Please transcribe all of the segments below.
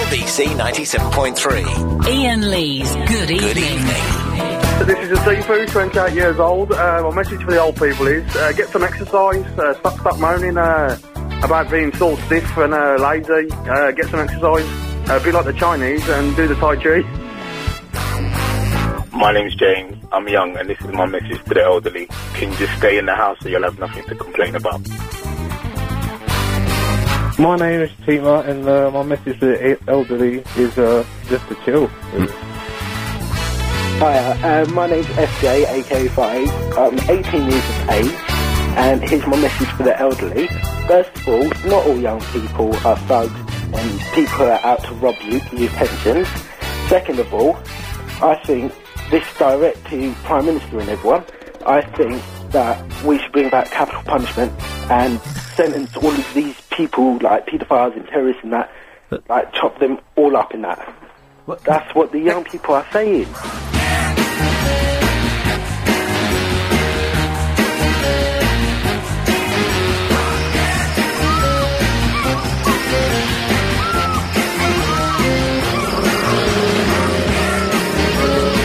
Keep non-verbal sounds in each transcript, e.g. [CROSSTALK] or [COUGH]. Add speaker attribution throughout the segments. Speaker 1: LBC 97.3.
Speaker 2: Ian Lee's Good Evening.
Speaker 1: Good evening.
Speaker 3: So This is Azifu, 28 years old. Uh, my message for the old people is uh, get some exercise, uh, stop, stop moaning uh, about being so stiff and uh, lazy, uh, get some exercise, uh, be like the Chinese and do the Tai Chi.
Speaker 4: My name's James. I'm young, and this is my message to the elderly. Can you just stay in the house so you'll have nothing to complain about?
Speaker 5: My name is Tima, and uh, my message to the e- elderly is uh, just to chill.
Speaker 6: Hi, uh, my name's SJ, aka Five. I'm 18 years of age, and here's my message for the elderly. First of all, not all young people are thugs and people who are out to rob you for your pensions. Second of all, I think this direct to Prime Minister and everyone, I think that we should bring back capital punishment and sentence all of these people like paedophiles and terrorists and that, like chop them all up in that. That's what the young people are saying.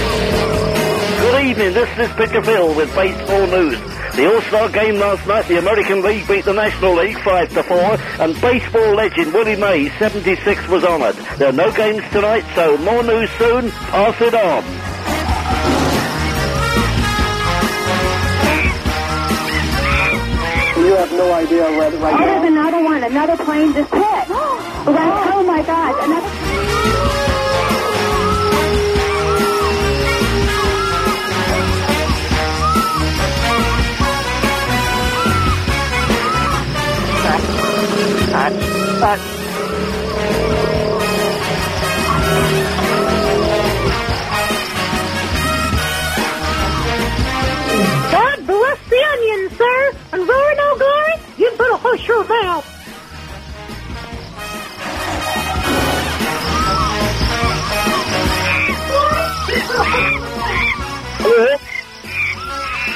Speaker 7: Good evening, this is Peter Phil with Baseball News. The All-Star game last night, the American League beat the National League 5 to 4, and baseball legend Willie Mays, 76, was honoured. There are no games tonight, so more news soon. Pass it on.
Speaker 6: You have no idea where right
Speaker 8: Oh, there's another one. Another plane just hit.
Speaker 9: [GASPS]
Speaker 8: Right- oh my God! Another.
Speaker 9: God bless the onion, sir. And roaring no glory, you better hush your mouth.
Speaker 7: Hello?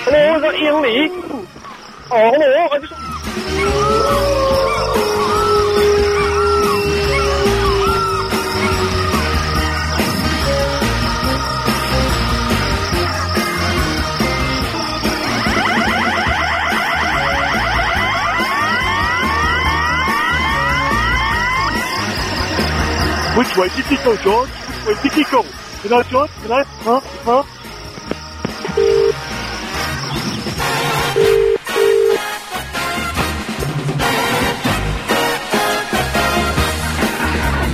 Speaker 7: Hello, is that Ian Lee? Oh, hello. I just...
Speaker 10: Which way did he go, George? Which way did he go? You know, George, you know, huh, huh?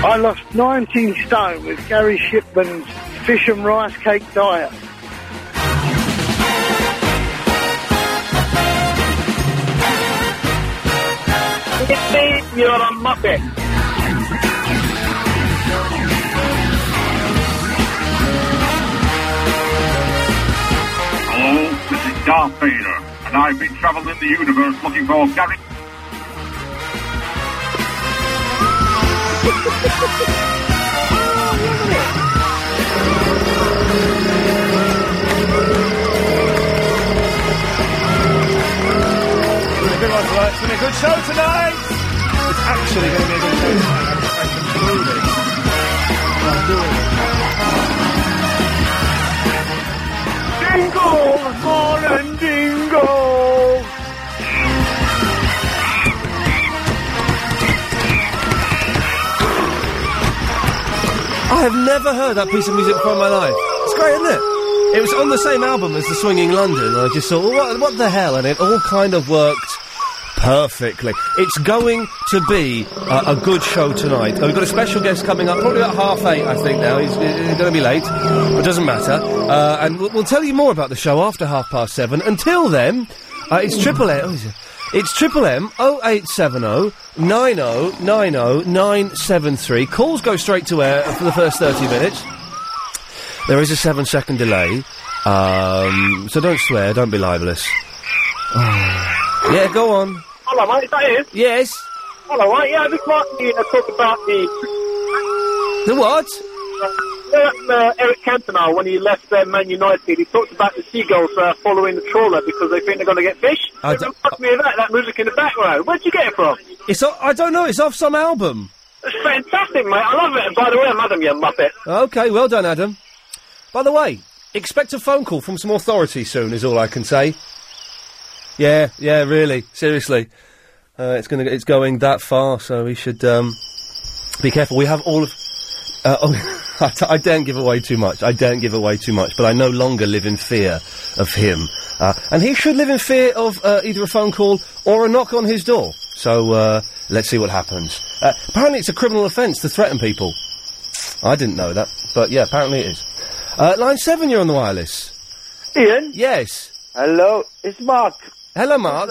Speaker 11: I lost 19 stone with Gary Shipman's fish and rice cake diet.
Speaker 7: You're a muppet.
Speaker 12: Hello, this is Darth Vader, and I've been traveling the universe looking for Gary.
Speaker 13: It's been a good show tonight. It's actually going to be a good show tonight. I can, I can prove it. I'll do it.
Speaker 11: Dingle, morning dingle.
Speaker 14: I have never heard that piece of music before in my life. It's great, isn't it? It was on the same album as the Swinging London, and I just thought, well, what, what the hell? And it all kind of worked perfectly. It's going to be uh, a good show tonight. And we've got a special guest coming up, probably about half eight, I think. Now he's, he's going to be late, but doesn't matter. Uh, and we'll, we'll tell you more about the show after half past seven. Until then, uh, it's triple eight. Oh, is it? It's triple M 0870 90 90 973. Calls go straight to air for the first 30 minutes. There is a seven second delay. Um, so don't swear, don't be libelous. yeah, go on.
Speaker 7: Hello, mate. Is that it?
Speaker 14: Yes.
Speaker 7: Hello, mate. Yeah, this might be a talk about the...
Speaker 14: The what?
Speaker 7: Uh, uh, Eric Cantona, when he left uh, Man United, he talked about the seagulls uh, following the trawler because they think they're going to get fish.
Speaker 14: I
Speaker 7: It reminds me of that, that music in the background. Whered you get it from?
Speaker 14: It's o- I don't know, it's off some album.
Speaker 15: It's fantastic, mate. I love it. And by the way, I'm Adam, you muppet.
Speaker 14: Okay, well done, Adam. By the way, expect a phone call from some authority soon, is all I can say. Yeah, yeah, really, seriously. Uh, it's gonna, it's going that far, so we should um, be careful. We have all of. Uh, oh, [LAUGHS] I, t- I don't give away too much. I don't give away too much, but I no longer live in fear of him, uh, and he should live in fear of uh, either a phone call or a knock on his door. So uh, let's see what happens. Uh, apparently, it's a criminal offence to threaten people. I didn't know that, but yeah, apparently it is. Uh, line seven, you're on the wireless.
Speaker 4: Ian?
Speaker 14: Yes.
Speaker 4: Hello, it's Mark.
Speaker 14: Hello, Mark.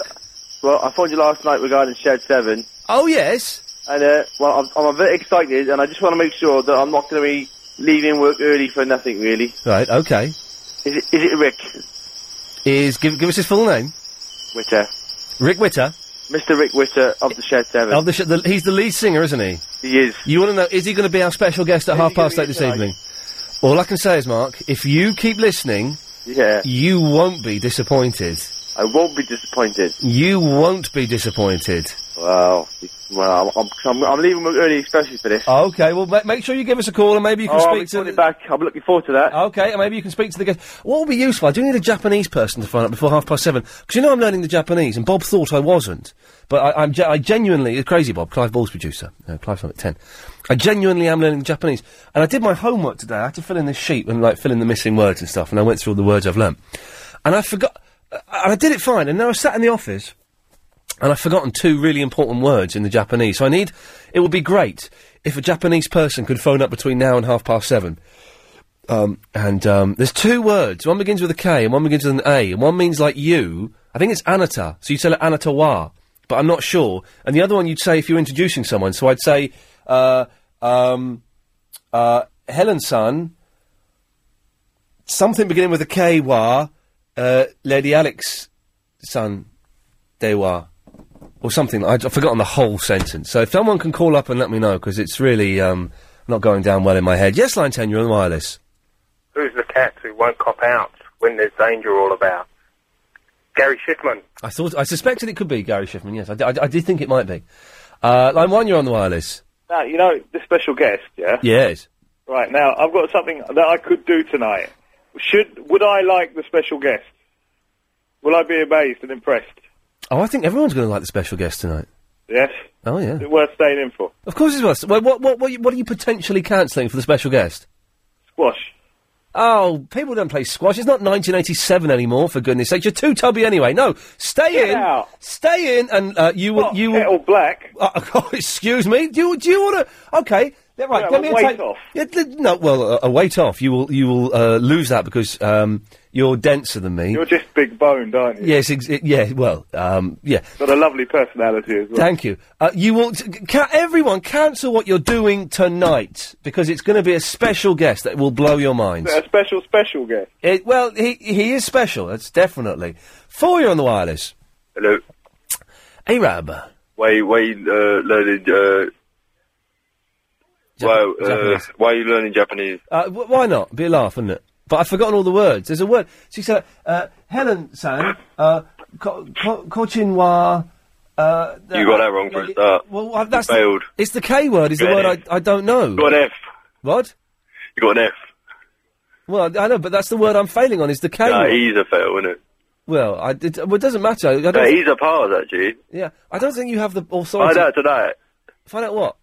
Speaker 4: Well, I phoned you last night regarding Shed 7.
Speaker 14: Oh, yes.
Speaker 4: And, uh, well, I'm, I'm a bit excited, and I just want to make sure that I'm not going to be leaving work early for nothing, really.
Speaker 14: Right. Okay.
Speaker 4: Is it, is it Rick?
Speaker 14: Is give give us his full name,
Speaker 4: Witter.
Speaker 14: Rick Witter.
Speaker 4: Mr. Rick Witter of the Shed 7.
Speaker 14: Of the, sh- the he's the lead singer, isn't he?
Speaker 4: He is.
Speaker 14: You want to know? Is he going to be our special guest at half
Speaker 4: gonna
Speaker 14: past
Speaker 4: be
Speaker 14: eight this
Speaker 4: tonight?
Speaker 14: evening? All I can say is, Mark, if you keep listening,
Speaker 4: Yeah.
Speaker 14: you won't be disappointed.
Speaker 4: I won't be disappointed.
Speaker 14: You won't be disappointed.
Speaker 4: Wow. Well, I'm, I'm, I'm leaving work early especially for this.
Speaker 14: Okay, well, ma- make sure you give us a call and maybe you can
Speaker 4: Oh, I'll
Speaker 14: speak
Speaker 4: be
Speaker 14: to.
Speaker 4: calling back. I'm looking forward to that.
Speaker 14: Okay, and maybe you can speak to the guest. What would be useful? I do need a Japanese person to find out before half past seven because you know I'm learning the Japanese, and Bob thought I wasn't, but I, I'm ge- I genuinely it's crazy. Bob, Clive Ball's producer, uh, Clive's on at ten. I genuinely am learning Japanese, and I did my homework today. I had to fill in this sheet and like fill in the missing words and stuff, and I went through all the words I've learnt, and I forgot, uh, and I did it fine. And now I sat in the office and I've forgotten two really important words in the Japanese. So I need. It would be great if a Japanese person could phone up between now and half past seven. Um, and um, there's two words. One begins with a K and one begins with an A. And one means like you. I think it's anata. So you tell it anata wa, but I'm not sure. And the other one you'd say if you're introducing someone. So I'd say, uh, um, uh, Helen san, something beginning with a K wa, uh, Lady Alex san dewa or something. I, I've forgotten the whole sentence. So if someone can call up and let me know, because it's really um, not going down well in my head. Yes, line 10, you're on the wireless.
Speaker 16: Who's the cat who won't cop out when there's danger all about? Gary Shipman.
Speaker 14: I thought, I suspected it could be Gary Schiffman, yes. I, di- I di- I did think it might be. Uh, line 1, you're on the wireless.
Speaker 7: Now, you know, the special guest, yeah?
Speaker 14: Yes.
Speaker 7: Right, now, I've got something that I could do tonight. Should, would I like the special guest? Will I be amazed and impressed?
Speaker 14: Oh, I think everyone's going to like the special guest tonight.
Speaker 7: Yes?
Speaker 14: Oh, yeah.
Speaker 7: Is it worth staying in for?
Speaker 14: Of course it's worth well, what, what, what, are you- what are you potentially cancelling for the special guest?
Speaker 7: Squash.
Speaker 14: Oh, people don't play squash. It's not 1987 anymore, for goodness sakes. You're too tubby anyway. No, stay in. Stay in and uh, you will... you will, [LAUGHS]
Speaker 7: black?
Speaker 14: Uh, excuse me? Do you, do you want to... Okay. Yeah, right,
Speaker 7: Yeah,
Speaker 14: let
Speaker 7: well,
Speaker 14: me
Speaker 7: weight
Speaker 14: take-
Speaker 7: off.
Speaker 14: Yeah, th- no, well, uh, a weight off. You will, you will uh, lose that because um, you're denser than me.
Speaker 7: You're just big boned, aren't you?
Speaker 14: Yes, ex- yeah. Well, um, yeah.
Speaker 7: Got a lovely personality as well.
Speaker 14: Thank you. Uh, you will. T- ca- everyone, cancel what you're doing tonight because it's going to be a special guest that will blow your minds.
Speaker 7: A special, special guest.
Speaker 14: It, well, he he is special. That's definitely. Four, you're on the wireless.
Speaker 17: Hello.
Speaker 14: Arab.
Speaker 17: Why why uh, learning uh, why uh,
Speaker 14: Japanese.
Speaker 17: why are you learning Japanese?
Speaker 14: Uh, w- why not? Be a laugh, wouldn't it? But I've forgotten all the words. There's a word. She said, uh, Helen san, uh, ko- ko- kochin wa. Uh,
Speaker 17: you got that wrong for a start.
Speaker 14: Well, I- that's
Speaker 17: you failed.
Speaker 14: it's the K word, is the
Speaker 17: Got
Speaker 14: word
Speaker 17: it.
Speaker 14: I, I don't know.
Speaker 17: You got an F.
Speaker 14: What?
Speaker 17: You got an F.
Speaker 14: Well, I know, but that's the word I'm failing on, is the K
Speaker 17: Nah,
Speaker 14: word.
Speaker 17: he's a fail, isn't it?
Speaker 14: Well, I, it, well, it doesn't matter. I don't
Speaker 17: Nah,
Speaker 14: thi-
Speaker 17: he's a pass actually.
Speaker 14: yeah, I don't think you have the authority.
Speaker 17: Find out tonight
Speaker 14: Find out what?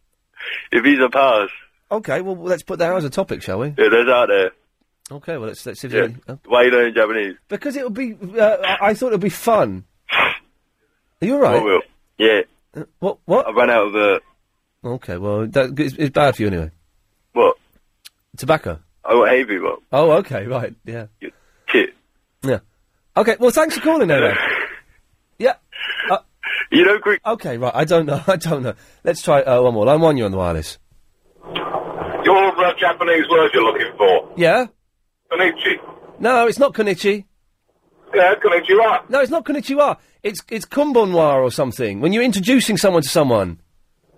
Speaker 17: if he's a pass.
Speaker 14: Okay, well, let's put that out as a topic, shall we?
Speaker 17: Yeah, there's out there.
Speaker 14: Okay, well, let's, let's see if
Speaker 17: Yeah.
Speaker 14: you- oh.
Speaker 17: Why are you learning Japanese?
Speaker 14: Because it would be. Uh, I, I thought it would be fun. Are you all right? Uh,
Speaker 17: What will? Yeah.
Speaker 14: What? What?
Speaker 17: I ran out of uh,
Speaker 14: Okay, well, that, it's, it's bad for you anyway.
Speaker 17: what?
Speaker 14: Tobacco.
Speaker 17: I got Avery, but
Speaker 14: Oh, okay, right, yeah.
Speaker 17: shit.
Speaker 14: Yeah. Okay, well, thanks for calling,
Speaker 17: [LAUGHS]
Speaker 14: anyway. yeah. Uh,
Speaker 17: you know, Greek.
Speaker 14: Okay, right, I don't know, [LAUGHS] I don't know. Let's try uh, one more. Line one, you're on the wireless.
Speaker 18: Your uh, Japanese word you're looking for.
Speaker 14: Yeah?
Speaker 18: Konichi.
Speaker 14: No, it's not Konichi.
Speaker 18: Yeah, konnichiwa.
Speaker 14: No, it's not Konichiwa. It's, it's Kumbonwa or something. When you're introducing someone to someone.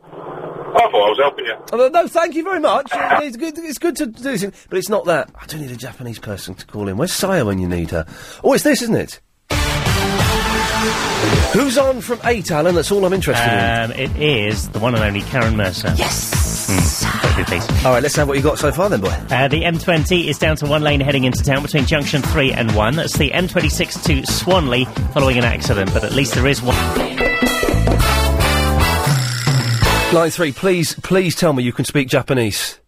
Speaker 18: I thought I was helping you.
Speaker 14: Oh, no, thank you very much. Uh, It's good, it's good to do this. But it's not that. I do need a Japanese person to call in. Where's Saya when you need her? Oh, it's this, isn't it? Who's on from 8, Alan? That's all I'm interested
Speaker 19: Um,
Speaker 14: in.
Speaker 19: it is the one and only Karen Mercer. Yes.
Speaker 14: All right, let's have what you got so far then, boy.
Speaker 19: Uh, the M20 is down to one lane heading into town between junction 3 and 1. That's the M26 to Swanley following an accident, but at least there is one.
Speaker 14: Line three, please, please tell me you can speak Japanese.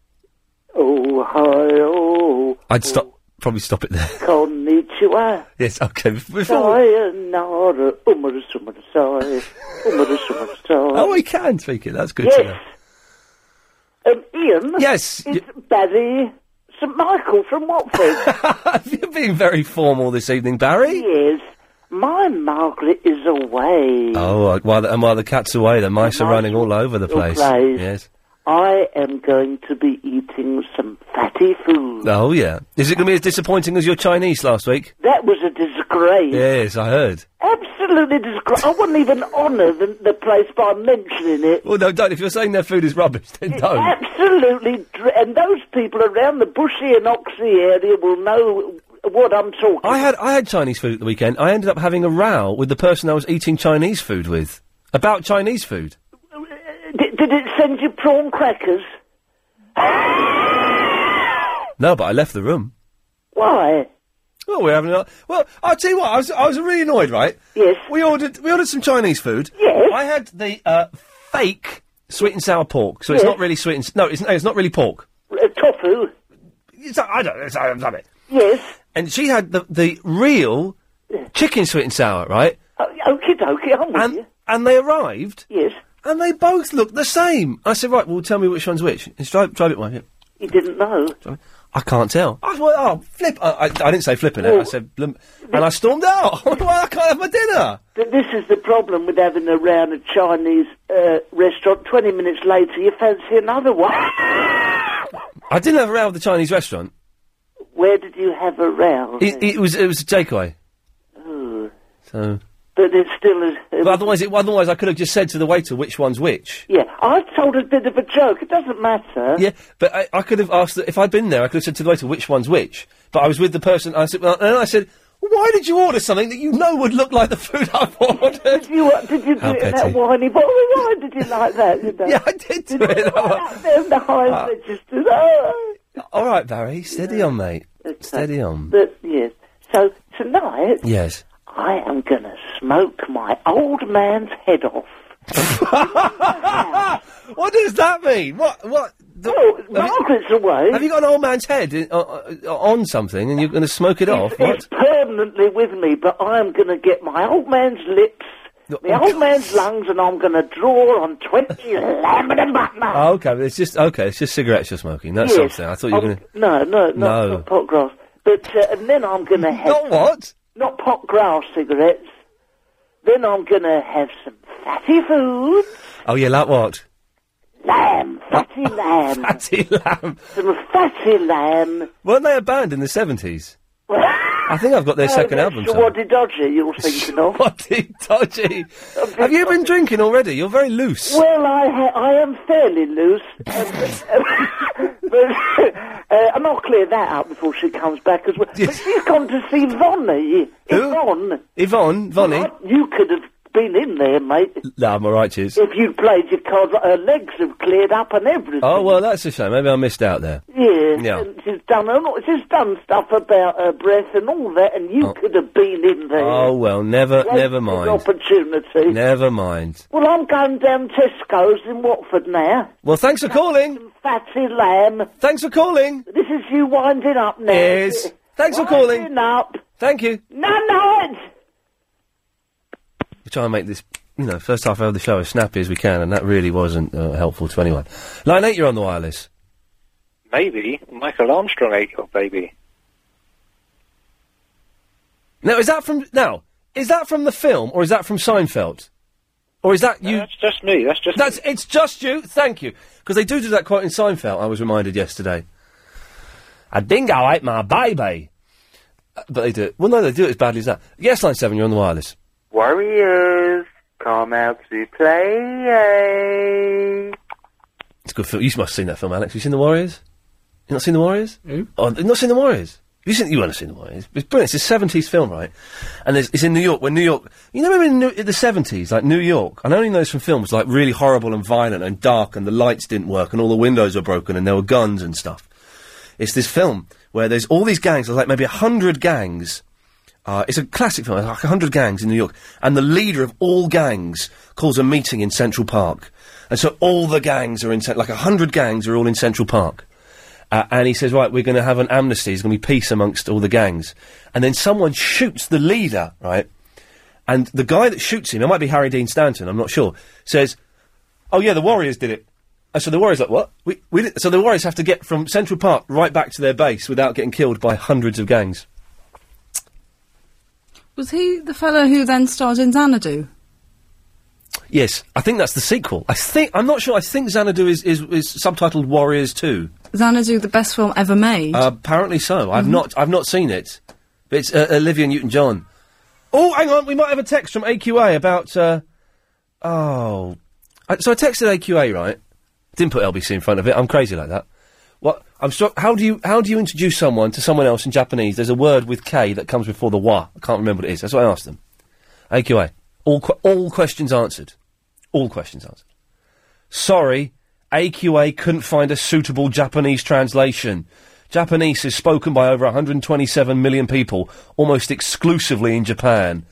Speaker 20: Ohio,
Speaker 14: I'd stop, probably stop it there.
Speaker 20: konnichiwa,
Speaker 14: [LAUGHS] yes, okay. Before,
Speaker 20: sayonara, umarasumarasai, umarasumarasai.
Speaker 14: oh, I can speak it. That's good to know. [LAUGHS]
Speaker 20: Yes. Um, Ian?
Speaker 14: Yes.
Speaker 20: It's Barry St Michael from Watford.
Speaker 14: You're being very formal this evening, [LAUGHS] Barry.
Speaker 20: yes. My Margaret is away.
Speaker 14: Oh, uh, while the, and while the cat's away, the mice are running all over the
Speaker 20: all
Speaker 14: place.
Speaker 20: plays.
Speaker 14: Yes.
Speaker 20: I am going to be eating some fatty food.
Speaker 14: Oh, yeah. Is it going to be as disappointing as your Chinese last week?
Speaker 20: That was a disgrace.
Speaker 14: Yes, I heard.
Speaker 20: Absolutely disgrace. I wouldn't even honour the, the place by mentioning it.
Speaker 14: Well, no, don't. If you're saying their food is rubbish, then don't.
Speaker 20: Absolutely, dr- and those people around the Bushy and Oxley area will know what I'm talking.
Speaker 14: I had I had Chinese food at the weekend. I ended up having a row with the person I was eating Chinese food with about Chinese food.
Speaker 20: Did, did it send you prawn crackers?
Speaker 14: No, but I left the room.
Speaker 20: Why?
Speaker 14: Well, we're having a well. I'll tell you what. I was I was really annoyed, right?
Speaker 20: Yes.
Speaker 14: We ordered we ordered some Chinese food.
Speaker 20: Yes.
Speaker 14: I had the uh, fake sweet and sour pork, so it's
Speaker 20: Yes.
Speaker 14: not really sweet and s- no, it's no, it's not really pork.
Speaker 20: Uh, tofu.
Speaker 14: It's, I don't. It's, I love it.
Speaker 20: Yes.
Speaker 14: And she had the the real chicken sweet and sour, right?
Speaker 20: Okie dokie, Oh, I'm with
Speaker 14: and, you. And they arrived.
Speaker 20: Yes.
Speaker 14: And they both looked the same. I said, right, well, tell me which one's which. It's drive, drive it one. yeah.
Speaker 20: You didn't know.
Speaker 14: I can't tell. I, well, oh, flip. I, I, I didn't say flipping
Speaker 20: Oh.
Speaker 14: it. I said, blum, and I stormed out. Oh, [LAUGHS] Why I can't have my dinner?
Speaker 20: Th- This is the problem with having a round at Chinese uh, restaurant. Twenty minutes later, you fancy another one. [LAUGHS]
Speaker 14: I didn't have a row with the Chinese restaurant.
Speaker 20: Where did you have a round?
Speaker 14: It, it was it was Jakei.
Speaker 20: Oh.
Speaker 14: So,
Speaker 20: But it's still a,
Speaker 14: but otherwise, it, otherwise I could have just said to the waiter which one's which.
Speaker 20: yeah. I told a bit of a joke. It doesn't matter.
Speaker 14: Yeah, but I, I could have asked the, if I'd been there. I could have said to the waiter which one's which. But I was with the person. I said, well, and I said, why did you order something that you know would look like the food I've [LAUGHS] ordered? Did
Speaker 20: you uh, did you
Speaker 14: How
Speaker 20: do it in that
Speaker 14: petty.
Speaker 20: whiny bottle? Why did you like
Speaker 14: [LAUGHS]
Speaker 20: that? You know? yeah,
Speaker 14: Oh, I did do it.
Speaker 20: Out there in the
Speaker 14: [LAUGHS]
Speaker 20: high
Speaker 14: Ah.
Speaker 20: registers. Oh. [LAUGHS]
Speaker 14: All right, Barry, steady on, mate. Steady on.
Speaker 20: But yes. So tonight,
Speaker 14: Yes.
Speaker 20: I am going to smoke my old man's head off.
Speaker 14: [LAUGHS] What does that mean? What? What? The,
Speaker 20: Margaret's away.
Speaker 14: Have you got an old man's head in, uh, uh, on something and you're going to smoke it off? What?
Speaker 20: It's permanently with me, but I am going to get my old man's lips, my old man's lungs, and I'm going to draw
Speaker 14: [LAUGHS]
Speaker 20: on 20 lemon and butter.
Speaker 14: Oh, okay, but it's just okay. It's just cigarettes you're smoking. That's
Speaker 20: Yes. Oh,
Speaker 14: something. I thought you were going to.
Speaker 20: No, no, not,
Speaker 14: No.
Speaker 20: not pot grass. But uh, and then I'm going to have
Speaker 14: Not what?
Speaker 20: Not pot grass cigarettes. Then I'm going to have some fatty food,
Speaker 14: Oh yeah, like what?
Speaker 20: lamb,
Speaker 14: [LAUGHS]
Speaker 20: fatty lamb,
Speaker 14: Fatty lamb.
Speaker 20: some fatty lamb.
Speaker 14: Weren't they a band in the
Speaker 20: [LAUGHS]
Speaker 14: seventies? I think I've got their
Speaker 20: Oh,
Speaker 14: second
Speaker 20: that's
Speaker 14: album.
Speaker 20: Shawaddy
Speaker 14: [LAUGHS]
Speaker 20: Dodger, you're thinking of.
Speaker 14: Dodgy,
Speaker 20: [LAUGHS]
Speaker 14: dodgy. Have you been drinking already? You're very loose.
Speaker 20: Well, I ha- I am fairly loose, um, [LAUGHS] but uh, and I'll clear that up before she comes back as well. But she's gone to see Vonnie. Yvonne.
Speaker 14: Yvonne, Vonnie.
Speaker 20: You could have been in there, mate,
Speaker 14: No, I'm all right, cheers.
Speaker 20: if you'd played your cards. right. Her legs have cleared up and everything.
Speaker 14: Oh well, that's a shame. Maybe I missed out there.
Speaker 20: Yeah,
Speaker 14: Yeah.
Speaker 20: and she's done a lot- she's done stuff about her breath and all that, and you
Speaker 14: Oh.
Speaker 20: could have been in there.
Speaker 14: Oh well, never,
Speaker 20: Wasted
Speaker 14: never mind.
Speaker 20: Opportunity.
Speaker 14: Never mind.
Speaker 20: Well, I'm going down Tesco's in Watford now.
Speaker 14: Well, thanks for calling.
Speaker 20: Fatty lamb.
Speaker 14: Thanks for calling.
Speaker 20: This is you winding up now.
Speaker 14: Yes. Thanks for calling.
Speaker 20: Winding up.
Speaker 14: Thank you.
Speaker 20: No, no, it's-
Speaker 14: We try and make this, you know, first half hour of the show as snappy as we can, and that really wasn't uh, helpful to anyone. Line eight, you're on the wireless.
Speaker 21: Maybe Michael Armstrong ate your baby.
Speaker 14: Now, is that from now? Is that from the film, or is that from Seinfeld, or is that you? that's
Speaker 21: just me. That's just
Speaker 14: that's it's just you. Thank you, because they do do that quite in Seinfeld. I was reminded yesterday. A dingo ate my baby, Uh, but they do it. Well, no, they do it as badly as that. Yes, line seven, you're on the wireless.
Speaker 6: Warriors, come out to play.
Speaker 14: It's a good film. You must have seen that film, Alex. Have you seen The Warriors? You not seen The Warriors? Who? Oh, you not seen The Warriors? you seen? You won't have seen the wire. It's, it's brilliant. It's a seventies film, right? And there's, it's in New York. When New York, you know, remember in, New, in the seventies, like New York. I only know this from films, like really horrible and violent and dark, and the lights didn't work, and all the windows were broken, and there were guns and stuff. It's this film where there's all these gangs. There's like maybe a hundred gangs. Uh, it's a classic film. There's like a hundred gangs in New York, and the leader of all gangs calls a meeting in Central Park, and so all the gangs are in Cent- like a hundred gangs are all in Central Park. Uh, and he says, right, we're going to have an amnesty. There's going to be peace amongst all the gangs. And then someone shoots the leader, right? And the guy that shoots him, it might be Harry Dean Stanton, I'm not sure, says, oh yeah, the Warriors did it. And so the Warriors like, what? We, we did-" So the Warriors have to get from Central Park right back to their base without getting killed by hundreds of gangs.
Speaker 22: Was he the fellow who then starred in Xanadu?
Speaker 14: Yes, I think that's the sequel. I think, I'm not sure, I think Xanadu is, is, is subtitled Warriors 2.
Speaker 22: Xanadu, the best film ever made.
Speaker 14: Uh, apparently so. I've not. I've not seen it. But it's uh, Olivia Newton-John. Oh, hang on. We might have a text from AQA about. Uh, oh, I, so I texted AQA right. Didn't put LBC in front of it. I'm crazy like that. What? I'm stro- How do you how do you introduce someone to someone else in Japanese? There's a word with K that comes before the wa. I can't remember what it is. That's what I asked them. AQA. All que- all questions answered. All questions answered. Sorry, AQA couldn't find a suitable Japanese translation. Japanese is spoken by over 127 million people, almost exclusively in Japan.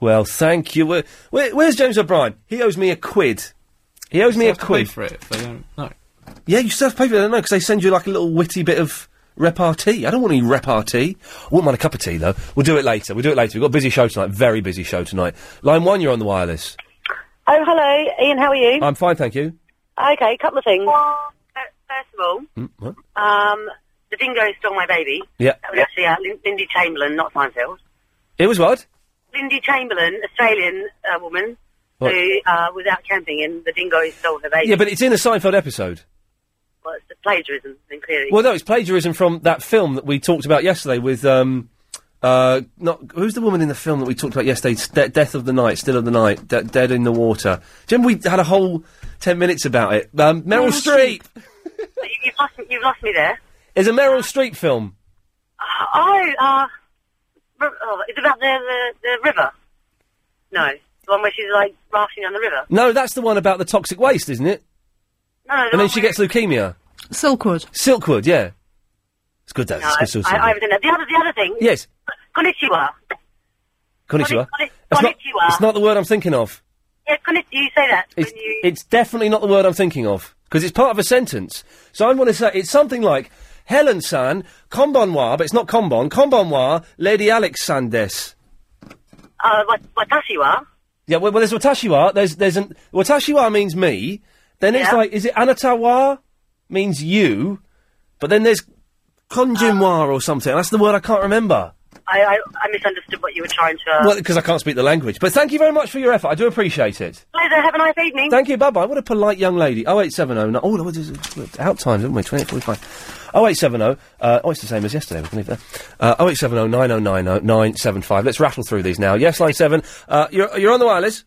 Speaker 14: Well, thank you. Where, where- where's James O'Brien? He owes me a quid. He owes me a quid.
Speaker 3: for it if they don't know.
Speaker 14: Yeah, you still have to pay for it, no, because they send you like a little witty bit of repartee. I don't want any repartee. I wouldn't mind a cup of tea, though. We'll do it later. We'll do it later. We've got a busy show tonight, very busy show tonight. Line one, you're on the wireless.
Speaker 23: Oh, hello, Ian. How are you?
Speaker 14: I'm fine, thank you.
Speaker 23: okay, a couple of things. First of all,
Speaker 14: Mm, what?
Speaker 23: um, the dingo stole my baby.
Speaker 14: Yeah.
Speaker 23: That was actually uh, Lin- Lindy Chamberlain, not Seinfeld.
Speaker 14: It was what?
Speaker 23: Lindy Chamberlain, Australian uh, woman,
Speaker 14: What?
Speaker 23: who uh, was out camping and the dingo stole her baby.
Speaker 14: Yeah, but it's in a Seinfeld episode.
Speaker 23: Well, it's plagiarism, then clearly.
Speaker 14: Well, no, it's plagiarism from that film that we talked about yesterday with um, uh, not who's the woman in the film that we talked about yesterday? It's De- Death of the Night, Still of the Night, De- Dead in the Water. Do you remember we had a whole ten minutes about it? Um, Meryl Streep.
Speaker 23: But you- you've, lost, you've lost me there.
Speaker 14: It's a Meryl Streep film.
Speaker 23: Oh, uh, r- oh, it's about the, the, the river. No, the one where she's like rafting down the river.
Speaker 14: No, that's the one about the toxic waste, isn't it?
Speaker 23: No, no, the
Speaker 14: and
Speaker 23: one
Speaker 14: then she gets leukemia.
Speaker 22: Silkwood.
Speaker 14: Silkwood, yeah. It's good. That
Speaker 23: No,
Speaker 14: it's good.
Speaker 23: I, I haven't done that. The other, the other thing.
Speaker 14: Yes.
Speaker 23: Konnichiwa.
Speaker 14: Konnichiwa.
Speaker 23: Konni-
Speaker 14: That's not,
Speaker 23: konnichiwa.
Speaker 14: it's not the word I'm thinking of.
Speaker 23: Yeah, konnichiwa. You say that.
Speaker 14: It's, it's definitely not the word I'm thinking of because it's part of a sentence. So I'm going to say it's something like Helen San Konbanwa, but it's not Konbon. Konbanwa Lady Alex Sandes.
Speaker 23: Uh, wa- watashi wa.
Speaker 14: Yeah, well, well there's Watashiwa. There's there's an Watashiwa means me. Then it's
Speaker 23: Yeah.
Speaker 14: like is it Anatawa means you, but then there's Konjinwa or something. That's the word I can't remember.
Speaker 23: I, I, I misunderstood what you were trying to. Uh,
Speaker 14: Well, because I can't speak the language. But thank you very much for your effort. I do appreciate it.
Speaker 23: Pleasure. Have a nice evening.
Speaker 14: Thank you. Bye bye. What a polite young lady. 0870. Oh, no, what is it? We're out times, haven't we? 2845. 0870. Uh, oh, it's the same as yesterday. We can leave that. Uh, 0870 9090 975. Let's rattle through these now. Yes, line 7. Uh, you're, you're on the wireless.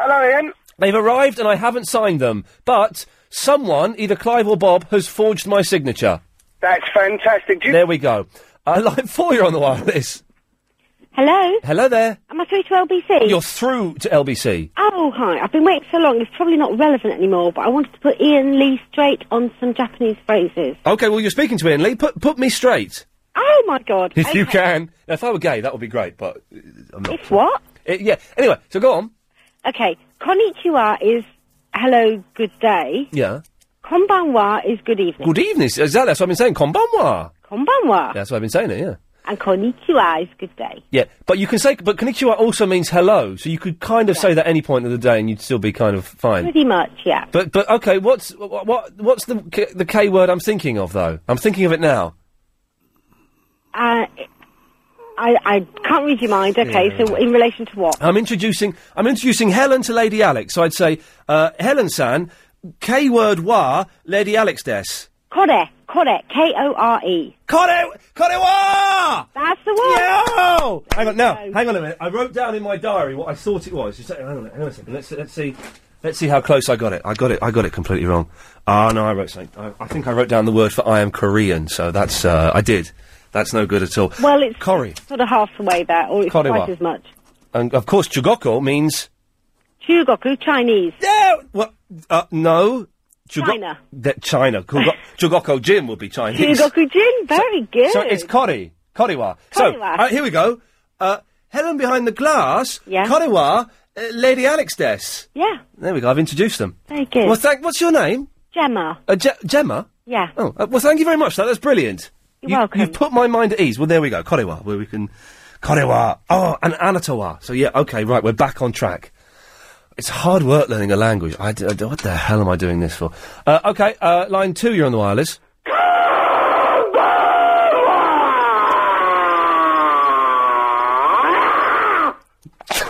Speaker 6: Hello, Ian.
Speaker 14: They've arrived and I haven't signed them, but someone, either Clive or Bob, has forged my signature.
Speaker 6: That's fantastic.
Speaker 14: There we go. Uh, [LAUGHS] line 4, you're on the wireless.
Speaker 24: Hello?
Speaker 14: Hello there.
Speaker 24: Am I through to LBC?
Speaker 14: You're through to LBC.
Speaker 24: Oh, hi. I've been waiting so long. It's probably not relevant anymore, but I wanted to put Ian Lee straight on some Japanese phrases.
Speaker 14: Okay, well, you're speaking to Ian Lee. Put, put me straight.
Speaker 24: Oh, my God.
Speaker 14: [LAUGHS] If you
Speaker 24: Okay.
Speaker 14: can. Now, if I were gay, that would be great, but uh, I'm
Speaker 16: [LAUGHS]
Speaker 14: not.
Speaker 24: If what?
Speaker 14: Uh, yeah. Anyway, so go on.
Speaker 24: Okay. Konnichiwa is hello, good day.
Speaker 14: Yeah.
Speaker 24: Konbanwa is good evening.
Speaker 14: Good evening. Exactly. That's what I've been saying. Konbanwa.
Speaker 16: Ah.
Speaker 24: Konbanwa.
Speaker 14: That's what I've been saying. It. Yeah.
Speaker 24: And konnichiwa is good day.
Speaker 14: Yeah. But you can say, but konnichiwa also means hello, so you could kind of say that any point of the day, and you'd still be kind of
Speaker 16: [LAUGHS]
Speaker 14: fine.
Speaker 24: Pretty much, yeah.
Speaker 14: But but okay, what's what, what what's the k, the K word I'm thinking of though? I'm thinking of it now.
Speaker 24: Uh, I, I can't read your mind. Okay, so in relation to what?
Speaker 14: I'm introducing I'm introducing Helen to Lady Alex, so I'd say uh, Helen San K word wa Lady Alex des.
Speaker 24: Kore. Kore. K-O-R-E.
Speaker 14: Kore. Korewa!
Speaker 24: E. That's the one.
Speaker 14: Yeah! Hang on, now, Oh, hang on a minute. I wrote down in my diary what I thought it was. Just, hang on, a minute, hang on a second. Let's let's see, let's see how close I got it. I got it. I got it completely wrong. Ah, no, I wrote something. I, I think I wrote down the word for I am Korean. So that's uh, I did. That's no good at all.
Speaker 24: Well, it's
Speaker 14: Corrie.
Speaker 24: sort of half the way there, or it's
Speaker 14: Koriwa.
Speaker 24: twice as much.
Speaker 14: And of course, Chugoko means.
Speaker 24: Chugoku, Chinese.
Speaker 14: Yeah. Well, uh, no. Chugo-
Speaker 24: China.
Speaker 14: That China. Kugo- Chugoko Jin will be Chinese.
Speaker 24: Chugoku Jin, very good.
Speaker 14: So it's Kori. Koriwa. So,
Speaker 24: Koriwa.
Speaker 14: uh, here we go. Uh, Helen behind the glass. Yeah. Koriwa, uh, Lady Alex Des.
Speaker 24: yeah,
Speaker 14: There we go. I've introduced them.
Speaker 24: very good.
Speaker 14: Well, thank, what's your name?
Speaker 24: Gemma.
Speaker 14: Uh, Je- Gemma?
Speaker 24: Yeah.
Speaker 14: Oh, uh, well, thank you very much. That, that's brilliant.
Speaker 24: You're
Speaker 14: you,
Speaker 24: welcome.
Speaker 14: You've put my mind at ease. Well, there we go. Korewa, where we can. Korewa. Oh, and Anatowa. So, yeah, okay, right. We're back on track. It's hard work learning a language. I d- I d- what the hell am I doing this for? Uh, okay, uh, line two, you're on the wireless. [LAUGHS]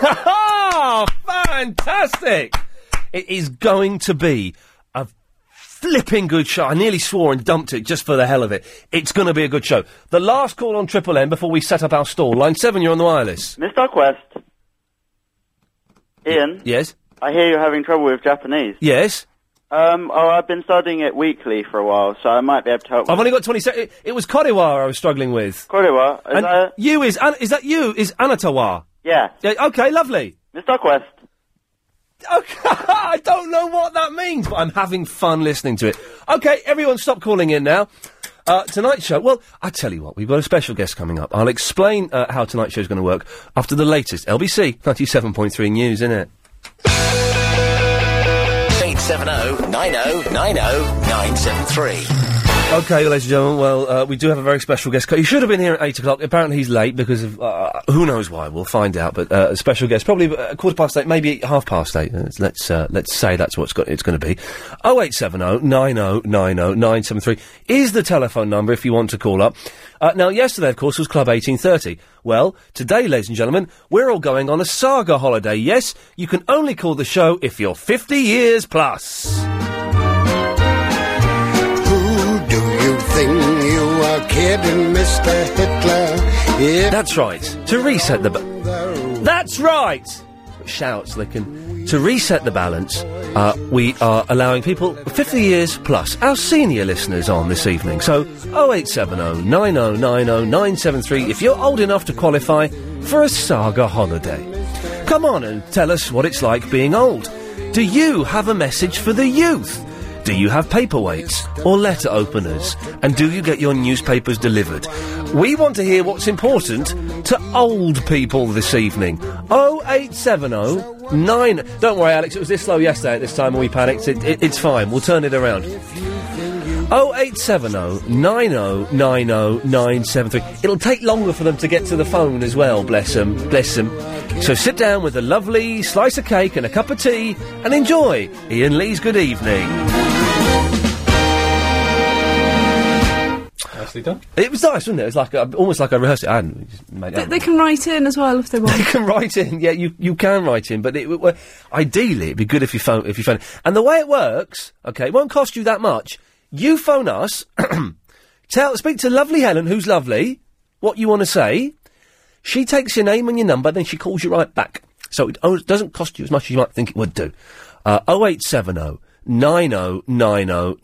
Speaker 14: Oh, Fantastic! It is going to be a flipping good show. I nearly swore and dumped it just for the hell of it. It's going to be a good show. The last call on Triple M before we set up our stall. Line 7, you're on the wireless.
Speaker 3: Mr. Quest. Ian,
Speaker 14: Yes?
Speaker 3: I hear you're having trouble with Japanese.
Speaker 14: Yes?
Speaker 3: Um, oh, I've been studying it weekly for a while, so I might be able to help.
Speaker 14: I've only got 20 seconds. It, it was Korewa I was struggling with.
Speaker 3: Korewa? Is
Speaker 14: and
Speaker 3: that-
Speaker 14: you is, an- is that you? Is Anatawa?
Speaker 3: Yeah.
Speaker 14: Yeah, okay, lovely.
Speaker 3: Mr. Quest.
Speaker 14: Okay, [LAUGHS] I don't know what that means, but I'm having fun listening to it. Okay, everyone stop calling in now. Uh, tonight's show, well, I tell you what, we've got a special guest coming up. I'll explain uh, how tonight's show's going to work after the latest LBC 97.3 news, innit?
Speaker 25: 870 90 90 973.
Speaker 14: Okay, ladies and gentlemen, well, uh, we do have a very special guest. co- He should have been here at 8 o'clock. Apparently he's late because of, uh, who knows why, we'll find out. But uh, a special guest, probably uh, quarter past 8, maybe half past 8. Uh, Let's, uh, let's say that's what it's go- it's going to be. 0870 90 90 973 is the telephone number if you want to call up. Uh, now, yesterday, of course, was Club 1830. Well, today, ladies and gentlemen, we're all going on a saga holiday. Yes, you can only call the show if you're 50 years plus.
Speaker 26: Do you think you are kidding, Mr. Hitler?
Speaker 14: That's right. To reset the. Ba- That's right! Shouts licking. To reset the balance, uh, we are allowing people 50 years plus, our senior listeners, on this evening. So 0870 9090 973 if you're old enough to qualify for a saga holiday. Come on and tell us what it's like being old. Do you have a message for the youth? Do you have paperweights or letter openers? And do you get your newspapers delivered? We want to hear what's important to old people this evening. 0870 9. oh Don't worry, Alex, it was this slow yesterday at this time and we panicked. It, it, it's fine, we'll turn it around. 0870 90 90 973. It'll take longer for them to get to the phone as well, bless them, bless them. So sit down with a lovely slice of cake and a cup of tea and enjoy Ian Lee's Good Evening.
Speaker 9: Nicely done.
Speaker 14: It was nice, wasn't it? It was like uh, almost like I rehearsed it. I hadn't we just made
Speaker 22: They,
Speaker 14: it.
Speaker 22: they can write in as well if
Speaker 14: [LAUGHS]
Speaker 22: they want.
Speaker 14: You can write in, yeah. You, you can write in, but it, w- w- ideally it'd be good if you phone if you phone. And the way it works, okay, it won't cost you that much. You phone us, [CLEARS THROAT] tell speak to lovely Helen, who's lovely, what you want to say. She takes your name and your number, then she calls you right back. So it o- doesn't cost you as much as you might think it would do. Uh, 0870 oh, 9090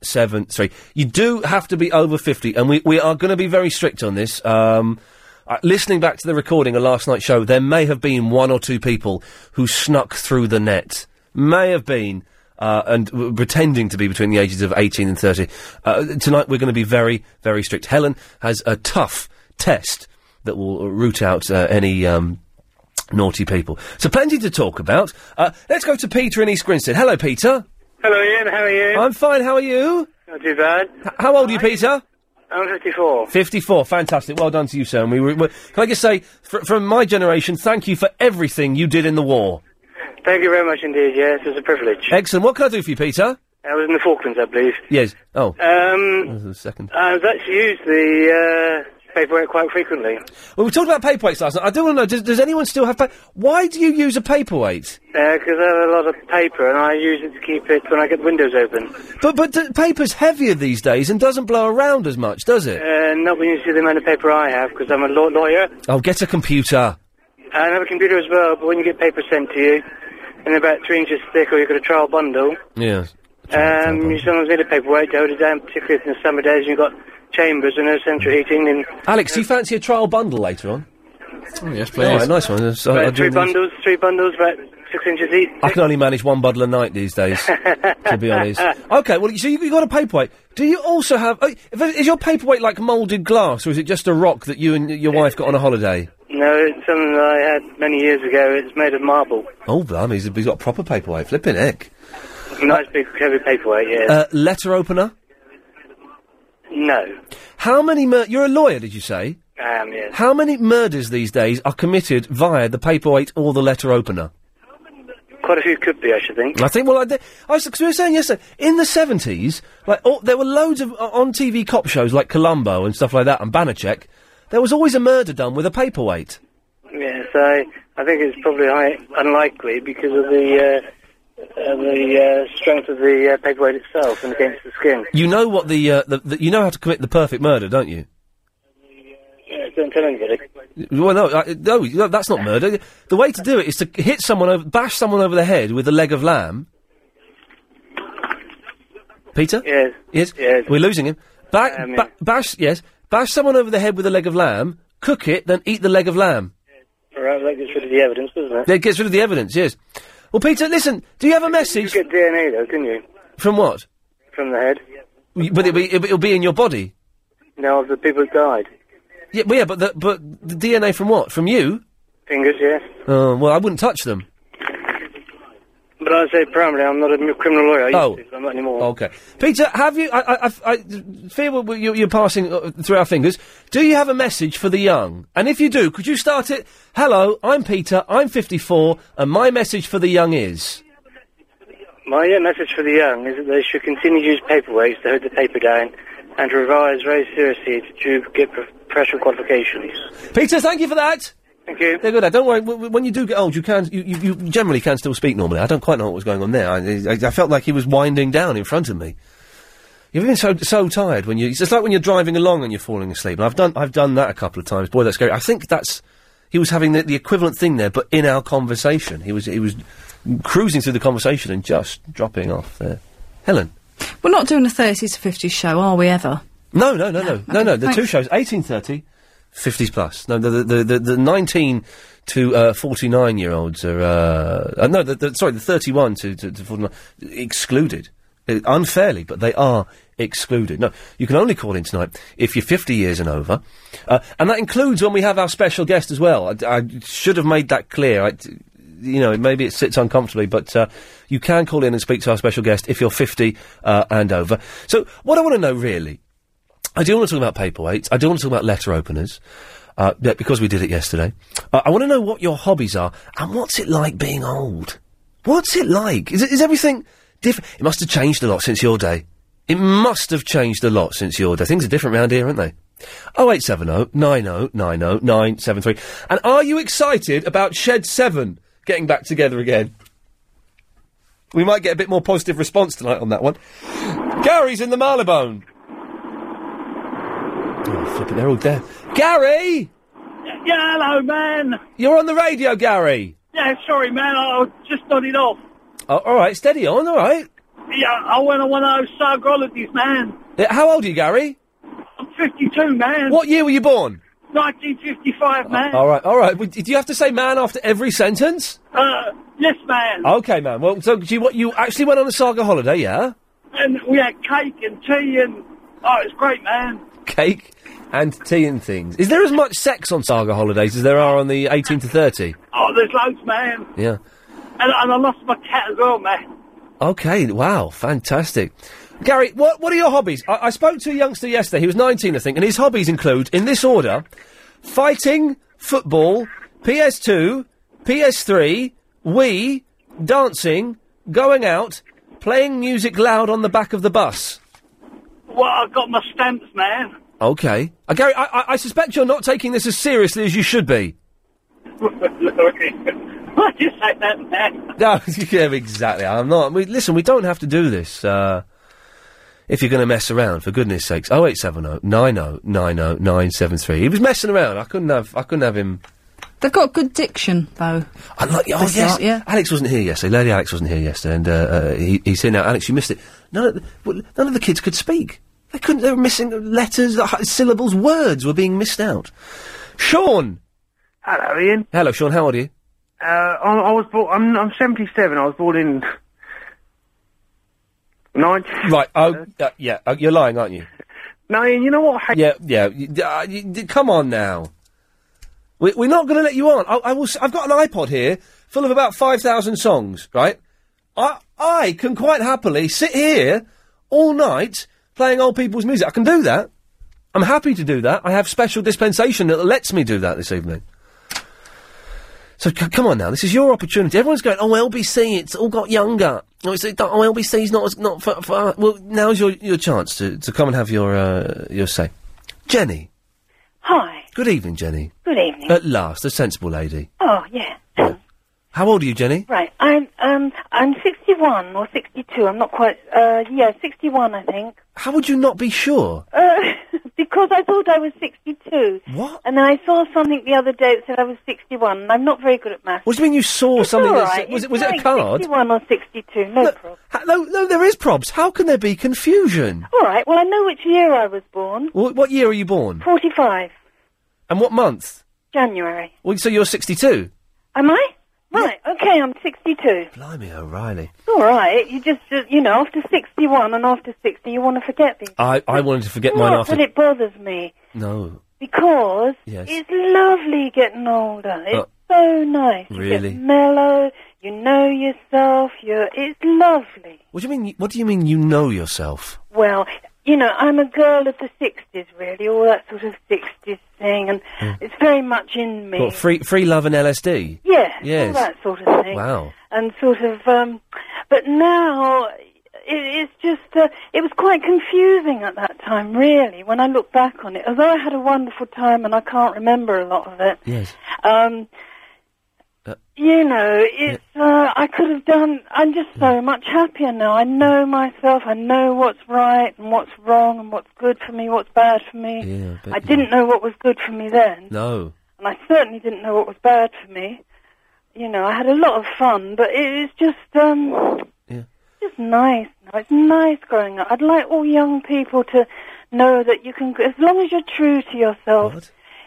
Speaker 14: 973. You do have to be over 50, and we, we are going to be very strict on this. Um, uh, listening back to the recording of last night's show, there may have been one or two people who snuck through the net. May have been. Uh, and w- pretending to be between the ages of 18 and 30. Uh, tonight we're going to be very, very strict. Helen has a tough test that will root out uh, any um, naughty people. So plenty to talk about. Uh, let's go to Peter in East Grinstead. Hello, Peter.
Speaker 27: Hello, Ian. How are you?
Speaker 14: I'm fine. How are you?
Speaker 27: Not too bad.
Speaker 14: H- how old are you, Peter?
Speaker 27: I'm 54.
Speaker 14: 54. Fantastic. Well done to you, sir. And we, were we, can I just say, fr- from my generation, thank you for everything you did in the war.
Speaker 27: Thank you very much indeed. Yes, it's a privilege.
Speaker 14: Excellent. What can I do for you, Peter?
Speaker 27: I was in the Falklands, I believe.
Speaker 14: Yes. Oh.
Speaker 27: Um,
Speaker 14: There's a second.
Speaker 27: I've actually used the uh, paperwork quite frequently.
Speaker 14: Well, we talked about paperweights last night. I do want to know, does, does anyone still have pa- Why do you use a paperweight?
Speaker 27: Because uh, I have a lot of paper and I use it to keep it when I get the windows open.
Speaker 14: But, but d- paper's heavier these days and doesn't blow around as much, does it?
Speaker 27: Uh, not when you see the amount of paper I have, because I'm a law- lawyer
Speaker 14: Oh, get a computer.
Speaker 27: and I have a computer as well, but when you get paper sent to you, in about three inches thick or you've got a trial bundle,
Speaker 14: Yes.
Speaker 27: Um, you sometimes need a paperweight to hold it down, particularly in the summer days. You've got Chambers and her Central Heating and
Speaker 14: Alex, do you fancy a trial bundle later on? Oh, yes,
Speaker 27: please.
Speaker 14: nice one. Yes, I- I
Speaker 27: about
Speaker 14: do
Speaker 27: three
Speaker 14: need-
Speaker 27: bundles, three bundles, about six inches each.
Speaker 14: I can only manage one bundle a night these days, to be
Speaker 27: [LAUGHS]
Speaker 14: honest. Oh, Okay, well, so you've got a paperweight. Do you also have... Oh, is your paperweight like moulded glass, or is it just a rock that you and your wife got on a holiday?
Speaker 27: No, it's something that I had many years ago. It's made of marble.
Speaker 14: Oh, blimey, he's, he's got a proper paperweight. Flipping heck.
Speaker 27: Nice big heavy paperweight, yeah.
Speaker 14: Uh, letter opener?
Speaker 27: no.
Speaker 14: How many mur- You're a lawyer, did you say?
Speaker 27: I am, yes.
Speaker 14: How many murders these days are committed via the paperweight or the letter opener?
Speaker 27: Quite a few could be, I should think.
Speaker 14: I think. Well, I, thi- I was, 'cause we were saying yesterday in the seventies, like all, there were loads of uh, on TV cop shows like Columbo and stuff like that, and Banachek. There was always a murder done with a paperweight.
Speaker 27: Yes, I, I think it's probably high, unlikely because of the, uh, uh, the uh, strength of the uh, paperweight itself and against the skin.
Speaker 14: You know what the, uh, the, the you know how to commit the perfect murder, don't you?
Speaker 27: Yeah, don't tell anybody.
Speaker 14: Well, no, I, no, no, that's not murder. The way to do it is to hit someone over, bash someone over the head with a leg of lamb. Peter? Yes. Yes? We're losing him. Ba- ba- bash, yes. Bash someone over the head with a leg of lamb, cook it, then eat the leg of lamb.
Speaker 27: Right, that gets rid of the evidence, doesn't it?
Speaker 14: That gets rid of the evidence, yes. Well, Peter, listen, do you have a message?
Speaker 27: You get DNA, though, didn't you?
Speaker 14: From what?
Speaker 27: From the head?
Speaker 14: But it'll be, it'll be- it'll be in your body.
Speaker 27: No, of the people that died.
Speaker 14: Yeah, but, yeah, but, the, but the DNA from what? From you?
Speaker 27: Fingers, yes.
Speaker 14: Oh, well, I wouldn't touch them.
Speaker 27: But I say primarily, I'm not a m- criminal lawyer. I used
Speaker 14: Oh.
Speaker 27: to, but I'm not anymore.
Speaker 14: Okay. Peter, have you? I, I- I, I fear we- we- you, you're passing uh, through our fingers. Do you have a message for the young? And if you do, could you start it? Hello, I'm Peter. I'm 54, and my message for the young is.
Speaker 27: My uh, message for the young is that they should continue to use paperweights to hold the paper down and to revise very seriously to get pro- professional qualifications.
Speaker 14: Peter, thank you for that.
Speaker 27: Thank you.
Speaker 14: They're good. eh? Don't worry. W- w- When you do get old, you can. You, you, you generally can still speak normally. I don't quite know what was going on there. I, I, I felt like he was winding down in front of me. You've been so so tired when you. It's just like when you're driving along and you're falling asleep. And I've done I've done that a couple of times. Boy, that's scary. I think that's he was having the, the equivalent thing there, but in our conversation, he was he was cruising through the conversation and just dropping off there. Helen.
Speaker 22: We're not doing a 30s to 50s show, are we ever?
Speaker 14: No, no, no, no, no, no. The two
Speaker 22: thanks.
Speaker 14: shows, 1830, 50s plus. No, the the the, the 19 to uh, 49 year olds are uh, uh, no, the, the, sorry, the 31 to, to, to 49 excluded Uh, unfairly, but they are excluded. No, you can only call in tonight if you're 50 years and over, uh, and that includes when we have our special guest as well. I, I should have made that clear. I, you know, maybe it sits uncomfortably, but uh, you can call in and speak to our special guest if you're 50 uh, and over. So, what I want to know really I do want to talk about paperweights. I do want to talk about letter openers. Uh, yeah, because we did it yesterday. Uh, I want to know what your hobbies are and what's it like being old? What's it like? Is, it, is everything different? It must have changed a lot since your day. It must have changed a lot since your day. Things are different round here, aren't they? 0870 90 90 973. And are you excited about Shed 7 getting back together again? We might get a bit more positive response tonight on that one. Gary's in the Marylebone. Oh, flipping, they're all dead. Gary!
Speaker 9: Yeah, hello, man.
Speaker 14: You're on the radio, Gary!
Speaker 9: Yeah, sorry, man. I was just nodded off.
Speaker 14: Oh, all right, steady on, all right.
Speaker 9: Yeah, I went on one of those sag holidays, man.
Speaker 14: Yeah, Eh, How old are you, Gary?
Speaker 9: I'm 52, man.
Speaker 14: What year were you born?
Speaker 9: 1955, man.
Speaker 14: All right, all right. Well, d- Do you have to say man after every sentence?
Speaker 9: Uh, yes, man.
Speaker 14: Okay, man. Well, so do you, what, you actually went on a saga holiday, yeah?
Speaker 9: And we had cake and tea and... Oh, it's great, man.
Speaker 14: Cake and tea and things. Is there as much sex on saga holidays as there are on the 18 to 30?
Speaker 9: Oh, there's loads, man.
Speaker 14: Yeah.
Speaker 9: And, and I lost my cat as well, man.
Speaker 14: Okay, wow, fantastic. Gary, what, what are your hobbies? I, I spoke to a youngster yesterday, he was 19, I think, and his hobbies include, in this order, fighting, football, PS2, PS3, Wii, dancing, going out, playing music loud on the back of the bus.
Speaker 9: Well, I got my stamps, man.
Speaker 14: Okay. Uh, Gary, I, I, I suspect you're not taking this as seriously as you should be.
Speaker 9: Sorry. Why did you say that, man?
Speaker 14: [LAUGHS] No, yeah, exactly. I'm not. We, listen, we don't have to do this. Uh, if you're going to mess around, for goodness sakes, Oh, 0870 90 90 973. He was messing around. I couldn't have. I couldn't have him.
Speaker 22: They've got good diction, though.
Speaker 14: I like. Oh yes,
Speaker 22: They start, yeah.
Speaker 14: Alex wasn't here yesterday. Lady Alex wasn't here yesterday, and uh, uh, he, he's here now. Alex, you missed it. None of the, well, none of the kids could speak. They couldn't. They were missing letters, uh, syllables, words were being missed out. Sean.
Speaker 11: Hello, Ian.
Speaker 14: Hello, Sean. How old are you?
Speaker 11: Uh, I, I was born. I'm, I'm 77. I was born in. Nine.
Speaker 14: Right. Oh, uh, yeah. Uh, you're lying, aren't you?
Speaker 11: No, Ian. You know what? I hate-
Speaker 14: Yeah, yeah. y- d- uh, y- d- come on now. We, we're not going to let you on. I, I will. s- I've got an iPod here full of about five thousand songs. Right. I I can quite happily sit here all night playing old people's music. I can do that. I'm happy to do that. I have special dispensation that lets me do that this evening. So c- come on now, this is your opportunity. Everyone's going, oh LBC, it's all got younger. Oh, it's, oh LBC's not as- not for, for well. Now's your your chance to, to come and have your uh, your say. Jenny,
Speaker 28: Hi.
Speaker 14: good evening, Jenny.
Speaker 28: Good evening.
Speaker 14: At last, a sensible lady.
Speaker 28: oh, yeah.
Speaker 14: How old are you, Jenny?
Speaker 28: Right. I'm um I'm 61 or 62. I'm not quite uh yeah, 61 I think.
Speaker 14: How would you not be sure?
Speaker 28: Uh, [LAUGHS] because I thought I was 62.
Speaker 14: What?
Speaker 28: And then I saw something the other day that said I was 61 and I'm not very good at math.
Speaker 14: What do you mean you saw
Speaker 28: It's
Speaker 14: something?
Speaker 28: all
Speaker 14: that
Speaker 28: right.
Speaker 14: said- was it
Speaker 28: It's
Speaker 14: was it a
Speaker 28: like
Speaker 14: card?
Speaker 28: 61 or 62. No problem.
Speaker 14: Ha- no, no, there is probs. How can there be confusion?
Speaker 28: All right. Well, I know which year I was born.
Speaker 14: What, what year are you born?
Speaker 28: 45
Speaker 14: And what month?
Speaker 28: January.
Speaker 14: Well, so you're 62.
Speaker 28: Am I? Right. Okay, I'm 62.
Speaker 14: Blimey, O'Reilly.
Speaker 28: It's all right. You just, just- you know, after 61 and after 60, you want to forget these.
Speaker 14: I, I wanted to forget mine
Speaker 28: Not
Speaker 14: after.
Speaker 28: that it bothers me
Speaker 14: No,
Speaker 28: because
Speaker 14: Yes.
Speaker 28: it's lovely getting older. It's
Speaker 14: Oh.
Speaker 28: so nice. You
Speaker 14: really.
Speaker 28: get mellow. You know yourself. You're. It's lovely.
Speaker 14: What do you mean? you- What do you mean? You know yourself?
Speaker 28: Well, you know, I'm a girl of the 60s, really. All that sort of 60s thing, and
Speaker 14: Hmm.
Speaker 28: it's very much in me.
Speaker 14: Got free free love and LSD.
Speaker 28: Yeah, all
Speaker 14: Yes.
Speaker 28: that sort of thing.
Speaker 14: Wow.
Speaker 28: And sort of, um, but now it, it's just, uh, it was quite confusing at that time, really, when I look back on it. Although I had a wonderful time and I can't remember a lot of it,
Speaker 14: Yes.
Speaker 28: um,
Speaker 14: Uh,
Speaker 28: you know, it's, uh, I could have done, I'm just so much happier now. I know myself, I know what's right and what's wrong and what's good for me, what's bad for me.
Speaker 14: Yeah, I bet
Speaker 28: I
Speaker 14: you-
Speaker 28: didn't know what was good for me then
Speaker 14: No.
Speaker 28: and I certainly didn't know what was bad for me. You know, I had a lot of fun, but it was just um, just nice. Now it's nice growing up. I'd like all young people to know that you can, as long as you're true to yourself.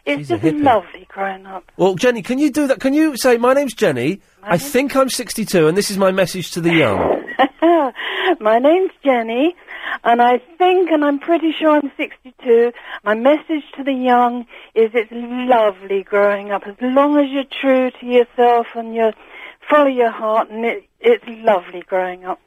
Speaker 28: It's
Speaker 14: She's a
Speaker 28: just
Speaker 14: hippie.
Speaker 28: lovely growing up.
Speaker 14: Well, Jenny, can you do that? Can you say my name's Jenny? I think I'm 62, and this is my message to the
Speaker 28: [LAUGHS]
Speaker 14: young.
Speaker 28: My name's Jenny, and I think, and I'm pretty sure I'm 62. My message to the young is it's lovely growing up as long as you're true to yourself and you follow your heart, and it, it's lovely growing up.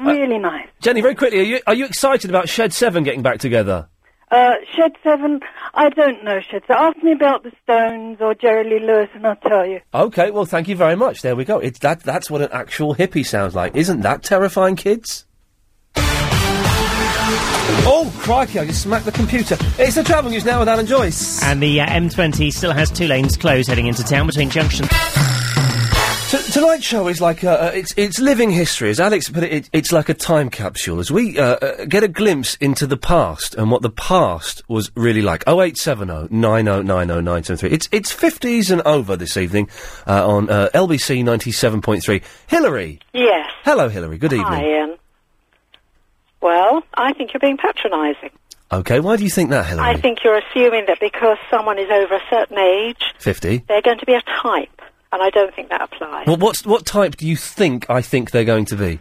Speaker 28: Really nice.
Speaker 14: Jenny, very quickly, are you are you excited about Shed Seven getting back together?
Speaker 28: Uh, Shed Seven, I don't know Shed Seven. Ask me about the Stones or Jerry Lee Lewis, and I'll tell you.
Speaker 14: Okay, well, thank you very much. There we go. It's that that's what an actual hippie sounds like. Isn't that terrifying, kids? Oh, crikey, I just smacked the computer. It's the travel news now with Alan Joyce.
Speaker 19: And the uh, M20 still has two lanes closed heading into town between junction.
Speaker 14: T- tonight's show is like uh, uh, it's it's living history, as Alex put it. it it's like a time capsule, as we uh, uh, get a glimpse into the past and what the past was really like. Oh eight seven oh nine oh nine oh nine seven three. It's it's fifties and over this evening uh, on uh, LBC ninety seven point three. Hillary,
Speaker 29: Yes.
Speaker 14: hello, Hillary. Good
Speaker 29: Hi,
Speaker 14: evening.
Speaker 29: Ian. Well, I think you're being patronising.
Speaker 14: Okay, why do you think that, Hillary?
Speaker 29: I think you're assuming that because someone is over a certain age,
Speaker 14: Fifty.
Speaker 29: they're going to be a type, and I don't think that applies.
Speaker 14: Well, what's what type do you think I think they're going to be?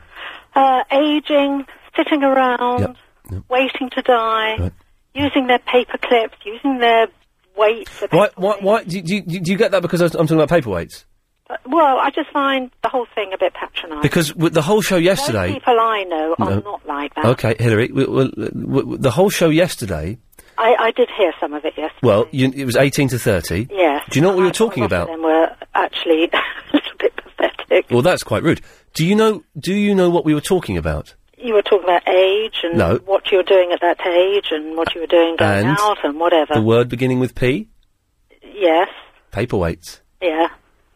Speaker 29: Uh, aging, sitting around, waiting to die, using their paper clips, using their weight. their-
Speaker 14: Why why why do, do, do do you get that because I was- I'm talking about paperweights?
Speaker 29: Well, I just find the whole thing a bit patronising.
Speaker 14: Because with the whole show
Speaker 29: Most
Speaker 14: yesterday.
Speaker 29: people I know are
Speaker 14: No.
Speaker 29: not like that.
Speaker 14: Okay, Hillary. We, we, we, we- the whole show yesterday.
Speaker 29: I, I did hear some of it yesterday.
Speaker 14: Well, you, it was eighteen to thirty.
Speaker 29: Yes.
Speaker 14: Do you know what we were talking about?
Speaker 29: Them were actually [LAUGHS]
Speaker 14: Well, that's quite rude. Do you know? Do you know what we were talking about?
Speaker 29: you were talking about age and
Speaker 14: No.
Speaker 29: what you were doing at that age and what you were doing going
Speaker 14: And
Speaker 29: out and whatever.
Speaker 14: The word beginning with P.
Speaker 29: yes,
Speaker 14: Paperweights.
Speaker 29: yeah.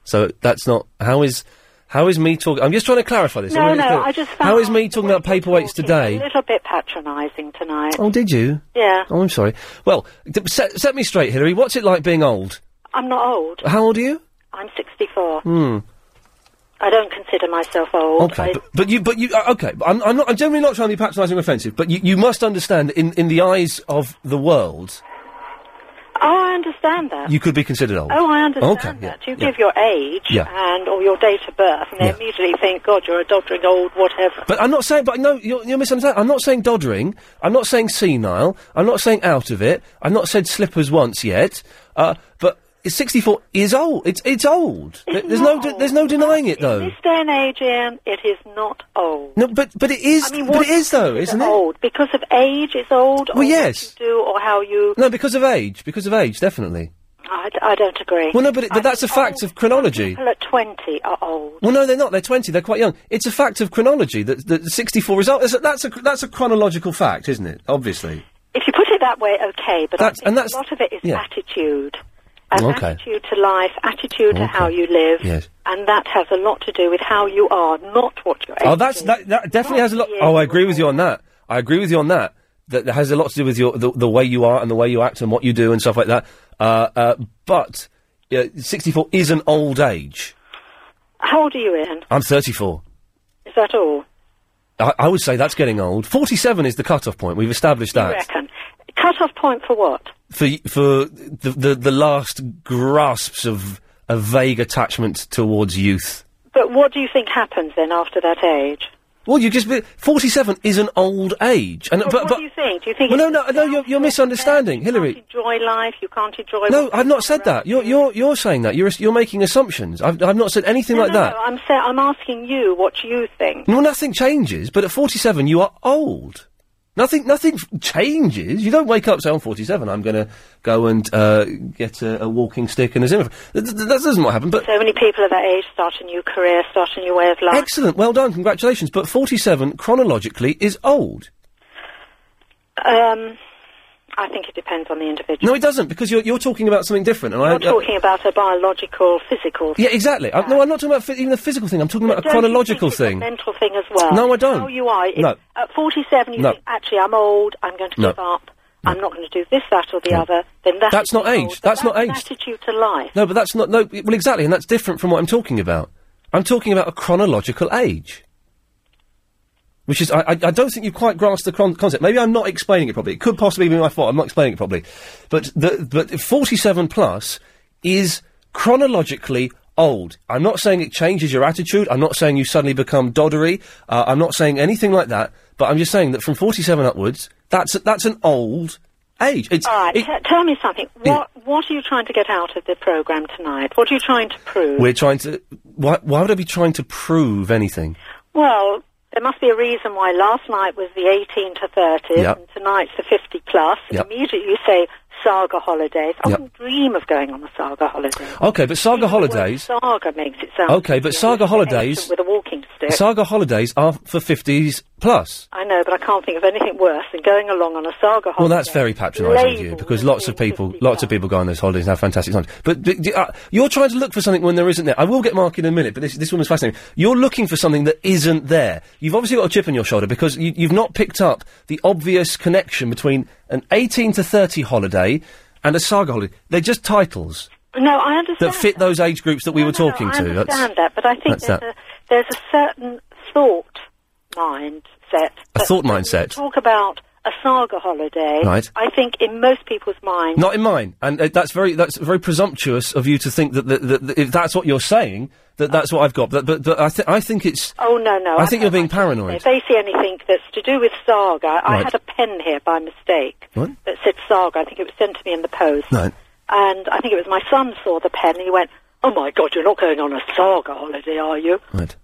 Speaker 14: So that's not. How is? How is me talking? I'm just trying to clarify this.
Speaker 29: No,
Speaker 14: wanna make
Speaker 29: no,
Speaker 14: it clear.
Speaker 29: I just
Speaker 14: How is me talking about paperweights
Speaker 29: A
Speaker 14: today?
Speaker 29: little bit patronising tonight.
Speaker 14: Oh, did you?
Speaker 29: Yeah,
Speaker 14: Oh, I'm sorry. Well, d- set, set me straight, Hillary. What's it like being old?
Speaker 29: I'm not old.
Speaker 14: How old are you?
Speaker 29: I'm 64.
Speaker 14: Hmm.
Speaker 29: I don't consider myself old.
Speaker 14: Mm. Okay,
Speaker 29: I-
Speaker 14: but, but you, but you, uh, okay. but I'm, I'm not. I'm generally not trying to be patronising or offensive, but you, you must understand, that in in the eyes of the world,
Speaker 29: oh, I understand that.
Speaker 14: you could be considered old.
Speaker 29: Oh, I understand
Speaker 14: Okay, yeah,
Speaker 29: that. You
Speaker 14: yeah.
Speaker 29: give your age
Speaker 14: Yeah.
Speaker 29: and or your date of birth, and they
Speaker 14: Yeah.
Speaker 29: immediately think, God, you're a doddering old, whatever.
Speaker 14: But I'm not saying. But no, you're, you're misunderstanding. I'm not saying doddering. I'm not saying senile. I'm not saying out of it. I've not said slippers once yet. Uh, but 64 is old. It's it's old.
Speaker 29: It's
Speaker 14: there's no de- there's no denying it though.
Speaker 29: This day and age, Ian, it is not old.
Speaker 14: No, but but it is.
Speaker 29: I mean,
Speaker 14: but
Speaker 29: what
Speaker 14: it is though, isn't it?
Speaker 29: Old because of age, it's old. or
Speaker 14: Well, yes.
Speaker 29: What you do or how you.
Speaker 14: No, because of age. Because of age, definitely.
Speaker 29: I, I don't agree.
Speaker 14: Well, no, but, it, but that's a fact of chronology.
Speaker 29: People at twenty are old.
Speaker 14: Well, no, they're not. They're twenty. They're quite young. It's a fact of chronology that, that sixty-four is old. That's a, that's a that's a chronological fact, isn't it? Obviously.
Speaker 29: If you put it that way, okay. But
Speaker 14: That's-
Speaker 29: I think
Speaker 14: and that's-
Speaker 29: a lot of it is
Speaker 14: yeah.
Speaker 29: attitude. And
Speaker 14: Okay.
Speaker 29: Attitude to life, attitude to
Speaker 14: Okay.
Speaker 29: how you live,
Speaker 14: Yes.
Speaker 29: and that has a lot to do with how you are, not what you're.
Speaker 14: Oh, that's that, that definitely has a lot. Oh, I agree with you on that. I agree with you on that. That that has a lot to do with your the, the way you are and the way you act and what you do and stuff like that. Uh, uh, but uh, sixty-four is an old age.
Speaker 29: How old are you in?
Speaker 14: I'm thirty-four.
Speaker 29: Is that all?
Speaker 14: I, I would say that's getting old. Forty-seven is the cut-off point. We've established
Speaker 29: You
Speaker 14: that.
Speaker 29: reckon? Cut off point for what?
Speaker 14: for for the, the the last grasps of a vague attachment towards youth.
Speaker 29: But what do you think happens then after that age?
Speaker 14: Well, you just forty seven is an old age, and
Speaker 29: Well,
Speaker 14: but
Speaker 29: what
Speaker 14: but
Speaker 29: do you think? Do you think
Speaker 14: well, no,
Speaker 29: it's
Speaker 14: no, no, you're, you're misunderstanding, Hillary.
Speaker 29: enjoy life? You can't enjoy.
Speaker 14: No,
Speaker 29: what-
Speaker 14: I've not said that. You're you're you're saying that. You're you're making assumptions. I've I've not said anything
Speaker 29: no,
Speaker 14: like
Speaker 29: no,
Speaker 14: that.
Speaker 29: No, I'm sa- I'm asking you what you think.
Speaker 14: Well, nothing changes. But at forty seven, you are old. Nothing nothing f- changes. You don't wake up saying, "I'm forty seven. I'm going to go and uh, get a, a walking stick and a Zimmer." That, that, that doesn't what happen. But
Speaker 29: So many people at that age start a new career, start a new way of life.
Speaker 14: Excellent. Well done. Congratulations. But 47 chronologically is old.
Speaker 29: Um, I think it depends on the individual.
Speaker 14: No, it doesn't, because you're, you're talking about something different. And I,
Speaker 29: You're talking about a biological, physical,
Speaker 14: yeah, exactly. I'm, no, I'm not talking about phy- even the physical thing. I'm talking about a
Speaker 29: Don't you
Speaker 14: chronological
Speaker 29: think it's a
Speaker 14: thing.
Speaker 29: mental thing as well.
Speaker 14: No, I don't.
Speaker 29: How you are. It's-
Speaker 14: No.
Speaker 29: At 47, you
Speaker 14: No.
Speaker 29: think, actually, I'm old, I'm going to
Speaker 14: No.
Speaker 29: give up, I'm not going to do this, that, or the other, then that
Speaker 14: That's
Speaker 29: is
Speaker 14: not
Speaker 29: being
Speaker 14: age.
Speaker 29: old. But
Speaker 14: That's not
Speaker 29: an
Speaker 14: age.
Speaker 29: attitude to life.
Speaker 14: No, but that's not. No, well, exactly. And that's different from what I'm talking about. I'm talking about a chronological age. Which is, I, I, I don't think you quite grasped the con- concept. Maybe I'm not explaining it properly. It could possibly be my fault. I'm not explaining it properly. But the, but 47 plus is chronologically old. I'm not saying it changes your attitude. I'm not saying you suddenly become doddery. Uh, I'm not saying anything like that. But I'm just saying that from 47 upwards, that's that's an old age. It's,
Speaker 29: All right,
Speaker 14: it-
Speaker 29: t- tell me something. What What are you trying to get out of the program tonight? What are you trying to prove?
Speaker 14: We're trying to. Why, why would I be trying to prove anything?
Speaker 29: well, there must be a reason why last night was the 18 to 30,
Speaker 14: Yep.
Speaker 29: and tonight's the 50 plus. and
Speaker 14: Yep.
Speaker 29: Immediately you say saga holidays. I
Speaker 14: Yep.
Speaker 29: wouldn't dream of going on a saga holiday.
Speaker 14: Okay, but Saga Holidays.
Speaker 29: Saga makes it sound
Speaker 14: Okay, but Saga Holidays.
Speaker 29: with a walking stick.
Speaker 14: Saga Holidays are for 50s plus.
Speaker 29: I know, but I can't think of anything worse than going along on a saga
Speaker 14: Well,
Speaker 29: holiday.
Speaker 14: that's very patronising of you because lots of people, lots of people go on those holidays and have fantastic times. But, but d- uh, you're trying to look for something when there isn't there. I will get Mark in a minute, but this this woman's fascinating. You're looking for something that isn't there. You've obviously got a chip on your shoulder because you, you've not picked up the obvious connection between an 18 to 30 holiday and a saga holiday. They're just titles
Speaker 29: No, I understand.
Speaker 14: that fit those age groups that we were talking
Speaker 29: I
Speaker 14: to.
Speaker 29: understand
Speaker 14: That's-
Speaker 29: that, but I think
Speaker 14: that's
Speaker 29: there's
Speaker 14: that.
Speaker 29: a there's a certain thought mindset.
Speaker 14: A
Speaker 29: that
Speaker 14: thought
Speaker 29: when
Speaker 14: mindset.
Speaker 29: you Talk about a saga holiday.
Speaker 14: Right.
Speaker 29: I think in most people's minds.
Speaker 14: Not in mine, and uh, that's very that's very presumptuous of you to think that, that, that, that if that's what you're saying, that that's what I've got. But but, but I, th- I think it's.
Speaker 29: Oh no no!
Speaker 14: I think you're being paranoid.
Speaker 29: If they see anything that's to do with saga, I
Speaker 14: Right.
Speaker 29: had a pen here by mistake
Speaker 14: What?
Speaker 29: that said saga. I think it was sent to me in the post.
Speaker 14: No.
Speaker 29: And I think it was my son saw the pen and he went, Oh my God, you're not going on a saga holiday, are you?
Speaker 14: Right.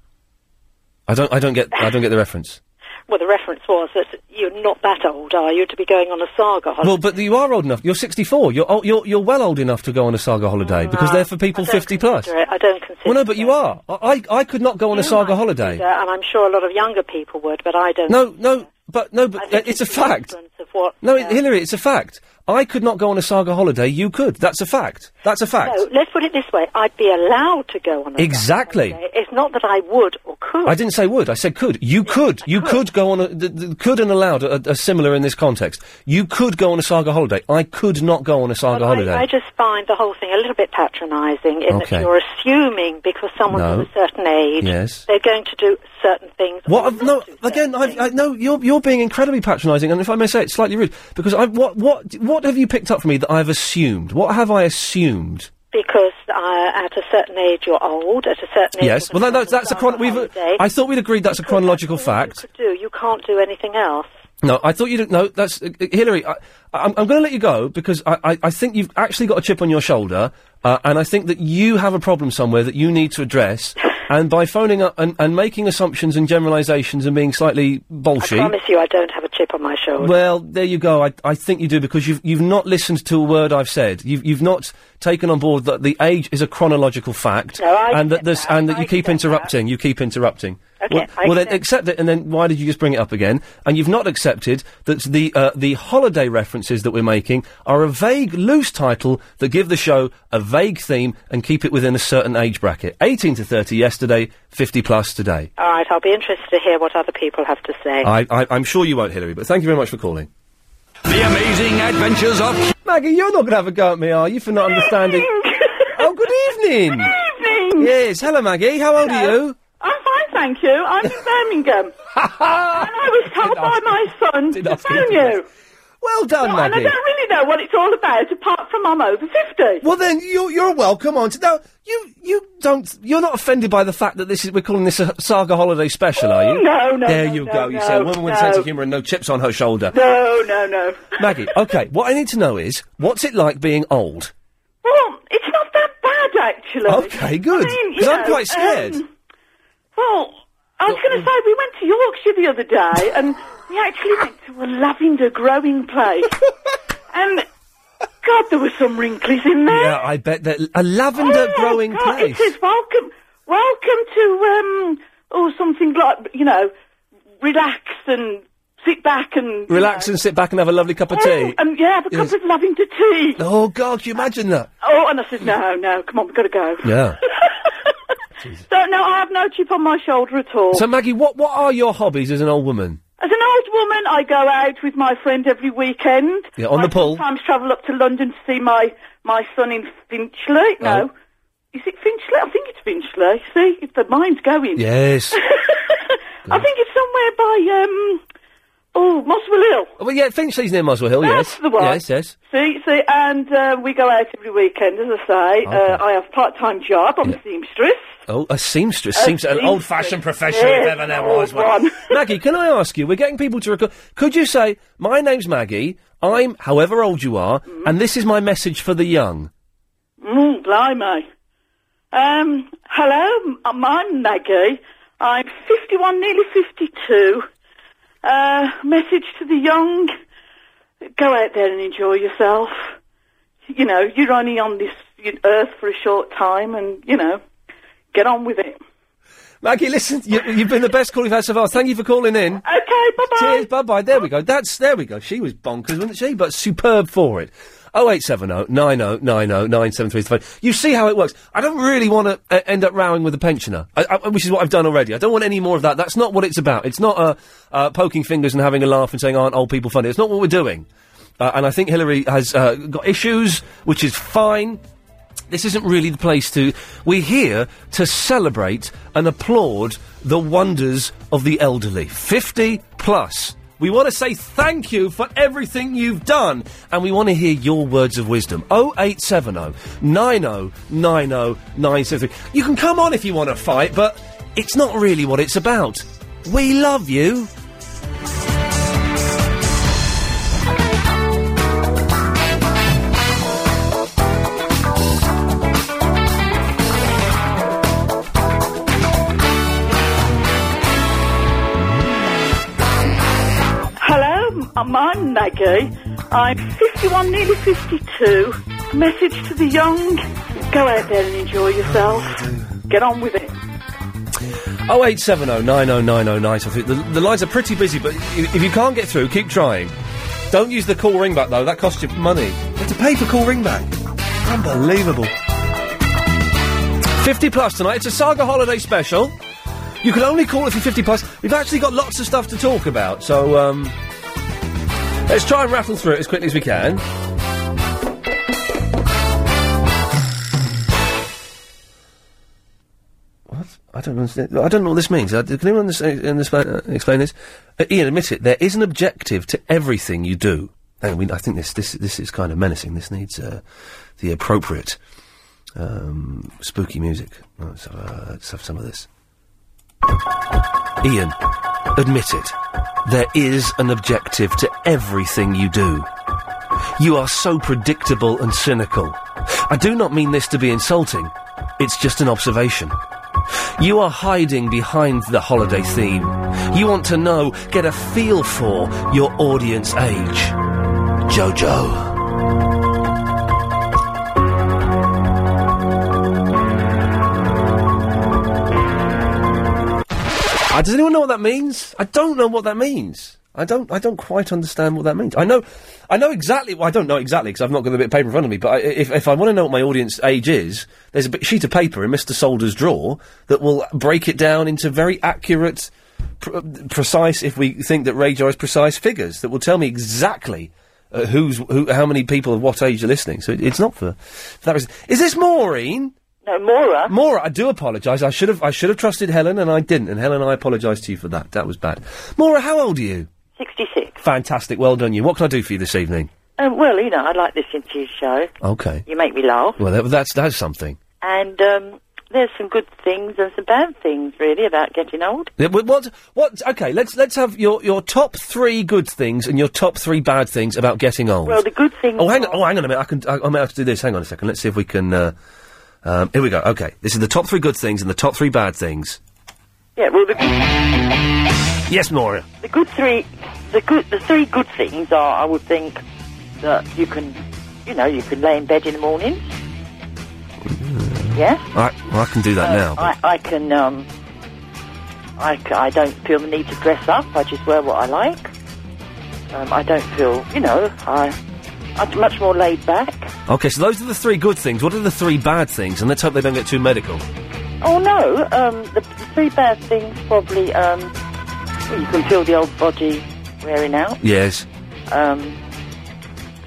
Speaker 14: I don't. I don't get. I don't get the reference.
Speaker 29: Well, the reference was that you're not that old, are you, to be going on a saga holiday?
Speaker 14: Well, but you are old enough. You're 64. You're ol- you're you're well old enough to go on a saga holiday because they're for people 50 plus.
Speaker 29: Mm, Consider it. I don't consider
Speaker 14: Well, no, but you are. I I I could not go on a saga holiday.
Speaker 29: it, uh, and I'm sure a lot of younger people would, but I don't.
Speaker 14: No, no, but no, but uh, it's a fact.
Speaker 29: Of what,
Speaker 14: No, it, Hillary, it's a fact. I could not go on a saga holiday. You could. That's a fact. That's a fact.
Speaker 29: No, let's put it this way. I'd be allowed to go on a
Speaker 14: Exactly.
Speaker 29: holiday. It's not that I would or could.
Speaker 14: I didn't say would. I said could. You could. you could. go on a th- th- could and allowed are, are similar in this context. You could go on a saga holiday. I could not go on a saga holiday.
Speaker 29: I just find the whole thing a little bit patronising in
Speaker 14: Okay.
Speaker 29: that you're assuming because someone's
Speaker 14: No.
Speaker 29: of a certain age,
Speaker 14: Yes.
Speaker 29: they're going to do certain things.
Speaker 14: What? I've, no, again, I, I, no. You're you're being incredibly patronising, and if I may say, it's slightly rude because I what what what have you picked up from me that I've assumed? What have I assumed?
Speaker 29: Because uh, at a certain age you're old, at a certain age
Speaker 14: yes. Well, no, no, that's a chron- we've.
Speaker 29: holiday.
Speaker 14: I thought we'd agreed that's a chronological fact.
Speaker 29: you do, you can't do anything else.
Speaker 14: No, I thought you didn't. No, that's uh, uh, Hillary. I, I'm, I'm going to let you go because I, I, I think you've actually got a chip on your shoulder, uh, and I think that you have a problem somewhere that you need to address. and by phoning up and, and making assumptions and generalisations and being slightly bullshit.
Speaker 29: I promise you, I don't have a chip on my shoulder.
Speaker 14: Well, there you go. I, I think you do because you've you've not listened to a word I've said. You've you've not taken on board that the age is a chronological fact,
Speaker 29: No, I
Speaker 14: and that this and that you keep interrupting. You keep interrupting.
Speaker 29: Okay,
Speaker 14: well,
Speaker 29: I
Speaker 14: well then accept it, and then why did you just bring it up again? And you've not accepted that the uh, the holiday references that we're making are a vague, loose title that give the show a vague theme and keep it within a certain age bracket. Eighteen to thirty yesterday, fifty plus today.
Speaker 29: All right, I'll be interested to hear what other people have to say.
Speaker 14: I, I, I'm sure you won't, Hillary, but thank you very much for calling.
Speaker 30: The amazing adventures of.
Speaker 14: Maggie, you're not going to have a go at me, are you, for not understanding? [LAUGHS] oh, good evening. Good evening. Yes, hello, Maggie. How old are you?
Speaker 31: I'm fine, thank you. I'm in Birmingham. and I was told by my son to phone you.
Speaker 14: Well done,
Speaker 31: And I
Speaker 14: Maggie.
Speaker 31: don't really know what it's all about, apart from I'm over 50.
Speaker 14: Well, then you're you're welcome on. To, now you you don't you're not offended by the fact that this is we're calling this a saga holiday special, are you?
Speaker 31: No, no,
Speaker 14: There
Speaker 31: no,
Speaker 14: you
Speaker 31: no,
Speaker 14: go. You see a
Speaker 31: no,
Speaker 14: woman with a
Speaker 31: no.
Speaker 14: sense of humour and no chips on her shoulder.
Speaker 31: No, no, no.
Speaker 14: Maggie, okay. What I need to know is what's it like being old?
Speaker 31: Well, it's not that bad, actually.
Speaker 14: Okay, good.
Speaker 31: I mean, you
Speaker 14: 'Cause I'm
Speaker 31: know,
Speaker 14: quite scared.
Speaker 31: um, well, I was going to say, we went to Yorkshire the
Speaker 14: [LAUGHS]
Speaker 31: other day, and we actually went to a lavender
Speaker 14: [LAUGHS]
Speaker 31: growing place. and, God, there were some wrinklies in there.
Speaker 14: yeah, I bet that a lavender
Speaker 31: Oh,
Speaker 14: growing
Speaker 31: God,
Speaker 14: place.
Speaker 31: It says welcome, welcome to um, or something like you know, relax and sit back and
Speaker 14: Relax and sit back and have a lovely cup of
Speaker 31: Oh,
Speaker 14: tea.
Speaker 31: and yeah, have a
Speaker 14: Yes.
Speaker 31: cup of lavender tea.
Speaker 14: Oh God, can you imagine that?
Speaker 31: Oh, and I said no, no, come on, we've got to go.
Speaker 14: Yeah.
Speaker 31: [LAUGHS] So no, I have no chip on my shoulder at all.
Speaker 14: So Maggie, what what are your hobbies as an old woman?
Speaker 31: As an old woman, I go out with my friend every weekend.
Speaker 14: Yeah, on the
Speaker 31: I
Speaker 14: pull.
Speaker 31: Sometimes travel up to London to see my my son in
Speaker 14: Oh.
Speaker 31: Finchley. No, is it Finchley? I think it's Finchley. See, if the mind's going. [LAUGHS]
Speaker 14: Yes.
Speaker 31: I think it's somewhere by um. Oh, Moswell Hill.
Speaker 14: Well, yeah, Finchley's near Muswell Hill.
Speaker 31: That's
Speaker 14: yes,
Speaker 31: the one.
Speaker 14: yes, yes.
Speaker 31: See, see, and uh, we go out every weekend, as I say. Uh, I have a part-time job. I'm a seamstress.
Speaker 14: Oh, a seamstress.
Speaker 31: A
Speaker 14: seamstress. An
Speaker 31: seamstress.
Speaker 14: old fashioned profession,
Speaker 31: Yes,
Speaker 14: if ever there
Speaker 31: an
Speaker 14: was
Speaker 31: old
Speaker 14: one. Maggie, can I ask you? We're getting people to record. Could you say, My name's Maggie, I'm however old you are, and this is my message for the young?
Speaker 31: Mm, blimey. Um, hello, m- I'm, Maggie. I'm 51, nearly 52. Uh, message to the young. Go out there and enjoy yourself. You know, you're only on this y- earth for a short time and, you know, get on with it.
Speaker 14: Maggie, listen, you, you've been the best call we've had so far. Thank you for calling in. Okay,
Speaker 31: bye
Speaker 14: bye. Cheers, bye bye. There we go. That's there we go. She was bonkers, wasn't she? But superb for it. Oh, 0870 90 90 973 is the phone. You see how it works. I don't really want to uh, end up rowing with a pensioner, I, I, which is what I've done already. I don't want any more of that. That's not what it's about. It's not uh, uh, poking fingers and having a laugh and saying, aren't old people funny? It's not what we're doing. Uh, and I think Hillary has uh, got issues, which is fine this isn't really the place to. We're here to celebrate and applaud the wonders of the elderly. 50 plus. We want to say thank you for everything you've done, and we want to hear your words of wisdom. 0870 90 90 973. You can come on if you want to fight, but it's not really what it's about. We love you.
Speaker 31: Hello, m- I'm Maggie. I'm 51, nearly 52. Message to the young. Go out there and enjoy yourself. Get on with it.
Speaker 14: 0870 9090 973. The, the lines are pretty busy, but i- if you can't get through, keep trying. Don't use the cool ringback though. That costs you money. You have to pay for cool ringback. Unbelievable. Fifty plus tonight. It's a Saga Holiday special. You can only call if you're fifty plus. We've actually got lots of stuff to talk about. So um, let's try and rattle through it as quickly as we can. What? I don't understand. I don't know what this means. Uh, Can anyone this, uh, in this, uh, explain this? Uh, Ian, admit it. There is an objective to everything you do. Hang on, we, I think this, this this is kind of menacing. This needs uh, the appropriate um, spooky music. Oh, Let's have, uh, let's have some of this. Ian, admit it. There is an objective to everything you do. You are so predictable and cynical. I do not mean this to be insulting. It's just an observation. You are hiding behind the holiday theme. You want to know, get a feel for your audience age. Jojo. Uh, does anyone know what that means? I don't know what that means. I don't. I don't quite understand what that means. I know. I know exactly. Well, I don't know exactly because I've not got the bit of paper in front of me. But I, if, if I want to know what my audience age is, there's a bit, sheet of paper in Mr. Solder's drawer that will break it down into very accurate, pr- precise. If we think that radar is precise figures, that will tell me exactly uh, who's who, how many people of what age are listening. So it, it's not for, for that reason. Is this Maureen?
Speaker 32: No, Maura.
Speaker 14: Maura, I do apologise. I should have I should have trusted Helen, and I didn't. And Helen, I apologise to you for that. That was bad. Maura, how old are you?
Speaker 32: 66.
Speaker 14: Fantastic. Well done, you. What can I do for you this evening?
Speaker 32: Um, well, you know, I like listening to your show.
Speaker 14: Okay.
Speaker 32: You make me laugh.
Speaker 14: Well, that, that's that's something.
Speaker 32: And um, there's some good things and some bad things, really, about getting old.
Speaker 14: Yeah, but What what? Okay, let's let's have your your top three good things and your top three bad things about getting old.
Speaker 32: Well, the good thing.
Speaker 14: Oh, hang on. Oh, hang on a minute. I can. I, I might have to do this. Hang on a second. Let's see if we can. Uh, um, here we go. Okay, this is the top three good things and the top three bad things.
Speaker 32: Yeah, well, the,
Speaker 14: Yes, Maura.
Speaker 32: the good three, the good, the three good things are, I would think, that you can, you know, you can lay in bed in the morning. Yeah.
Speaker 14: I well, I can do that now.
Speaker 32: I, I can, um, I, c- I don't feel the need to dress up. I just wear what I like. Um, I don't feel, you know, I, I'm much more laid back.
Speaker 14: Okay, so those are the three good things. What are the three bad things? And let's hope they don't get too medical.
Speaker 32: Oh no, um, the, the three bad things probably, um, well, you can feel the old body wearing out.
Speaker 14: Yes.
Speaker 32: Um,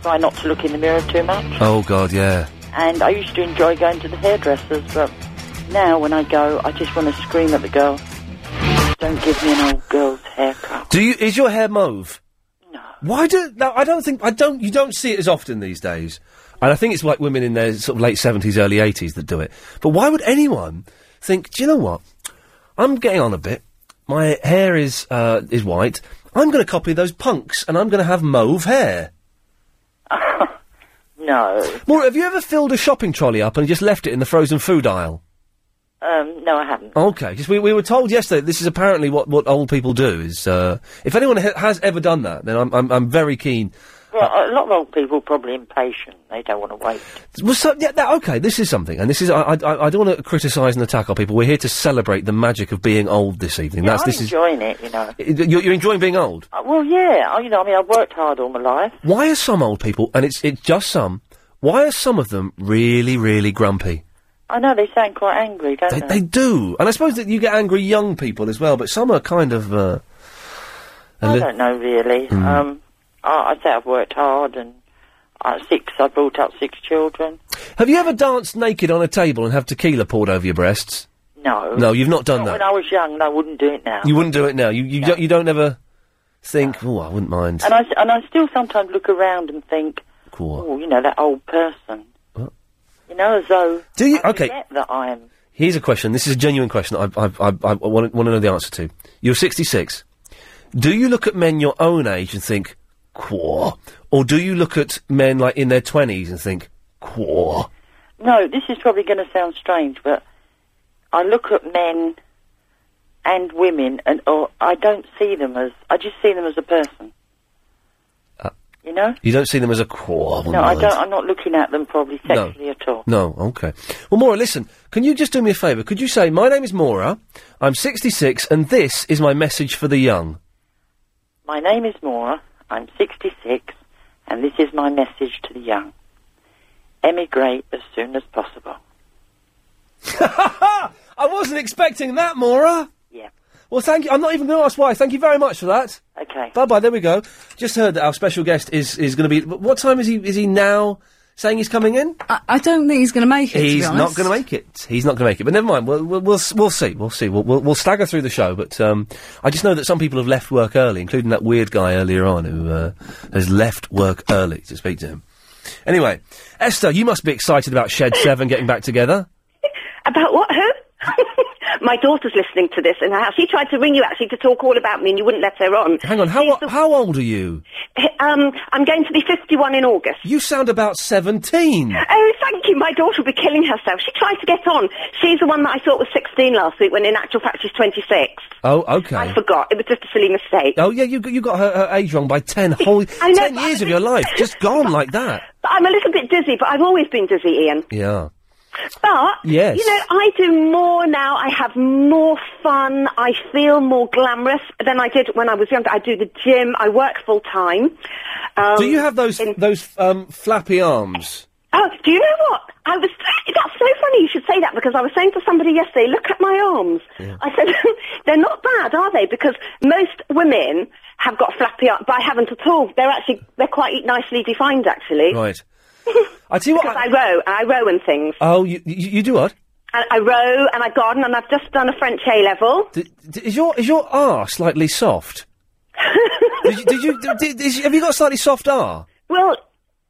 Speaker 32: try not to look in the mirror too much.
Speaker 14: Oh God, yeah.
Speaker 32: And I used to enjoy going to the hairdressers, but now when I go, I just want to scream at the girl. Don't give me an old girl's haircut.
Speaker 14: Do you? Is your hair mauve? No. Why do? No, I don't think. I don't. You don't see it as often these days. And I think it's like women in their sort of late seventies, early eighties that do it. But why would anyone think? Do you know what? I'm getting on a bit. My hair is uh, is white. I'm going to copy those punks, and I'm going to have mauve hair.
Speaker 32: [LAUGHS] No.
Speaker 14: Maura, have you ever filled a shopping trolley up and just left it in the frozen food aisle?
Speaker 32: Um, no, I haven't.
Speaker 14: Okay, just we, we were told yesterday that this is apparently what, what old people do. Is uh, if anyone ha- has ever done that, then I'm I'm, I'm very keen.
Speaker 32: Well, a lot of old people are probably impatient. They don't want to wait.
Speaker 14: Well, so, yeah, that, okay, this is something, and this is I I, I don't want to criticise and attack our people. We're here to celebrate the magic of being old this evening.
Speaker 32: Yeah,
Speaker 14: That's
Speaker 32: I'm
Speaker 14: this
Speaker 32: enjoying it, you know.
Speaker 14: is you're, you're enjoying being old.
Speaker 32: Uh, Well, yeah, I, you know, I mean, I've worked hard all my life.
Speaker 14: Why are some old people, and it's it's just some? Why are some of them really really grumpy?
Speaker 32: I know they sound quite angry, don't they?
Speaker 14: They do, and I suppose that you get angry young people as well, but some are kind of. Uh, a
Speaker 32: I
Speaker 14: li-
Speaker 32: don't know really.
Speaker 14: Mm.
Speaker 32: Um, I, I'd say I've worked hard, and uh, six. I brought up six children.
Speaker 14: Have you ever danced naked on a table and have tequila poured over your breasts?
Speaker 32: No.
Speaker 14: No, you've not done
Speaker 32: Not When
Speaker 14: that.
Speaker 32: I was young, and I wouldn't do it now.
Speaker 14: You wouldn't do it now. You you, don't, you don't ever think, oh, I wouldn't mind.
Speaker 32: And I s- and I still sometimes look around and think,
Speaker 14: Quite.
Speaker 32: oh, you know, that old person.
Speaker 14: What?
Speaker 32: You know, as though
Speaker 14: Do you?
Speaker 32: I
Speaker 14: Okay.
Speaker 32: forget that I am.
Speaker 14: Here's a question. This is a genuine question that I, I, I, I want, want to know the answer to. You're 66. Do you look at men your own age and think, quaw? Or do you look at men like in their 20s and think, quaw?
Speaker 32: No, this is probably going to sound strange, but I look at men and women, and or I don't see them as. I just see them as a person.
Speaker 14: Uh,
Speaker 32: you know.
Speaker 14: You don't see them as a quaw.
Speaker 32: No, I don't. I'm not looking at them probably sexually at all.
Speaker 14: No, okay. Well, Maura, listen, can you just do me a favour? Could you say, My name is Maura, I'm 66, and this is my message for the young?
Speaker 32: My name is Maura, I'm 66, and this is my message to the young. Emigrate as soon as possible.
Speaker 14: I wasn't expecting that, Maura.
Speaker 32: Yeah.
Speaker 14: Well, thank you. I'm not even going to ask why. Thank you very much for that.
Speaker 32: Okay.
Speaker 14: Bye bye. There we go. Just heard that our special guest is is going to be. What time is he? Is he now saying he's coming in?
Speaker 22: I, I don't think he's going to make it.
Speaker 14: He's not going to make it. He's not going to make it. But never mind. We'll we'll we'll, s- we'll see. We'll see. We'll, we'll we'll stagger through the show. But um, I just know that some people have left work early, including that weird guy earlier on who uh, has left work early to speak to him. Anyway, Esther, you must be excited about
Speaker 15: [LAUGHS]
Speaker 14: Shed Seven getting back together.
Speaker 15: About what? Who? [LAUGHS] My daughter's listening to this in the house. She tried to ring you actually to talk all about me, and you wouldn't let her on.
Speaker 14: Hang on. How o- how old are you?
Speaker 15: [LAUGHS] Um, I'm going to be 51 in August.
Speaker 14: You sound about seventeen.
Speaker 15: Oh, thank you. My daughter will be killing herself. She tried to get on. She's the one that I thought was 16 last week, when in actual fact she's 26.
Speaker 14: Oh, okay.
Speaker 15: I forgot. It was just a silly mistake.
Speaker 14: Oh yeah, you got- you got her, her age wrong by
Speaker 15: [LAUGHS]
Speaker 14: ten whole
Speaker 15: I know,
Speaker 14: ten
Speaker 15: but
Speaker 14: years of your life just gone like that.
Speaker 15: But I'm a little bit dizzy, but I've always been dizzy, Ian.
Speaker 14: Yeah.
Speaker 15: But
Speaker 14: Yes.
Speaker 15: you know, I do more now. I have more fun. I feel more glamorous than I did when I was younger. I do the gym. I work full time. Um,
Speaker 14: Do you have those those um, flappy arms?
Speaker 15: Oh, do you know what? I was. That's so funny you should say that because I was saying to somebody yesterday, look at my arms. I said, [LAUGHS] they're not bad, are they? Because most women have got flappy arms, but I haven't at all. They're actually they're quite nicely defined, actually.
Speaker 14: Right. I tell you what.
Speaker 15: Because I, row, I row and things.
Speaker 14: Oh, you you, you do what?
Speaker 15: And I row and I garden, and I've just done a French A level.
Speaker 14: D- d- is your is your R slightly
Speaker 15: [LAUGHS]
Speaker 14: soft? did you, did you did, is, have you got a slightly soft R?
Speaker 15: Well,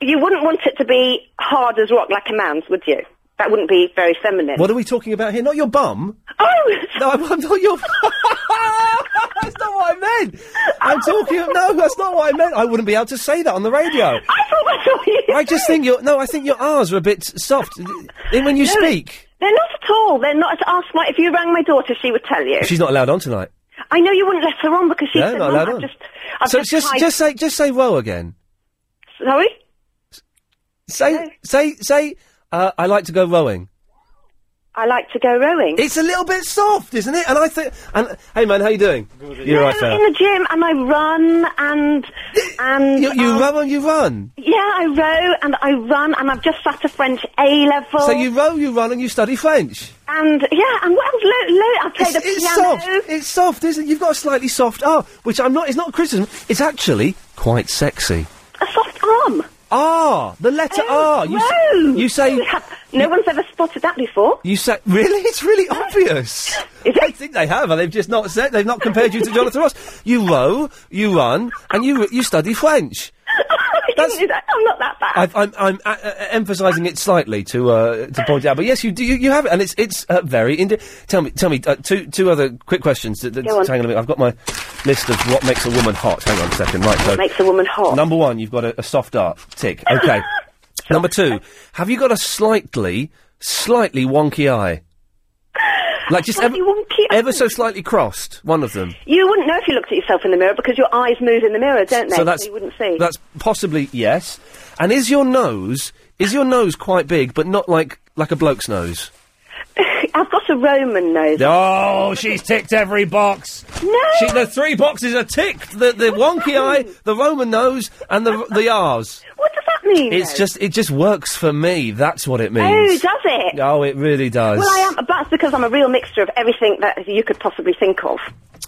Speaker 15: you wouldn't want it to be hard as rock like a man's, would you? That wouldn't be very feminine.
Speaker 14: What are we talking about here? Not your bum. [LAUGHS]
Speaker 15: Oh
Speaker 14: no, I'm, I'm not your. that's not what I meant. I'm talking. No, that's not what I meant. I wouldn't be able to say that on the
Speaker 15: [LAUGHS]
Speaker 14: radio. I
Speaker 15: thought that's what you.
Speaker 14: I just think your no. I think your R's are a bit soft. Then when you
Speaker 15: No,
Speaker 14: speak,
Speaker 15: They're not at all. They're not. Ask my. If you rang my daughter, she would tell you.
Speaker 14: she's not allowed on tonight.
Speaker 15: I know you wouldn't let her on because she
Speaker 14: No,
Speaker 15: said,
Speaker 14: not
Speaker 15: "Mum,
Speaker 14: allowed
Speaker 15: I've
Speaker 14: on.
Speaker 15: just, I've
Speaker 14: so
Speaker 15: just,
Speaker 14: just just, uh,
Speaker 15: tried-
Speaker 14: say just say whoa again.
Speaker 15: Sorry.
Speaker 14: Say say say. Uh, I like to go rowing.
Speaker 15: I like to go rowing.
Speaker 14: It's a little bit soft, isn't it? And I think. And hey, man, how you doing? You're
Speaker 15: No,
Speaker 14: right, fella.
Speaker 15: I'm in the gym and I run and and
Speaker 14: You, you
Speaker 15: um,
Speaker 14: row and you run.
Speaker 15: Yeah, I row and I run and I've just sat a French A level.
Speaker 14: So you row, you run, and you study French.
Speaker 15: and yeah, and what else? Lo, lo, I play
Speaker 14: It's,
Speaker 15: the
Speaker 14: it's
Speaker 15: piano. [LAUGHS]
Speaker 14: soft. It's soft, isn't it? You've got a slightly soft R, which I'm not. It's not criticism. It's actually quite sexy.
Speaker 15: A soft Oh, arm.
Speaker 14: R, the letter R. You, s- you say
Speaker 15: No one's ever spotted that before.
Speaker 14: you say really? It's really
Speaker 15: [LAUGHS]
Speaker 14: obvious. I think they have. and They've just not said. They've not compared you to Jonathan Ross. You row, you run, and you you study French.
Speaker 15: I didn't do that. I'm not that bad.
Speaker 14: I've, I'm, I'm uh, uh, emphasising it slightly to uh, to point out, but yes, you do. You, you have it, and it's it's uh, very. Indi- tell me, tell me uh, two two other quick questions. That, that,
Speaker 15: Go on.
Speaker 14: Hang on a minute. I've got my list of what makes a woman hot. Hang on a second. Right. so
Speaker 15: What makes a woman hot?
Speaker 14: Number one, you've got a, a soft art. Tick.
Speaker 15: [LAUGHS]
Speaker 14: Okay. number two, have you got a slightly slightly wonky eye? Like just ever, ever so slightly crossed. One of them.
Speaker 15: You wouldn't know if you looked at yourself in the mirror because your eyes move in the mirror, don't they?
Speaker 14: So that's
Speaker 15: you wouldn't see.
Speaker 14: That's possibly yes. And is your nose is your nose quite big, but not like like a bloke's nose?
Speaker 15: [LAUGHS] I've got a Roman nose.
Speaker 14: Oh, she's ticked every box.
Speaker 15: No.
Speaker 14: She, the three boxes are ticked: the the wonky eye, the Roman nose, and the the R's.
Speaker 15: What does that mean?
Speaker 14: It's
Speaker 15: though?
Speaker 14: just it just works for me. That's what it
Speaker 15: Oh,
Speaker 14: means.
Speaker 15: does it?
Speaker 14: Oh, it really does.
Speaker 15: Well, I am, but that's because I'm a real mixture of everything that you could possibly think of.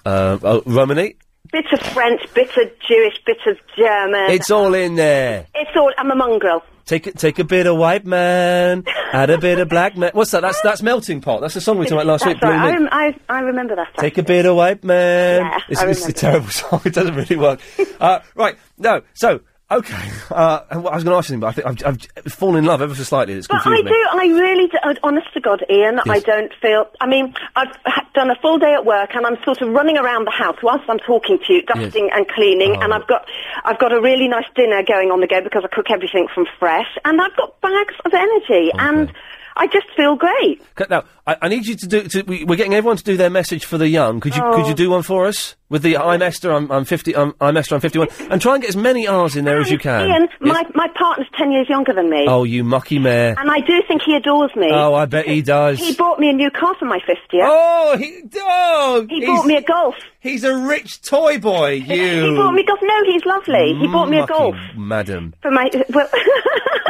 Speaker 14: Uh, oh, Romany,
Speaker 15: Bit of French, bit of Jewish, bit of German.
Speaker 14: it's all in there.
Speaker 15: It's all. I'm a mongrel.
Speaker 14: Take a, take a bit of white man, add a bit of black man. What's that? That's that's melting pot. That's the song we talked about last
Speaker 15: That's
Speaker 14: week.
Speaker 15: right.
Speaker 14: Blue
Speaker 15: I,
Speaker 14: Moon.
Speaker 15: rem- I, I remember that.
Speaker 14: Take a bit of white man.
Speaker 15: Yeah,
Speaker 14: it's,
Speaker 15: I
Speaker 14: it's a
Speaker 15: remember
Speaker 14: terrible [LAUGHS] song. It doesn't really
Speaker 15: [LAUGHS]
Speaker 14: work. uh, right. No. So okay. Uh, and what- I was going to ask you, something, but I think I've, I've fallen in love ever so slightly. It's
Speaker 15: But I
Speaker 14: confused me.
Speaker 15: do. I really do. uh, Honest to God, Ian, I
Speaker 14: Yes.
Speaker 15: don't feel. I mean, I've ha- done a full day at work, and I'm sort of running around the house whilst I'm talking to you, dusting and
Speaker 14: Oh.
Speaker 15: cleaning. And I've got, I've got a really nice dinner going on the go because I cook everything from fresh, and I've got bags of energy, and I just feel great.
Speaker 14: C- Now I, I need you to do. To, we, we're getting everyone to do their message for the young. Could you could
Speaker 15: Oh.
Speaker 14: you do one for us? with the I'm Esther, I'm, I'm 50, I'm, I'm Esther, I'm 51, and try and get as many R's in there as you can.
Speaker 15: Ian,
Speaker 14: Um, Yes.
Speaker 15: my, my partner's 10 years younger than me.
Speaker 14: Oh, you mucky mare.
Speaker 15: And I do think he adores me.
Speaker 14: Oh, I bet he does.
Speaker 15: He bought me a new car for my 50th.
Speaker 14: Oh, he, oh,
Speaker 15: he
Speaker 14: he's-
Speaker 15: bought me a golf.
Speaker 14: He's a rich toy boy, you.
Speaker 15: [LAUGHS] He bought me golf. No, he's lovely. He bought me a
Speaker 14: Mucky
Speaker 15: golf
Speaker 14: Madam.
Speaker 15: for my. Well,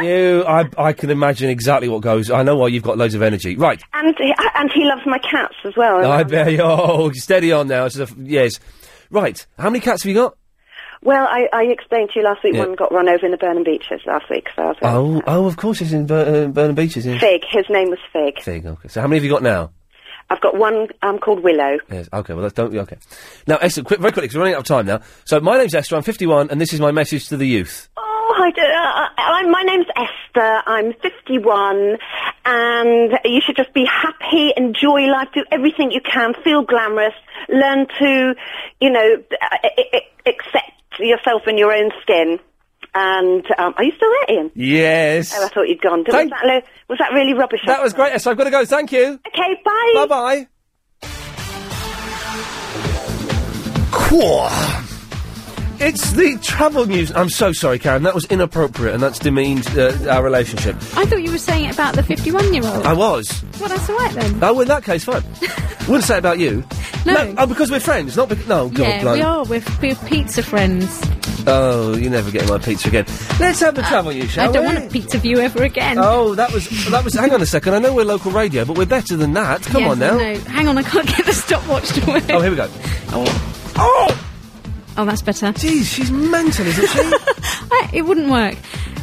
Speaker 14: you, I, I can imagine exactly what goes. I know why you've got loads of energy. Right.
Speaker 15: and he- and he loves my cats as well.
Speaker 14: I bet you. Oh, steady on now. It's a f- yes. Right. How many cats have you got?
Speaker 15: well, I, I explained to you last week
Speaker 14: Yeah.
Speaker 15: one got run over in the Burnham Beaches last week. So I was like,
Speaker 14: Oh, oh, of course, it's in Bur- uh, Burnham Beaches. Yeah.
Speaker 15: Fig. His name was Fig.
Speaker 14: Fig. Okay. So how many have you got now?
Speaker 15: I've got one um, called Willow.
Speaker 14: Yes. Okay. Well, that's don't. Okay. Now, Esther, quick, very quickly, because we're running out of time now. So my name's Esther. I'm 51, and this is my message to the youth.
Speaker 15: Oh, I do, uh, I'm, my name's Esther. I'm 51, and you should just be happy, enjoy life, do everything you can, feel glamorous, learn to, you know, uh, I- I- accept yourself in your own skin. And um, are you still there, Ian?
Speaker 14: Yes.
Speaker 15: Oh, I thought you'd gone. Was that, lo- was that really rubbish?
Speaker 14: That was great. So I've got to go. Thank you.
Speaker 15: Okay, bye. Bye
Speaker 14: bye. It's the travel news. I'm so sorry, Karen. That was inappropriate, and that's demeaned uh, our relationship.
Speaker 22: I thought you were saying it about the 51 year old.
Speaker 14: I was.
Speaker 22: Well, that's all right then.
Speaker 14: Oh, well, in that case, fine. Wouldn't say about you.
Speaker 22: No.
Speaker 14: Oh, because we're friends, not because. No, God,
Speaker 22: yeah,
Speaker 14: blimey.
Speaker 22: we are. We're, we're pizza friends.
Speaker 14: Oh, you're never getting my pizza again. Let's have a travel you, shall
Speaker 22: I don't
Speaker 14: we?
Speaker 22: want a pizza view ever again.
Speaker 14: Oh, that was that was. Hang on a second. I know we're local radio, but we're better than that. Come
Speaker 22: Yes,
Speaker 14: on now.
Speaker 22: I know. Hang on, I can't [LAUGHS] get the stopwatch to work.
Speaker 14: Oh, here
Speaker 22: [LAUGHS]
Speaker 14: we go. Oh, Oh!
Speaker 22: Oh, that's better.
Speaker 14: Jeez, she's mental, isn't
Speaker 22: [LAUGHS]
Speaker 14: she?
Speaker 22: it wouldn't work.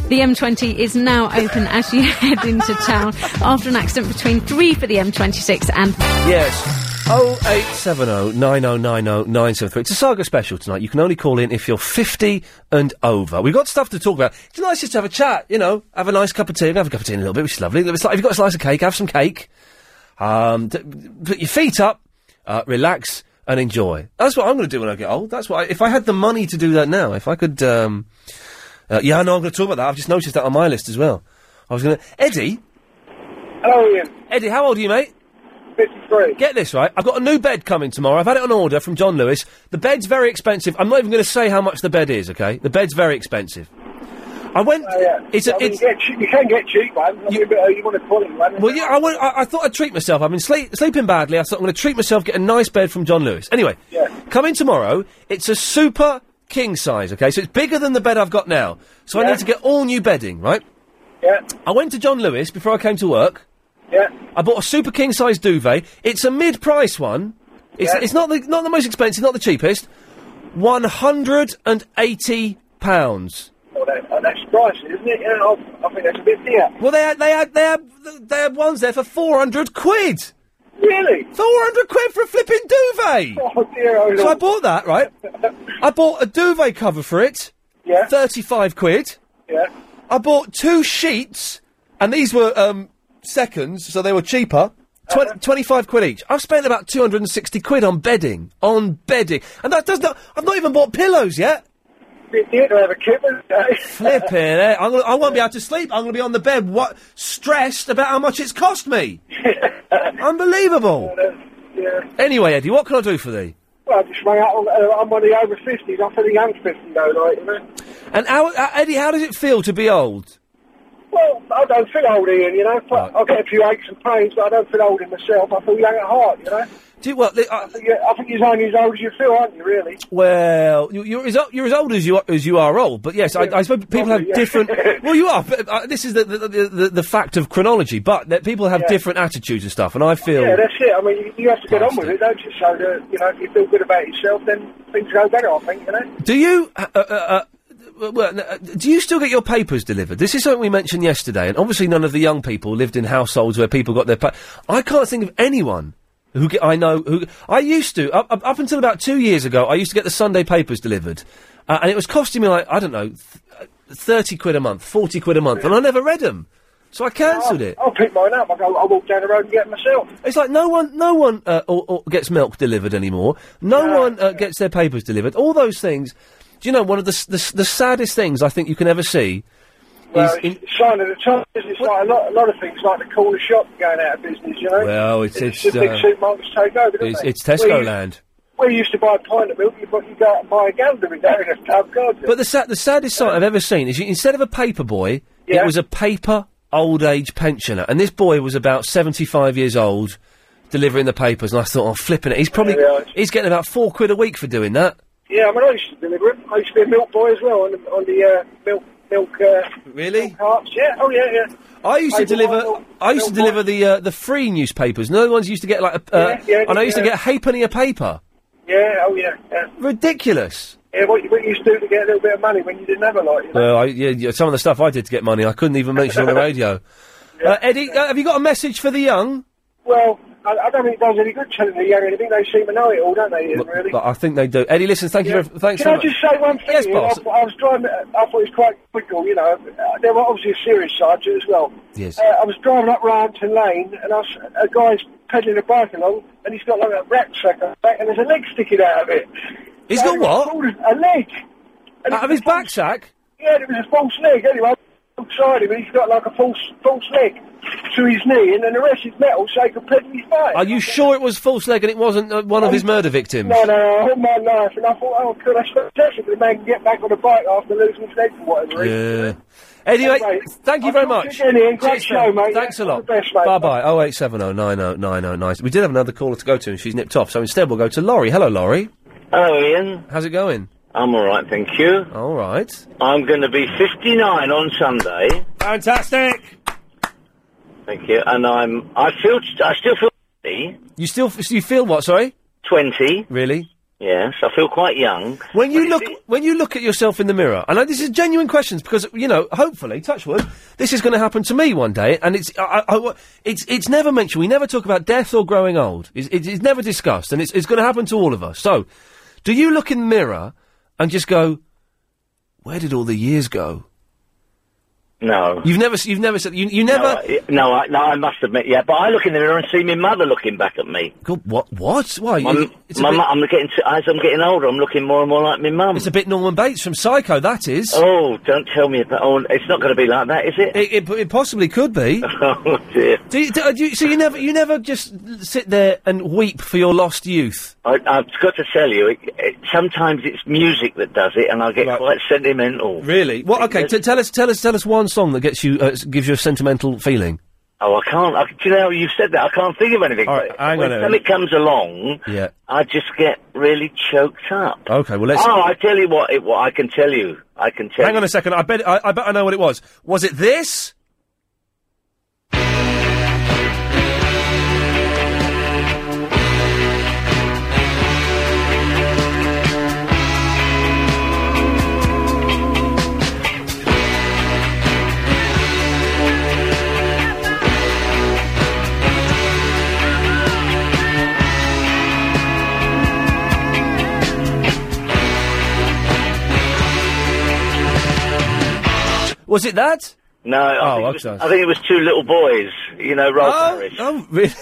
Speaker 22: The M20 is now open as you [LAUGHS] head into town after an accident between three for the M26 and.
Speaker 14: yes. Oh eight seven oh nine oh nine oh nine seven three. It's a saga special tonight. You can only call in if you're fifty and over. We've got stuff to talk about. It's nice just to have a chat. You know, have a nice cup of tea. Have a cup of tea in a little bit, which is lovely. It's like, if you've got a slice of cake, have some cake. Um, d- put your feet up, uh, relax, and enjoy. That's what I'm going to do when I get old. That's what I, if I had the money to do that now, if I could. Um, uh, yeah, I know I'm going to talk about that. I've just noticed that on my list as well. I was going to Eddie.
Speaker 6: Hello, Ian.
Speaker 14: Eddie, how old are you, mate?
Speaker 6: 53.
Speaker 14: Get this right. I've got a new bed coming tomorrow. I've had it on order from John Lewis. The bed's very expensive. I'm not even going to say how much the bed is. Okay, the bed's very expensive. I went. it's a,
Speaker 6: Oh, I mean,
Speaker 14: it's,
Speaker 6: get che- you can get cheap ones. I mean, but, uh, you want to call them one.
Speaker 14: Well, yeah, I, wa- I, I thought I'd treat myself. I've been sleep, sleeping badly. I thought I'm going to treat myself, get a nice bed from John Lewis. Anyway, come in tomorrow. It's a super king size, okay? So it's bigger than the bed I've got now. So I need to get all new bedding, right?
Speaker 6: Yeah.
Speaker 14: I went to John Lewis before I came to work.
Speaker 6: Yeah.
Speaker 14: I bought a super king size duvet. It's a mid price one. It's, it's not the not the most expensive, not the cheapest. One hundred and eighty pounds.
Speaker 6: Well, that, uh, that's pricey, isn't it? Yeah, I, I think that's a bit dear.
Speaker 14: Well, they had they had they had they had ones there for four hundred quid.
Speaker 6: Really?
Speaker 14: Four hundred quid for a flipping duvet.
Speaker 6: Oh dear! Oh,
Speaker 14: so
Speaker 6: Lord.
Speaker 14: I bought that right. I bought a duvet cover for it.
Speaker 6: Yeah.
Speaker 14: Thirty-five quid.
Speaker 6: Yeah.
Speaker 14: I bought two sheets, and these were um, seconds, so they were cheaper. Twen-
Speaker 6: Uh-huh.
Speaker 14: 25 quid each. I've spent about 260 quid on bedding. On bedding. And that does not. I've not even bought pillows yet.
Speaker 6: bit dear to have a kid, isn't it? [LAUGHS]
Speaker 14: Flipping eh? I'm gonna, I won't be able to sleep. I'm going to be on the bed what, stressed about how much it's cost
Speaker 6: [LAUGHS]
Speaker 14: me. Unbelievable.
Speaker 6: Uh, yeah.
Speaker 14: Anyway, Eddie, what can I do for thee?
Speaker 6: Well, I just rang out. on- Uh, I'm one of the over 50s. I'm for the young 50 though, like, you know.
Speaker 14: And how, uh, Eddie, how does it feel to be old?
Speaker 6: Well, I don't feel old, Ian, you know. But I get a few aches and pains, but I don't feel old in myself. I feel young at heart, you know.
Speaker 14: Do you, well, uh, I,
Speaker 6: think you, I think you're only as old as you feel, aren't you, really?
Speaker 14: Well, you, you're as o- you're as old as you are, as you are old, but yes, I, I suppose people have
Speaker 6: yeah.
Speaker 14: different.
Speaker 6: [LAUGHS]
Speaker 14: well, you are. But, uh, this is the the, the, the the fact of chronology, but that people have
Speaker 6: Yeah.
Speaker 14: different attitudes and stuff, and I feel.
Speaker 6: Yeah, that's it. I mean, you, you have to get on with it, don't you? So that, you know, if you feel good about yourself, then things go better, I think, you know.
Speaker 14: do you? Uh, uh, uh, uh, well, uh, do you still get your papers delivered? This is something we mentioned yesterday, and obviously none of the young people lived in households where people got their. Pa- I can't think of anyone who get, I know who I used to up, up up until about two years ago. I used to get the Sunday papers delivered, uh, and it was costing me like I don't know, th- uh, thirty quid a month, forty quid a month, and I never read them, so I cancelled it.
Speaker 6: I'll pick mine up. I go. I walk down the road and get it myself.
Speaker 14: It's like no one, no one uh, or, or gets milk delivered anymore. No one uh, gets their papers delivered. All those things. Do you know one of the s- the, s- the saddest things I think you can ever see?
Speaker 6: Well,
Speaker 14: is
Speaker 6: it's a sign of the times. It's like a lot, a lot of things, like the corner shop going out of business, you know.
Speaker 14: Well, it's- it's,
Speaker 6: the big
Speaker 14: uh,
Speaker 6: supermarkets take over. don't
Speaker 14: it's,
Speaker 6: they?
Speaker 14: it's Tesco
Speaker 6: Well, you-
Speaker 14: land.
Speaker 6: we used to buy a pint of milk, you, but you go out and buy a gander every day in a pub, can't you?
Speaker 14: But the, sa- the saddest sight I've ever seen is you, instead of a paper boy, it
Speaker 6: Yeah.
Speaker 14: was a paper old age pensioner. And this boy was about 75 years old delivering the papers. And I thought, oh, flipping it. He's probably, he's getting about four quid a week for doing that.
Speaker 6: Yeah, I mean, I used to deliver it. I used to be a milk boy as well on the, on the uh, milk milk. Uh,
Speaker 14: really?
Speaker 6: Milk carts. Yeah. Oh yeah, yeah.
Speaker 14: I used to
Speaker 6: do
Speaker 14: deliver.
Speaker 6: milk-
Speaker 14: I used to
Speaker 6: milk
Speaker 14: deliver the uh, the free newspapers. No ones used to get like. A, uh,
Speaker 6: Yeah, yeah,
Speaker 14: and I used to
Speaker 6: yeah.
Speaker 14: get a halfpenny a paper.
Speaker 6: boy. Yeah. Oh yeah. Yeah.
Speaker 14: Ridiculous.
Speaker 6: yeah what, you- what you used to do to get a little bit of money when you didn't have a lot. You know?
Speaker 14: Well, I, yeah, yeah, some of the stuff I did to get money, I couldn't even mention on
Speaker 6: [LAUGHS]
Speaker 14: the radio. Uh, Eddie, uh, have you got a message for the young?
Speaker 6: Well, I, I don't think it does any good telling the young anything. They seem to know it all, don't they? Ian, really.
Speaker 14: But I think they do. Eddie, listen, thank you.
Speaker 6: Yeah.
Speaker 14: For, thanks
Speaker 6: Can
Speaker 14: very
Speaker 6: I
Speaker 14: much.
Speaker 6: just say one thing?
Speaker 14: Yes,
Speaker 6: Ian? I,
Speaker 14: boss.
Speaker 6: I was driving. I thought it was quite critical. You know, Uh, there were obviously a serious side to it as well.
Speaker 14: Yes.
Speaker 6: Uh, I was driving up Ryanton Lane, and I s a guy's pedalling a bike along, and he's got like a rack sack on his back, and there's a leg sticking out of it.
Speaker 14: He's
Speaker 6: got what? A leg. out of his
Speaker 14: back sack?
Speaker 6: Yeah, it was a false leg. Anyway, outside him, and he's got like a false false leg to his knee, and then the rest is metal, so he could pedal his bike.
Speaker 14: Are you sure it was false leg and it wasn't uh, one of his murder victims?
Speaker 6: No, no, I held my knife and I thought, oh, could I stop testing? The man can get back on the bike after losing his leg for whatever reason.
Speaker 14: Yeah. Anyway,
Speaker 6: Anyway,
Speaker 14: thank you
Speaker 6: I'll
Speaker 14: very
Speaker 6: talk to
Speaker 14: much.
Speaker 6: you again, Ian. Great
Speaker 14: Cheers,
Speaker 6: show,
Speaker 14: man.
Speaker 6: mate.
Speaker 14: Thanks a lot.
Speaker 6: All the best, mate.
Speaker 14: Bye bye. Oh eight seven oh nine oh nine oh nine. We did have another caller to go to, and she's nipped off, so instead we'll go to Laurie. Hello, Laurie.
Speaker 7: Hello, Ian.
Speaker 14: How's it going?
Speaker 7: I'm all right, thank you.
Speaker 14: All right.
Speaker 7: I'm going to be 59 on Sunday.
Speaker 14: Fantastic.
Speaker 7: Thank you. And I'm. I feel. I still feel. 20.
Speaker 14: You still f- you feel what? Sorry.
Speaker 7: Twenty.
Speaker 14: Really?
Speaker 7: Yes, I feel quite young.
Speaker 14: When you look when you look at yourself in the mirror, and I, this is genuine questions because you know, hopefully, touch wood, this is going to happen to me one day, and it's I, I- I- it's it's never mentioned. We never talk about death or growing old. It's, it's, it's never discussed, and it's it's going to happen to all of us. So, do you look in the mirror and just go, "Where did all the years go?"
Speaker 7: No.
Speaker 14: You've never s- you've never said you you never.
Speaker 7: No, I, no, I, no, I must admit, yeah. But I look in the mirror and see my mother looking back at me.
Speaker 14: God, what? What? Why?
Speaker 7: My,
Speaker 14: It's a
Speaker 7: my
Speaker 14: bit-
Speaker 7: mu- I'm getting t- as I'm getting older. I'm looking more and more like my mum.
Speaker 14: It's a bit Norman Bates from Psycho. That is.
Speaker 7: Oh, don't tell me about. Oh, it's not going to be like that, is it?
Speaker 14: It, it, it possibly could be.
Speaker 7: [LAUGHS] oh dear.
Speaker 14: Do you, do, do you, so you never, you never just sit there and weep for your lost youth.
Speaker 7: I, I've got to tell you, it, it, sometimes it's music that does it, and I get quite sentimental.
Speaker 14: Really? Well, okay. T- tell us, tell us, tell us one song that gets you, uh, s- gives you a sentimental feeling.
Speaker 7: Oh, I can't. I, do you know, you've said that. I can't think of anything. But
Speaker 14: hang
Speaker 7: when
Speaker 14: on a
Speaker 7: something
Speaker 14: minute.
Speaker 7: comes along,
Speaker 14: Yeah.
Speaker 7: I just get really choked up.
Speaker 14: Okay. Well, let's.
Speaker 7: oh, I tell you what, it, what I can tell you. I can tell
Speaker 14: hang on a second. I bet, I, I bet I know what it was. Was it this? Was it that?
Speaker 7: No. I
Speaker 14: Oh,
Speaker 7: think, it
Speaker 14: okay.
Speaker 7: was, I think it was two little boys, you know, Rolf
Speaker 14: Oh,
Speaker 7: Harris.
Speaker 14: oh, really?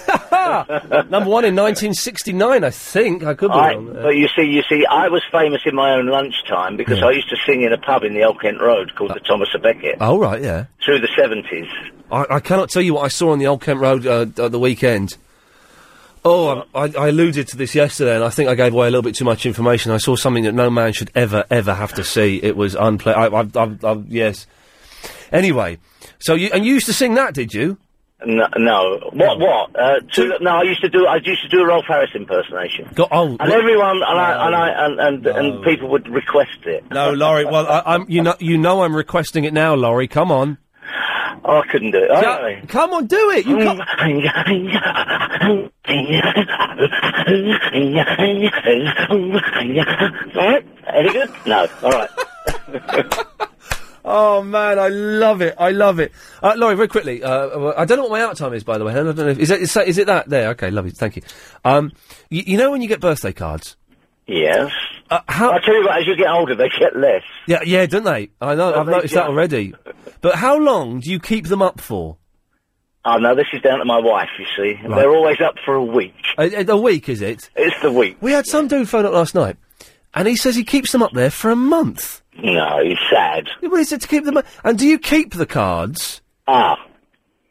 Speaker 14: Number one in 1969, I think. I could be
Speaker 7: I,
Speaker 14: wrong. Uh,
Speaker 7: but you see, you see, I was famous in my own lunchtime because I used to sing in a pub in the Old Kent Road called the Thomas a Becket
Speaker 14: oh, right, yeah.
Speaker 7: through the seventies.
Speaker 14: I, I cannot tell you what I saw on the Old Kent Road uh, d- at the weekend. Oh, I, I I alluded to this yesterday, and I think I gave away a little bit too much information. I saw something that no man should ever, ever have to see. It was unplay. I, I, I, I, yes. Anyway, so you and you used to sing that, did you?
Speaker 7: No, no. What? What? Uh, two, no, I used to do. I used to do a Rolf Harris impersonation.
Speaker 14: Go, oh,
Speaker 7: And
Speaker 14: wha-
Speaker 7: everyone, and I, and, I, and, and, and people would request it.
Speaker 14: no, Laurie. Well, I, I'm. You know, you know, I'm requesting it now, Laurie. Come on.
Speaker 7: Oh, I couldn't do it.
Speaker 14: Yeah,
Speaker 7: I-
Speaker 14: come on, do it. You
Speaker 4: [LAUGHS]
Speaker 14: can't.
Speaker 7: Right? Any good? No. All right.
Speaker 14: Oh man, I love it. I love it. Uh, Laurie, very quickly. Uh, I don't know what my out time is, by the way. I don't know. If, is, it, is, that- is it that there? Okay, lovely. Thank you. Um, you, you know when you get birthday cards?
Speaker 7: Yes.
Speaker 14: Uh, how?
Speaker 7: I tell you what, as you get older, they get less.
Speaker 14: Yeah, yeah, don't they? I know. I've
Speaker 7: they
Speaker 14: noticed that
Speaker 7: do.
Speaker 14: already. But how long do you keep them up for?
Speaker 7: Oh no, this is down to my wife. You see, they're always up for a week.
Speaker 14: A, a Uh, week, is it?
Speaker 7: It's the week.
Speaker 14: We had some dude phone up last night, and he says he keeps them up there for a month.
Speaker 7: No, it's sad.
Speaker 14: Yeah, Well, he said to keep them. up. And do you keep the cards?
Speaker 7: Ah,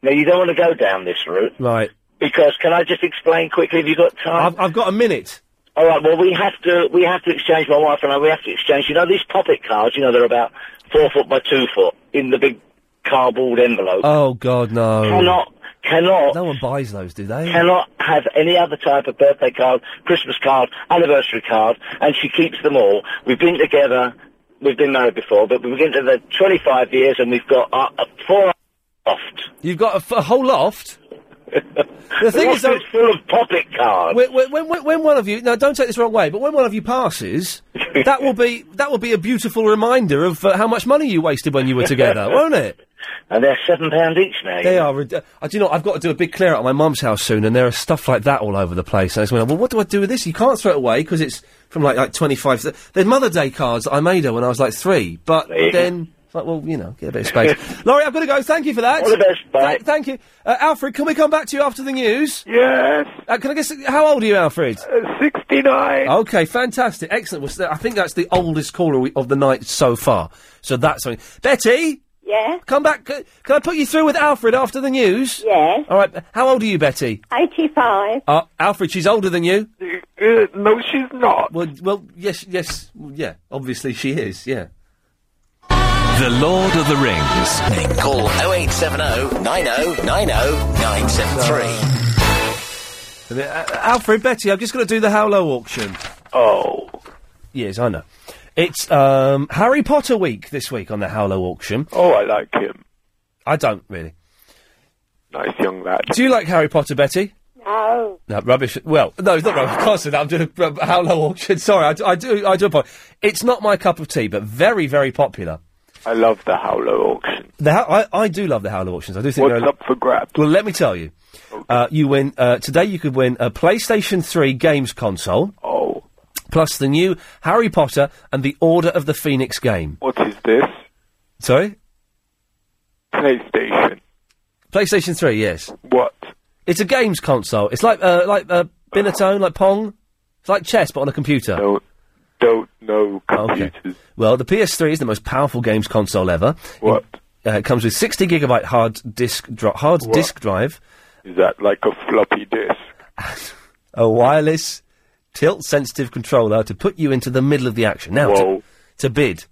Speaker 7: now you don't want to go down this route
Speaker 14: Right.
Speaker 7: because can I just explain quickly? Have you got time?
Speaker 14: I've, I've got a minute.
Speaker 18: All right. Well, we have to we have to exchange. My wife and I we have to exchange. You know these pocket cards. You know they're about four foot by two foot in the big cardboard envelope.
Speaker 14: Oh God, no.
Speaker 18: Cannot cannot
Speaker 14: No one buys those, do they?
Speaker 18: cannot have any other type of birthday card, Christmas card, anniversary card, and she keeps them all. We've been together, we've been married before, but we've been together 25 years and we've got uh, a four loft.
Speaker 14: You've got a, f- a whole
Speaker 18: [LAUGHS]
Speaker 14: loft.
Speaker 18: The
Speaker 14: The thing is,
Speaker 18: loft
Speaker 14: though-
Speaker 18: is full of pocket cards.
Speaker 14: When, when, when, when one of you, no, don't take this the wrong way, but when one of you passes, that will be that will be a beautiful reminder of uh, how much money you wasted when you were
Speaker 18: [LAUGHS]
Speaker 14: together, won't it?
Speaker 18: And they're seven pound each now.
Speaker 14: They are. rid- I do not. I've got to do a big clear out at my mum's house soon, and there are stuff like that all over the place. And I just went, well, what do I do with this? You can't throw it away because it's from like like twenty five. There's Mother Day cards that I made her when I was like three, but
Speaker 18: There you go.
Speaker 14: then it's like, well, you know, get a bit of space. Laurie, I've got to go. Thank you for that.
Speaker 18: All the best. Bye.
Speaker 14: Th- thank you, uh, Alfred. Can we come back to you after the news?
Speaker 4: Yes.
Speaker 14: Uh, can I guess how old are you, Alfred?
Speaker 4: Uh, Sixty-nine.
Speaker 14: Okay, fantastic, excellent. Well, so I think that's the oldest caller we, of the night so far. So that's something. Betty.
Speaker 16: Yeah.
Speaker 14: Come back. C- Can I put you through with Alfred after the news?
Speaker 16: Yes.
Speaker 14: All right. How old are you, Betty?
Speaker 16: 85.
Speaker 14: Uh, Alfred, she's older than you.
Speaker 4: Uh, no, she's not.
Speaker 14: Well, well, yes, yes, well, yeah. Obviously, she is. Yeah.
Speaker 30: The Lord of the Rings.
Speaker 25: Call 0870 9090 973.
Speaker 14: I mean, uh, Alfred, Betty, I've just got to do the How Low auction.
Speaker 4: Oh.
Speaker 14: Yes, I know. It's um, Harry Potter week this week on the How Low auction.
Speaker 4: Oh, I like him.
Speaker 14: I don't really.
Speaker 4: Nice young lad.
Speaker 14: Do you like Harry Potter, Betty?
Speaker 16: No.
Speaker 14: No, rubbish. Well, no, it's not rubbish. I can't say that. I'm doing a rub- How Low auction. Sorry, I, do- I do. I do apologize. It's not my cup of tea, but very, very popular.
Speaker 4: I love the Howler auction.
Speaker 14: The ho- I, I do love the Howler auctions. I do think
Speaker 4: What's
Speaker 14: they're
Speaker 4: up for grabs?
Speaker 14: Well, let me tell you. Uh, you win uh, today. You could win a PlayStation Three games console.
Speaker 4: Oh.
Speaker 14: Plus the new Harry Potter and the Order of the Phoenix game.
Speaker 4: What is this?
Speaker 14: Sorry,
Speaker 4: PlayStation.
Speaker 14: PlayStation Three. Yes.
Speaker 4: What?
Speaker 14: It's a games console. It's like uh, like uh, Binatone, like Pong. It's like chess, but on a computer.
Speaker 4: Don't don't know computers.
Speaker 14: Well, the PS3 is the most powerful games console ever. What? It, uh, it comes with 60 gigabyte hard disk dri- hard
Speaker 4: What?
Speaker 14: disk drive,
Speaker 4: Is that like a floppy disk?
Speaker 14: a wireless tilt sensitive controller to put you into the middle of the action. Now, to, to bid,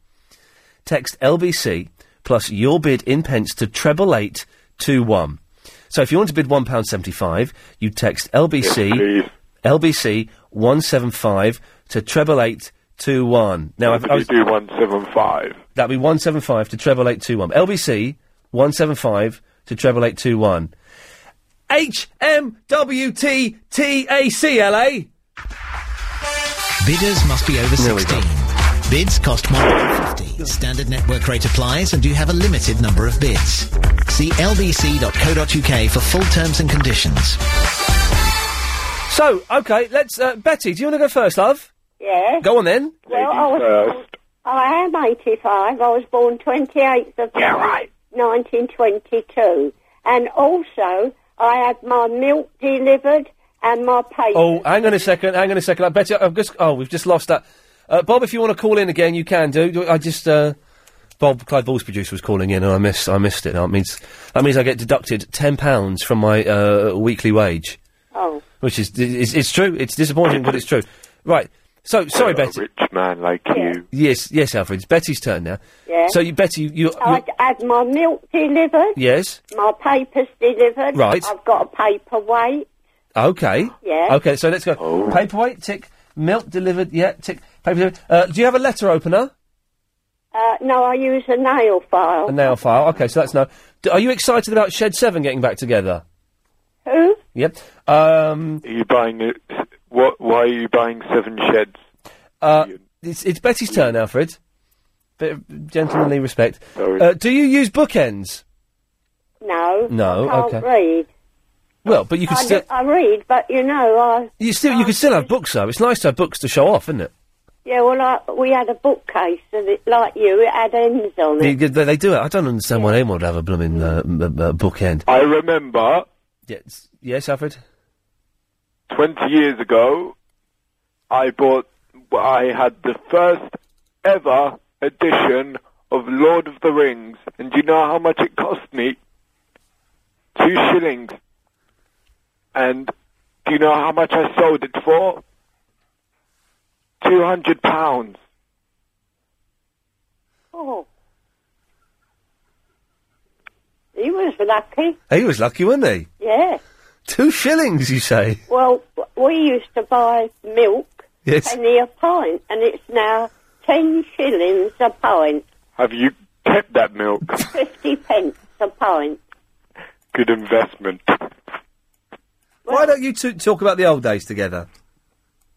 Speaker 14: text LBC plus your bid in pence to treble eight two one. So if you want to bid one pound seventy five, you text LBC LBC one seven five to treble eight two one. Now
Speaker 4: What
Speaker 14: I've-
Speaker 4: did
Speaker 14: I was-
Speaker 4: you do one seven five.
Speaker 14: That'd be 175 to treble 821. LBC 175 to treble 821. HMWTTACLA.
Speaker 7: Bidders must be over
Speaker 14: There we
Speaker 7: 16. Bids cost 150. Standard network rate applies and you have a limited number of bids. See lbc.co.uk for full terms and conditions.
Speaker 14: So, okay, let's. Uh, Betty, do you want to go first, love?
Speaker 16: Yeah.
Speaker 14: Go on then.
Speaker 16: Well, I was. I am 85. I was born 28th of yeah, 1922. And also, I had my milk delivered and my paper.
Speaker 14: Oh, hang on a second, hang on a second. Uh, Betty, I've just. Oh, we've just lost that. Uh, Bob, if you want to call in again, you can do. do. I just. Uh, Bob, Clive Ball's producer, was calling in and I missed, I missed it. That means, that means I get deducted £10 from my uh, weekly wage.
Speaker 16: Oh.
Speaker 14: Which is, it's, it's true. It's disappointing, but it's true. Right. So, sorry, Betty.
Speaker 4: rich man like you.
Speaker 14: Yes, yes, Alfred. It's Betty's turn now.
Speaker 16: Yeah. Oh,
Speaker 14: So, you, Betty, you. you
Speaker 16: I had my milk delivered,
Speaker 14: yes.
Speaker 16: my papers delivered.
Speaker 14: Right.
Speaker 16: I've got a paperweight.
Speaker 14: Okay.
Speaker 16: Yeah. Oh.
Speaker 14: Okay, so let's go. Paperweight, tick. Milk delivered, yeah, tick. Paper delivered. Uh, do you have a letter opener?
Speaker 16: Uh, no, I use a nail file.
Speaker 14: A nail file. Okay, so that's no. D- are you excited about Shed 7 getting back together?
Speaker 16: Who?
Speaker 14: Yep. Um,
Speaker 4: Are you buying it? What? Why are you buying seven sheds?
Speaker 14: Uh, it's, it's Betty's turn, Alfred. Bit of gentlemanly respect. Uh, do you use bookends?
Speaker 16: No.
Speaker 14: No,
Speaker 16: I can't
Speaker 14: okay.
Speaker 16: read.
Speaker 14: Well, but you could
Speaker 16: I,
Speaker 14: still.
Speaker 16: do- I read, but you know, I
Speaker 14: You still, you could still have books though. It's nice to have books to show off, isn't it?
Speaker 16: yeah. Well, I, we had a bookcase, and it, like you, it had ends on
Speaker 14: They,
Speaker 16: it.
Speaker 14: they, they do it. I don't understand why anyone would have a blooming uh, m- m- uh, bookend.
Speaker 4: I remember
Speaker 14: Yes, yes, Alfred.
Speaker 4: 20 years ago, I bought, I had the first ever edition of Lord of the Rings, and do you know how much it cost me? Two shillings. And do you know how much I sold it for? two hundred pounds.
Speaker 16: Oh. He was lucky.
Speaker 14: He was lucky, wasn't he?
Speaker 16: Yeah.
Speaker 14: Two shillings, you say?
Speaker 16: Well, w- we used to buy milk
Speaker 14: Yes.
Speaker 16: penny a pint, and it's now ten shillings a pint,
Speaker 4: Have you kept that milk?
Speaker 16: fifty pence a pint.
Speaker 4: Good investment.
Speaker 14: Why don't you two talk about the old days
Speaker 4: [LAUGHS]
Speaker 14: together?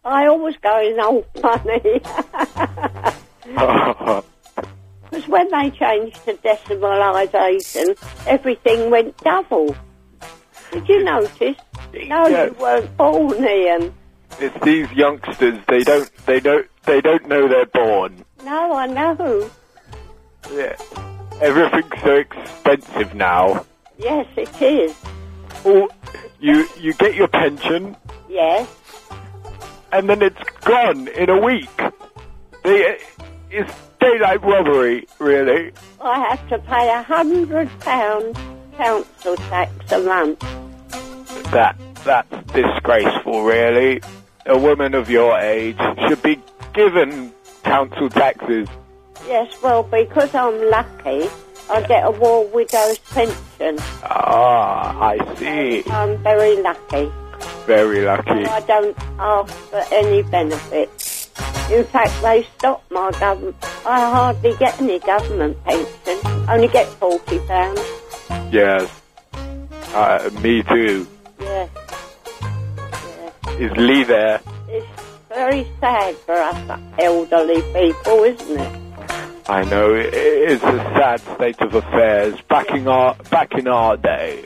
Speaker 16: I always go in old [LAUGHS] money because when they changed to decimalisation, everything went double. Did you notice? No,
Speaker 4: Yes. [LAUGHS]
Speaker 16: you weren't born, Ian.
Speaker 4: It's these youngsters. They don't. They don't. They don't know they're born.
Speaker 16: No, I know.
Speaker 4: Yeah. Everything's so expensive now.
Speaker 16: Yes, it is.
Speaker 4: Well, you you get your pension
Speaker 16: Yes.
Speaker 4: and then it's gone in a week. They, it's daylight robbery, really.
Speaker 16: I have to pay a hundred pound council tax a month.
Speaker 4: That that's disgraceful, really. A woman of your age should be given council taxes.
Speaker 16: Yes, well, because I'm lucky, I get a war widow's pension.
Speaker 4: Ah, I see.
Speaker 16: I'm very lucky.
Speaker 4: Very lucky.
Speaker 16: And I don't ask for any benefits. In fact, they stop my government. I hardly get any government pension. Only get forty pounds.
Speaker 4: Yes. Uh, me too.
Speaker 16: Yeah,
Speaker 4: Is Lee there?
Speaker 16: it's very sad for us elderly people, isn't it?
Speaker 4: I know i- it's a sad state of affairs. Back in our back in our day,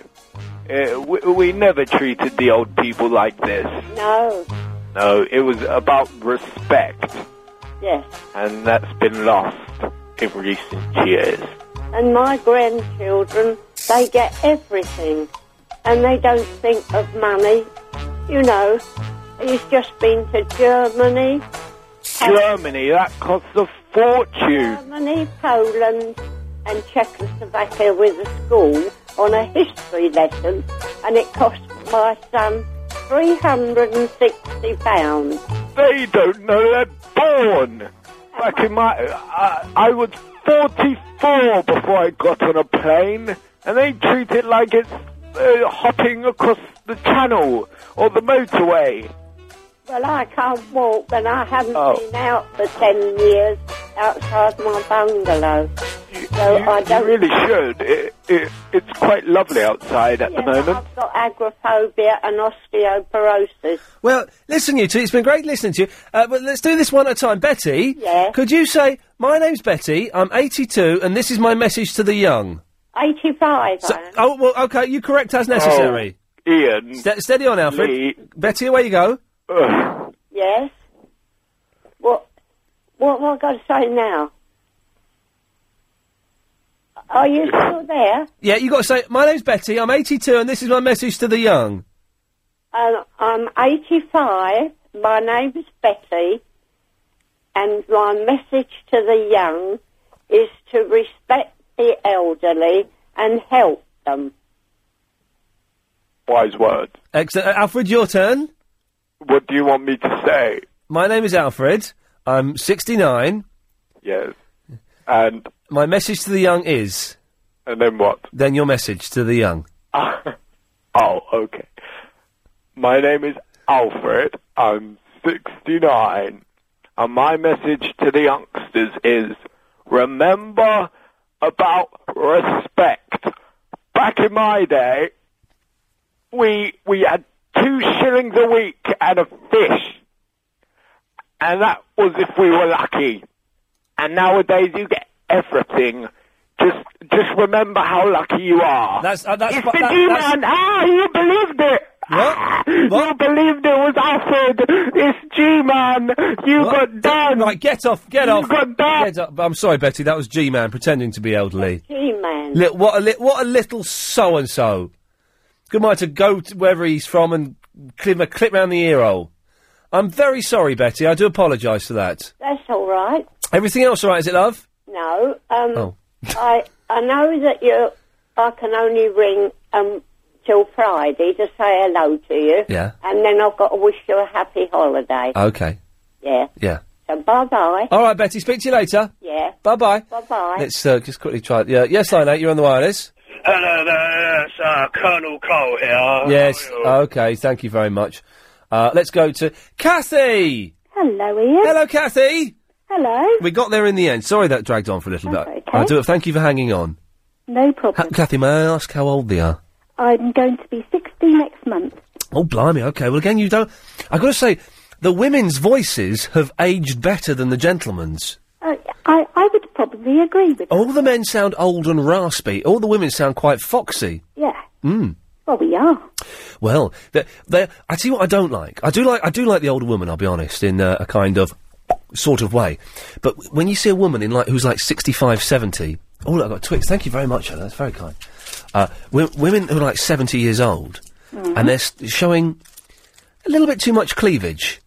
Speaker 4: uh, we, we never treated the old people like this.
Speaker 16: No.
Speaker 4: No, it was about respect,
Speaker 16: Yes.
Speaker 4: and that's been lost in recent years.
Speaker 16: And my grandchildren, they get everything. And they don't think of money. You know, he's just been to Germany,
Speaker 4: Germany that costs a fortune.
Speaker 16: Germany, Poland, and Czechoslovakia with a school on a history lesson. And it cost my son £360.
Speaker 4: They don't know they're born. Back in my, I, I was forty-four before I got on a plane, and they treat it like it's uh, hopping across the channel or the motorway.
Speaker 16: Well, I can't walk and I haven't
Speaker 4: Oh.
Speaker 16: been out for 10 years outside my bungalow. So I
Speaker 4: You
Speaker 16: don't
Speaker 4: really should. It, it, it's quite lovely outside at the moment.
Speaker 16: I've got agoraphobia and osteoporosis.
Speaker 14: Well, listen, you two, it's been great listening to you. Uh, but let's do this one at a time. Betty,
Speaker 16: Yeah.
Speaker 14: could you say, My name's Betty, I'm 82, and this is my message to the young?
Speaker 16: 85. I am.
Speaker 14: Oh, well, okay, you correct as necessary.
Speaker 4: Oh, Ian.
Speaker 14: Ste- steady on, Alfred. Betty, away you go.
Speaker 16: Yes. What? What? What? I got to say now? Are you still there?
Speaker 14: Yeah, you got to say, My name's Betty, I'm 82, and this is my message to the young.
Speaker 16: Um, I'm 85. My name's Betty, and my message to the young is to respect the elderly and help them.
Speaker 4: Wise word.
Speaker 14: Excellent. oh- Uh, Alfred, your turn.
Speaker 4: What do you want me to say?
Speaker 14: My name is Alfred, I'm 69.
Speaker 4: Yes. And?
Speaker 14: My message to the young is.
Speaker 4: And then what?
Speaker 14: Then your message to the young.
Speaker 4: [LAUGHS] oh, okay. My name is Alfred. I'm 69. And my message to the youngsters is remember about respect. Back in my day, we we had two shillings a week and a fish. And that was if we were lucky. And nowadays you get everything. Just just remember how lucky you are.
Speaker 14: That's uh, that's
Speaker 4: it's
Speaker 14: that-
Speaker 4: the
Speaker 14: that's-
Speaker 4: D-man. Ah, you believed it. You believed it was Alfred. It's G-man. You got done.
Speaker 14: Right, get off, get
Speaker 4: You
Speaker 14: off.
Speaker 4: got done.
Speaker 14: Get up. I'm sorry, Betty, that was G-Man pretending to be elderly.
Speaker 16: Gee, man.
Speaker 14: Li- what, a li- what a little so-and-so. Good mind to go to wherever he's from and clip a clip round the ear hole. I'm very sorry, Betty. I do apologise for that.
Speaker 16: That's all right.
Speaker 14: Everything else all right, is it, love?
Speaker 16: No. Um,
Speaker 14: Oh.
Speaker 16: [LAUGHS] I I know that you. I can only ring um till Friday to say hello to you.
Speaker 14: Yeah.
Speaker 16: And then I've got to wish you a happy holiday.
Speaker 14: Okay.
Speaker 16: yeah.
Speaker 14: Yeah.
Speaker 16: So bye bye.
Speaker 14: All right, Betty. Speak to you later.
Speaker 16: Yeah.
Speaker 14: Bye bye.
Speaker 16: Bye bye.
Speaker 14: Let's uh, just quickly try it. Yeah. Yes, line eight. You're on the wireless.
Speaker 9: Hello there, it's uh, Colonel Cole
Speaker 6: Oh,
Speaker 9: here.
Speaker 14: yes. Okay. Thank you very much. Uh, let's go to Kathy.
Speaker 23: Hello, Ian.
Speaker 14: Hello, Kathy.
Speaker 23: Hello.
Speaker 14: We got there in the end. Sorry that dragged on for a little bit. I do. Thank you for hanging on.
Speaker 23: No
Speaker 14: Ha-
Speaker 23: problem.
Speaker 14: Kathy, may I ask how old they are?
Speaker 23: I'm going to be 60 next month.
Speaker 14: Oh, blimey. Okay. Well, again, you don't. i got to say, the women's voices have aged better than the gentlemen's.
Speaker 23: Uh, I, I would probably agree with
Speaker 14: All the men sound old and raspy. All the women sound quite foxy.
Speaker 23: Yeah.
Speaker 14: Mm.
Speaker 23: Well, we are.
Speaker 14: Well, they they I tell you what I don't like. I do like I do like the older woman. I'll be honest, in uh, a kind of sort of way. But w- when you see a woman in like who's like 65, 70... Oh, look, I got Twix. Thank you very much. Ella. That's very kind. Uh, wo- women who are like seventy years old,
Speaker 23: Mm.
Speaker 14: and they're s- showing a little bit too much cleavage.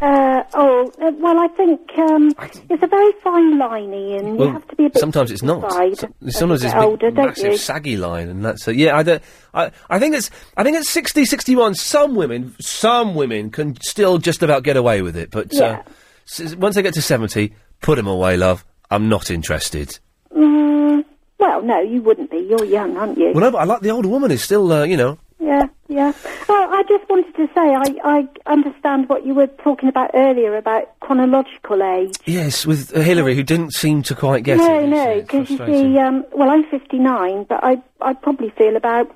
Speaker 23: Uh, oh, uh, well, I think um, it's a very fine line, Ian.
Speaker 14: Well,
Speaker 23: you have to be a bit
Speaker 14: sometimes it's not.
Speaker 23: side
Speaker 14: So-
Speaker 23: as
Speaker 14: sometimes
Speaker 23: you
Speaker 14: it's
Speaker 23: get
Speaker 14: a big
Speaker 23: older, don't
Speaker 14: massive
Speaker 23: you?
Speaker 14: saggy line, and that's uh, yeah. I, don't, I I think it's I think it's 60, 61. Some women, some women can still just about get away with it, but
Speaker 23: Yeah.
Speaker 14: uh, s- once they get to seventy, put them away, love. I'm not interested.
Speaker 23: Mm, well, no, you wouldn't be. You're young, aren't you?
Speaker 14: Well, no, but I like the older woman is still uh, you know.
Speaker 23: Yeah, yeah. Well, I just wanted to say I, I understand what you were talking about earlier about chronological age.
Speaker 14: Yes, with uh, Hillary, who didn't seem to quite get
Speaker 23: no,
Speaker 14: it.
Speaker 23: no, because you
Speaker 14: frustrating.
Speaker 23: see, um, well, I'm 59, but I I probably feel about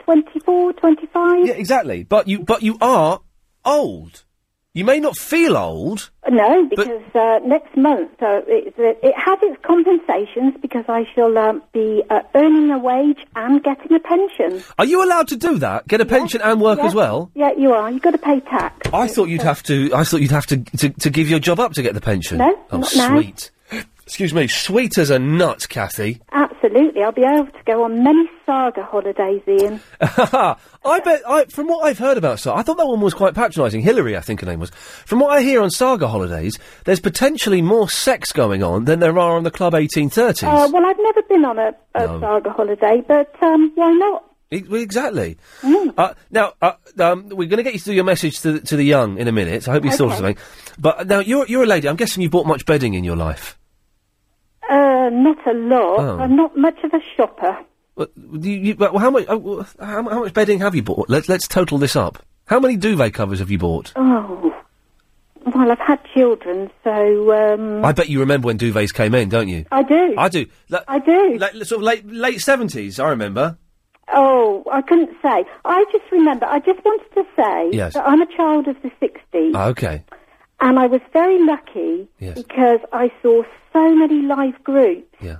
Speaker 23: 24, 25.
Speaker 14: Yeah, exactly. But you but you are old. You may not feel old.
Speaker 23: No, because uh, next month uh, it's, uh, it has its compensations because I shall um, be uh, earning a wage and getting a pension.
Speaker 14: Are you allowed to do that? Get a pension and work
Speaker 23: Yeah.
Speaker 14: as well?
Speaker 23: Yeah, you are. You've got to pay tax.
Speaker 14: I thought you'd have to. I thought you'd have to to, to give your job up to get the pension.
Speaker 23: No,
Speaker 14: oh,
Speaker 23: not now.
Speaker 14: sweet. Excuse me, sweet as a nut, Kathy. [LAUGHS]
Speaker 23: Absolutely, I'll be able to go on many saga holidays, Ian.
Speaker 14: I bet. I, from what I've heard about Saga, I thought that one was quite patronising. Hillary, I think her name was. From what I hear on Saga holidays, there's potentially more sex going on than there are on the Club 1830s.
Speaker 23: Uh, well, I've never been on a, a
Speaker 14: No.
Speaker 23: saga holiday, but um, why not?
Speaker 14: E- well, Exactly.
Speaker 23: Mm.
Speaker 14: Uh, now, uh, um, we're going to get you to do your message to the, to the young in a minute. I hope you thought of
Speaker 23: Okay.
Speaker 14: something. But uh, now, you're, you're a lady. I'm guessing you bought much bedding in your life.
Speaker 23: Uh, not a lot.
Speaker 14: Oh.
Speaker 23: I'm not much of a shopper.
Speaker 14: Well, do you, you- well, how, much, oh, uh, how, mu- how much bedding have you bought? Let's, let's total this up. How many duvet covers have you bought?
Speaker 23: Oh, well, I've had children, so um,
Speaker 14: I bet you remember when duvets came in, don't you?
Speaker 23: I do.
Speaker 14: I do. I
Speaker 23: do.
Speaker 14: sort of late late seventies. I remember.
Speaker 23: Oh, I couldn't say. I just remember. I just wanted to say
Speaker 14: Yes.
Speaker 23: that I'm a child of the 60s,
Speaker 14: Ah, okay.
Speaker 23: and I was very lucky
Speaker 14: Yes.
Speaker 23: because I saw so many live groups.
Speaker 14: Yeah.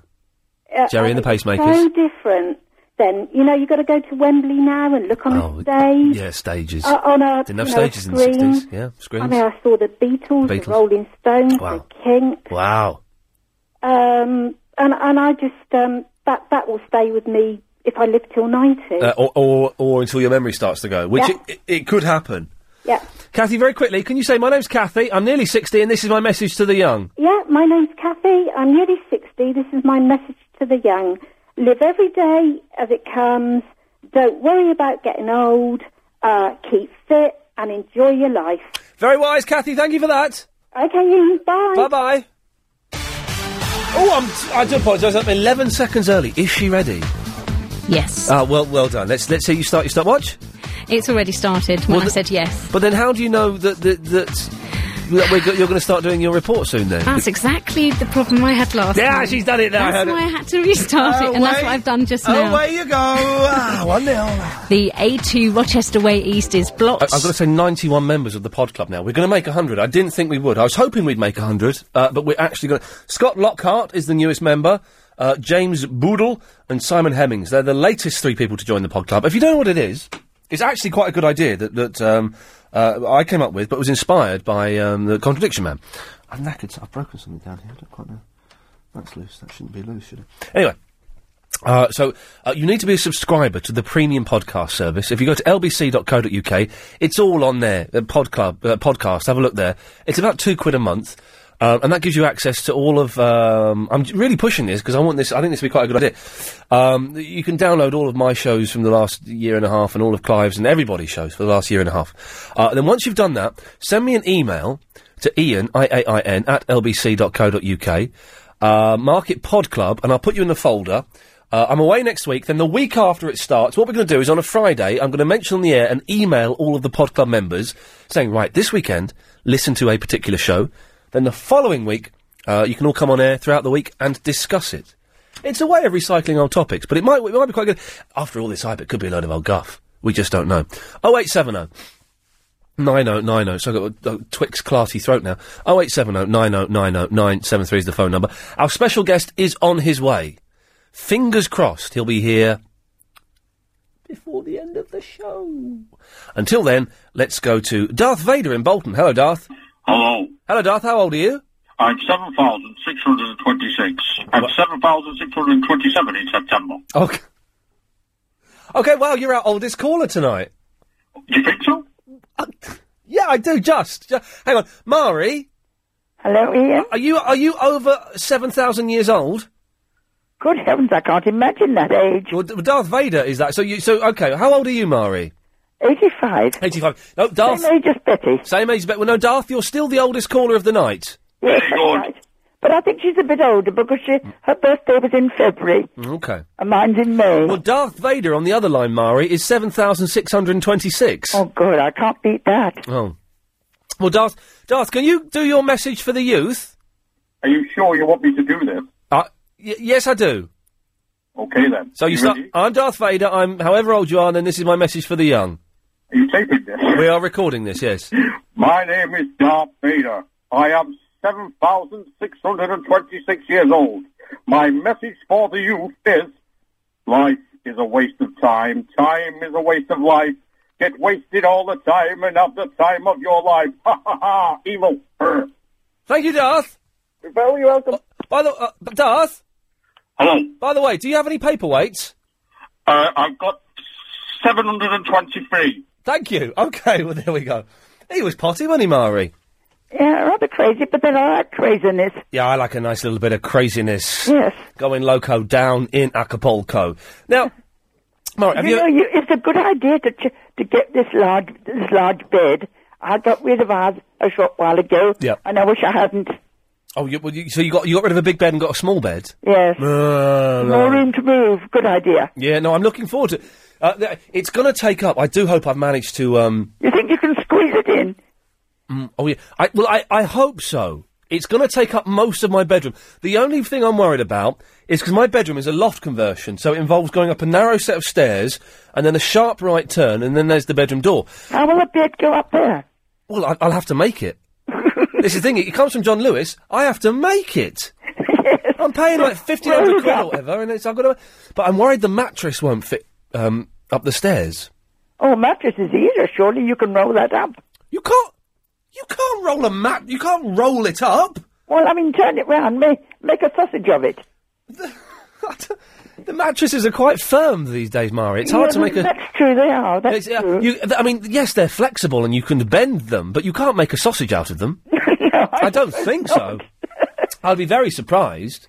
Speaker 23: Uh,
Speaker 14: Jerry and the
Speaker 23: it's
Speaker 14: Pacemakers.
Speaker 23: So different. Then you know you've got to go to Wembley now and look on
Speaker 14: Oh,
Speaker 23: a stage.
Speaker 14: Yeah, stages.
Speaker 23: Uh, on a
Speaker 14: Didn't have
Speaker 23: you know, a
Speaker 14: stages in the
Speaker 23: screen.
Speaker 14: sixties. Yeah, screens.
Speaker 23: I mean, I saw the Beatles,
Speaker 14: Beatles.
Speaker 23: the Rolling Stones,
Speaker 14: Wow.
Speaker 23: the King,
Speaker 14: Wow.
Speaker 23: um, and and I just um, that that will stay with me if I live till ninety.
Speaker 14: Uh, or, or or until your memory starts to go, which
Speaker 23: Yeah.
Speaker 14: it, it, it could happen.
Speaker 23: yeah,
Speaker 14: Kathy, very quickly, can you say my name's Kathy? I'm nearly sixty, and this is my message to the young.
Speaker 23: yeah. My name's Kathy. I'm nearly sixty. This is my message to the young: live every day as it comes. Don't worry about getting old. Uh, keep fit and enjoy your life.
Speaker 14: Very wise, Kathy. Thank you for that.
Speaker 23: Okay, Ian, bye.
Speaker 14: Bye bye. Oh, I'm. I do apologise. I'm eleven seconds early. Is she ready?
Speaker 22: Yes.
Speaker 14: Ah, well, well done. Let's let's hear you start your stopwatch.
Speaker 22: It's already started when
Speaker 14: Well,
Speaker 22: I
Speaker 14: the-
Speaker 22: said yes.
Speaker 14: But then, how do you know that that, that, that we're go- you're going to start doing your report soon? Then
Speaker 22: That's exactly the problem I had last
Speaker 14: Yeah,
Speaker 22: time.
Speaker 14: she's done it now, I
Speaker 22: That's
Speaker 14: heard
Speaker 22: why
Speaker 14: it.
Speaker 22: I had to restart it, and that's what I've done just now.
Speaker 14: you go.
Speaker 22: [LAUGHS]
Speaker 14: ah, one nil.
Speaker 22: The A2 Rochester Way East is blocked.
Speaker 14: I, I've got to say, 91 members of the Pod Club now. We're going to make 100. I didn't think we would. I was hoping we'd make 100, uh, but we're actually going to. Scott Lockhart is the newest member. Uh, James Boodle and Simon Hemmings. They're the latest three people to join the Pod Club. If you don't know what it is, it's actually quite a good idea that, that um, uh, I came up with, but was inspired by um, the Contradiction Man. I'm knackered. so I've broken something down here. I don't quite know. That's loose. That shouldn't be loose, should it? Anyway. Uh, so uh, you need to be a subscriber to the premium podcast service. If you go to lbc.co.uk, it's all on there. The pod club, uh, podcast. Have a look there. It's about two quid a month, um, and that gives you access to all of. Um, I'm j- really pushing this because I want this. I think this would be quite a good idea. Um, you can download all of my shows from the last year and a half, and all of Clive's and everybody's shows for the last year and a half. Uh, then once you've done that, send me an email to Ian, I-A-I-N, at lbc.co.uk. Uh, mark it Pod Club, and I'll put you in the folder. Uh, I'm away next week. Then the week after it starts, what we're going to do is on a Friday, I'm going to mention on the air and email all of the Pod Club members saying, right, this weekend, listen to a particular show. Then the following week, uh, you can all come on air throughout the week and discuss it. It's a way of recycling old topics, but it might, it might be quite good. After all this hype, it could be a load of old guff. We just don't know. 0870 9090. oh, So I've got a, a Twix clarty throat now. Oh, 0870 9090 973 is the phone number. Our special guest is on his way. Fingers crossed he'll be here. Before the end of the show. Until then, let's go to Darth Vader in Bolton. Hello, Darth.
Speaker 3: Hello.
Speaker 14: Hello, Darth. How old are you?
Speaker 3: I'm 7,626. I'm 7,627 in September.
Speaker 14: Okay. Okay, wow, you're our oldest caller tonight.
Speaker 3: Do you think so?
Speaker 14: yeah, I do. Just, ju- hang on, Mari.
Speaker 17: Hello, Ian.
Speaker 14: Are you are you over seven thousand years old?
Speaker 17: Good heavens, I can't imagine that age.
Speaker 14: Well, D- Darth Vader is that. So you so okay. How old are you, Mari?
Speaker 17: Eighty-five.
Speaker 14: Eighty-five. No, Darth.
Speaker 17: Same age as Betty.
Speaker 14: Same age as Betty. Well, no, Darth, you're still the oldest caller of the night.
Speaker 17: Yes, that's right. But I think she's a bit older because she her birthday was in February
Speaker 14: Okay.
Speaker 17: and mine's in May.
Speaker 14: Well, Darth Vader on the other line, Mari, is seven thousand six hundred twenty-six.
Speaker 17: Oh, good. I can't beat that.
Speaker 14: Oh. Well, Darth, Darth, can you do your message for the youth?
Speaker 3: Are you sure you want me to do this?
Speaker 14: Uh, y- yes, I do.
Speaker 3: Okay then.
Speaker 14: So you,
Speaker 3: You
Speaker 14: start.
Speaker 3: ready?
Speaker 14: I'm Darth Vader. I'm however old you are, and then this is my message for the young.
Speaker 3: Are you taping this?
Speaker 14: We are recording this.
Speaker 3: [LAUGHS]
Speaker 14: Yes.
Speaker 3: [SIGHS] My name is Darth Vader. I am 7,626 years old. My message for the youth is life is a waste of time. Time is a waste of life. Get wasted all the time and have the time of your life. Ha ha ha! Evil.
Speaker 14: Thank you, Darth.
Speaker 3: You're very welcome.
Speaker 14: By the uh, b- Darth.
Speaker 3: Hello.
Speaker 14: By the way, do you have any paperweights?
Speaker 3: Uh, I've got 723.
Speaker 14: Thank you. Okay. Well, there we go. He was potty, wasn't he, Mari?
Speaker 17: Yeah, rather crazy, but then I like craziness.
Speaker 14: Yeah, I like a nice little bit of craziness.
Speaker 17: Yes.
Speaker 14: Going loco down in Acapulco. Now, Mari, have
Speaker 17: you,
Speaker 14: you?
Speaker 17: know, you, it's a good idea to ch- to get this large this large bed. I got rid of ours a short while ago,
Speaker 14: Yep.
Speaker 17: and I wish I hadn't.
Speaker 14: Oh, you, well, you, so you got you got rid of a big bed and got a small bed.
Speaker 17: Yes,
Speaker 14: Uh,
Speaker 17: more
Speaker 14: right.
Speaker 17: room to move. Good idea.
Speaker 14: Yeah, no, I'm looking forward to. Uh, th- it's going to take up. I do hope I've managed to. Um,
Speaker 17: you think you can squeeze it in?
Speaker 14: Mm, oh yeah. I, well, I, I hope so. It's going to take up most of my bedroom. The only thing I'm worried about is because my bedroom is a loft conversion, so it involves going up a narrow set of stairs and then a sharp right turn, and then there's the bedroom door.
Speaker 17: How will a bed go up there?
Speaker 14: Well, I, I'll have to make
Speaker 17: [LAUGHS]
Speaker 14: it. this is the thing. It comes from John Lewis. I have to make it. I'm paying like fifteen hundred quid or whatever, and it's I've got to. But I'm worried the mattress won't fit um, up the stairs.
Speaker 17: Oh, a mattress is easier. Surely you can roll that up.
Speaker 14: You can't. You can't roll a mat. You can't roll it up.
Speaker 17: Well, I mean, turn it round. Make make a sausage of it.
Speaker 14: The mattresses are quite firm these days, Mari. It's hard to
Speaker 17: Yeah,
Speaker 14: make a.
Speaker 17: That's true. They are. That's
Speaker 14: It's, uh,
Speaker 17: true.
Speaker 14: you, th- I mean, yes, they're flexible and you can bend them, but you can't make a sausage out of
Speaker 17: [LAUGHS]
Speaker 14: them. I, don't think so. [LAUGHS] I'd be very
Speaker 17: [LAUGHS]
Speaker 14: surprised.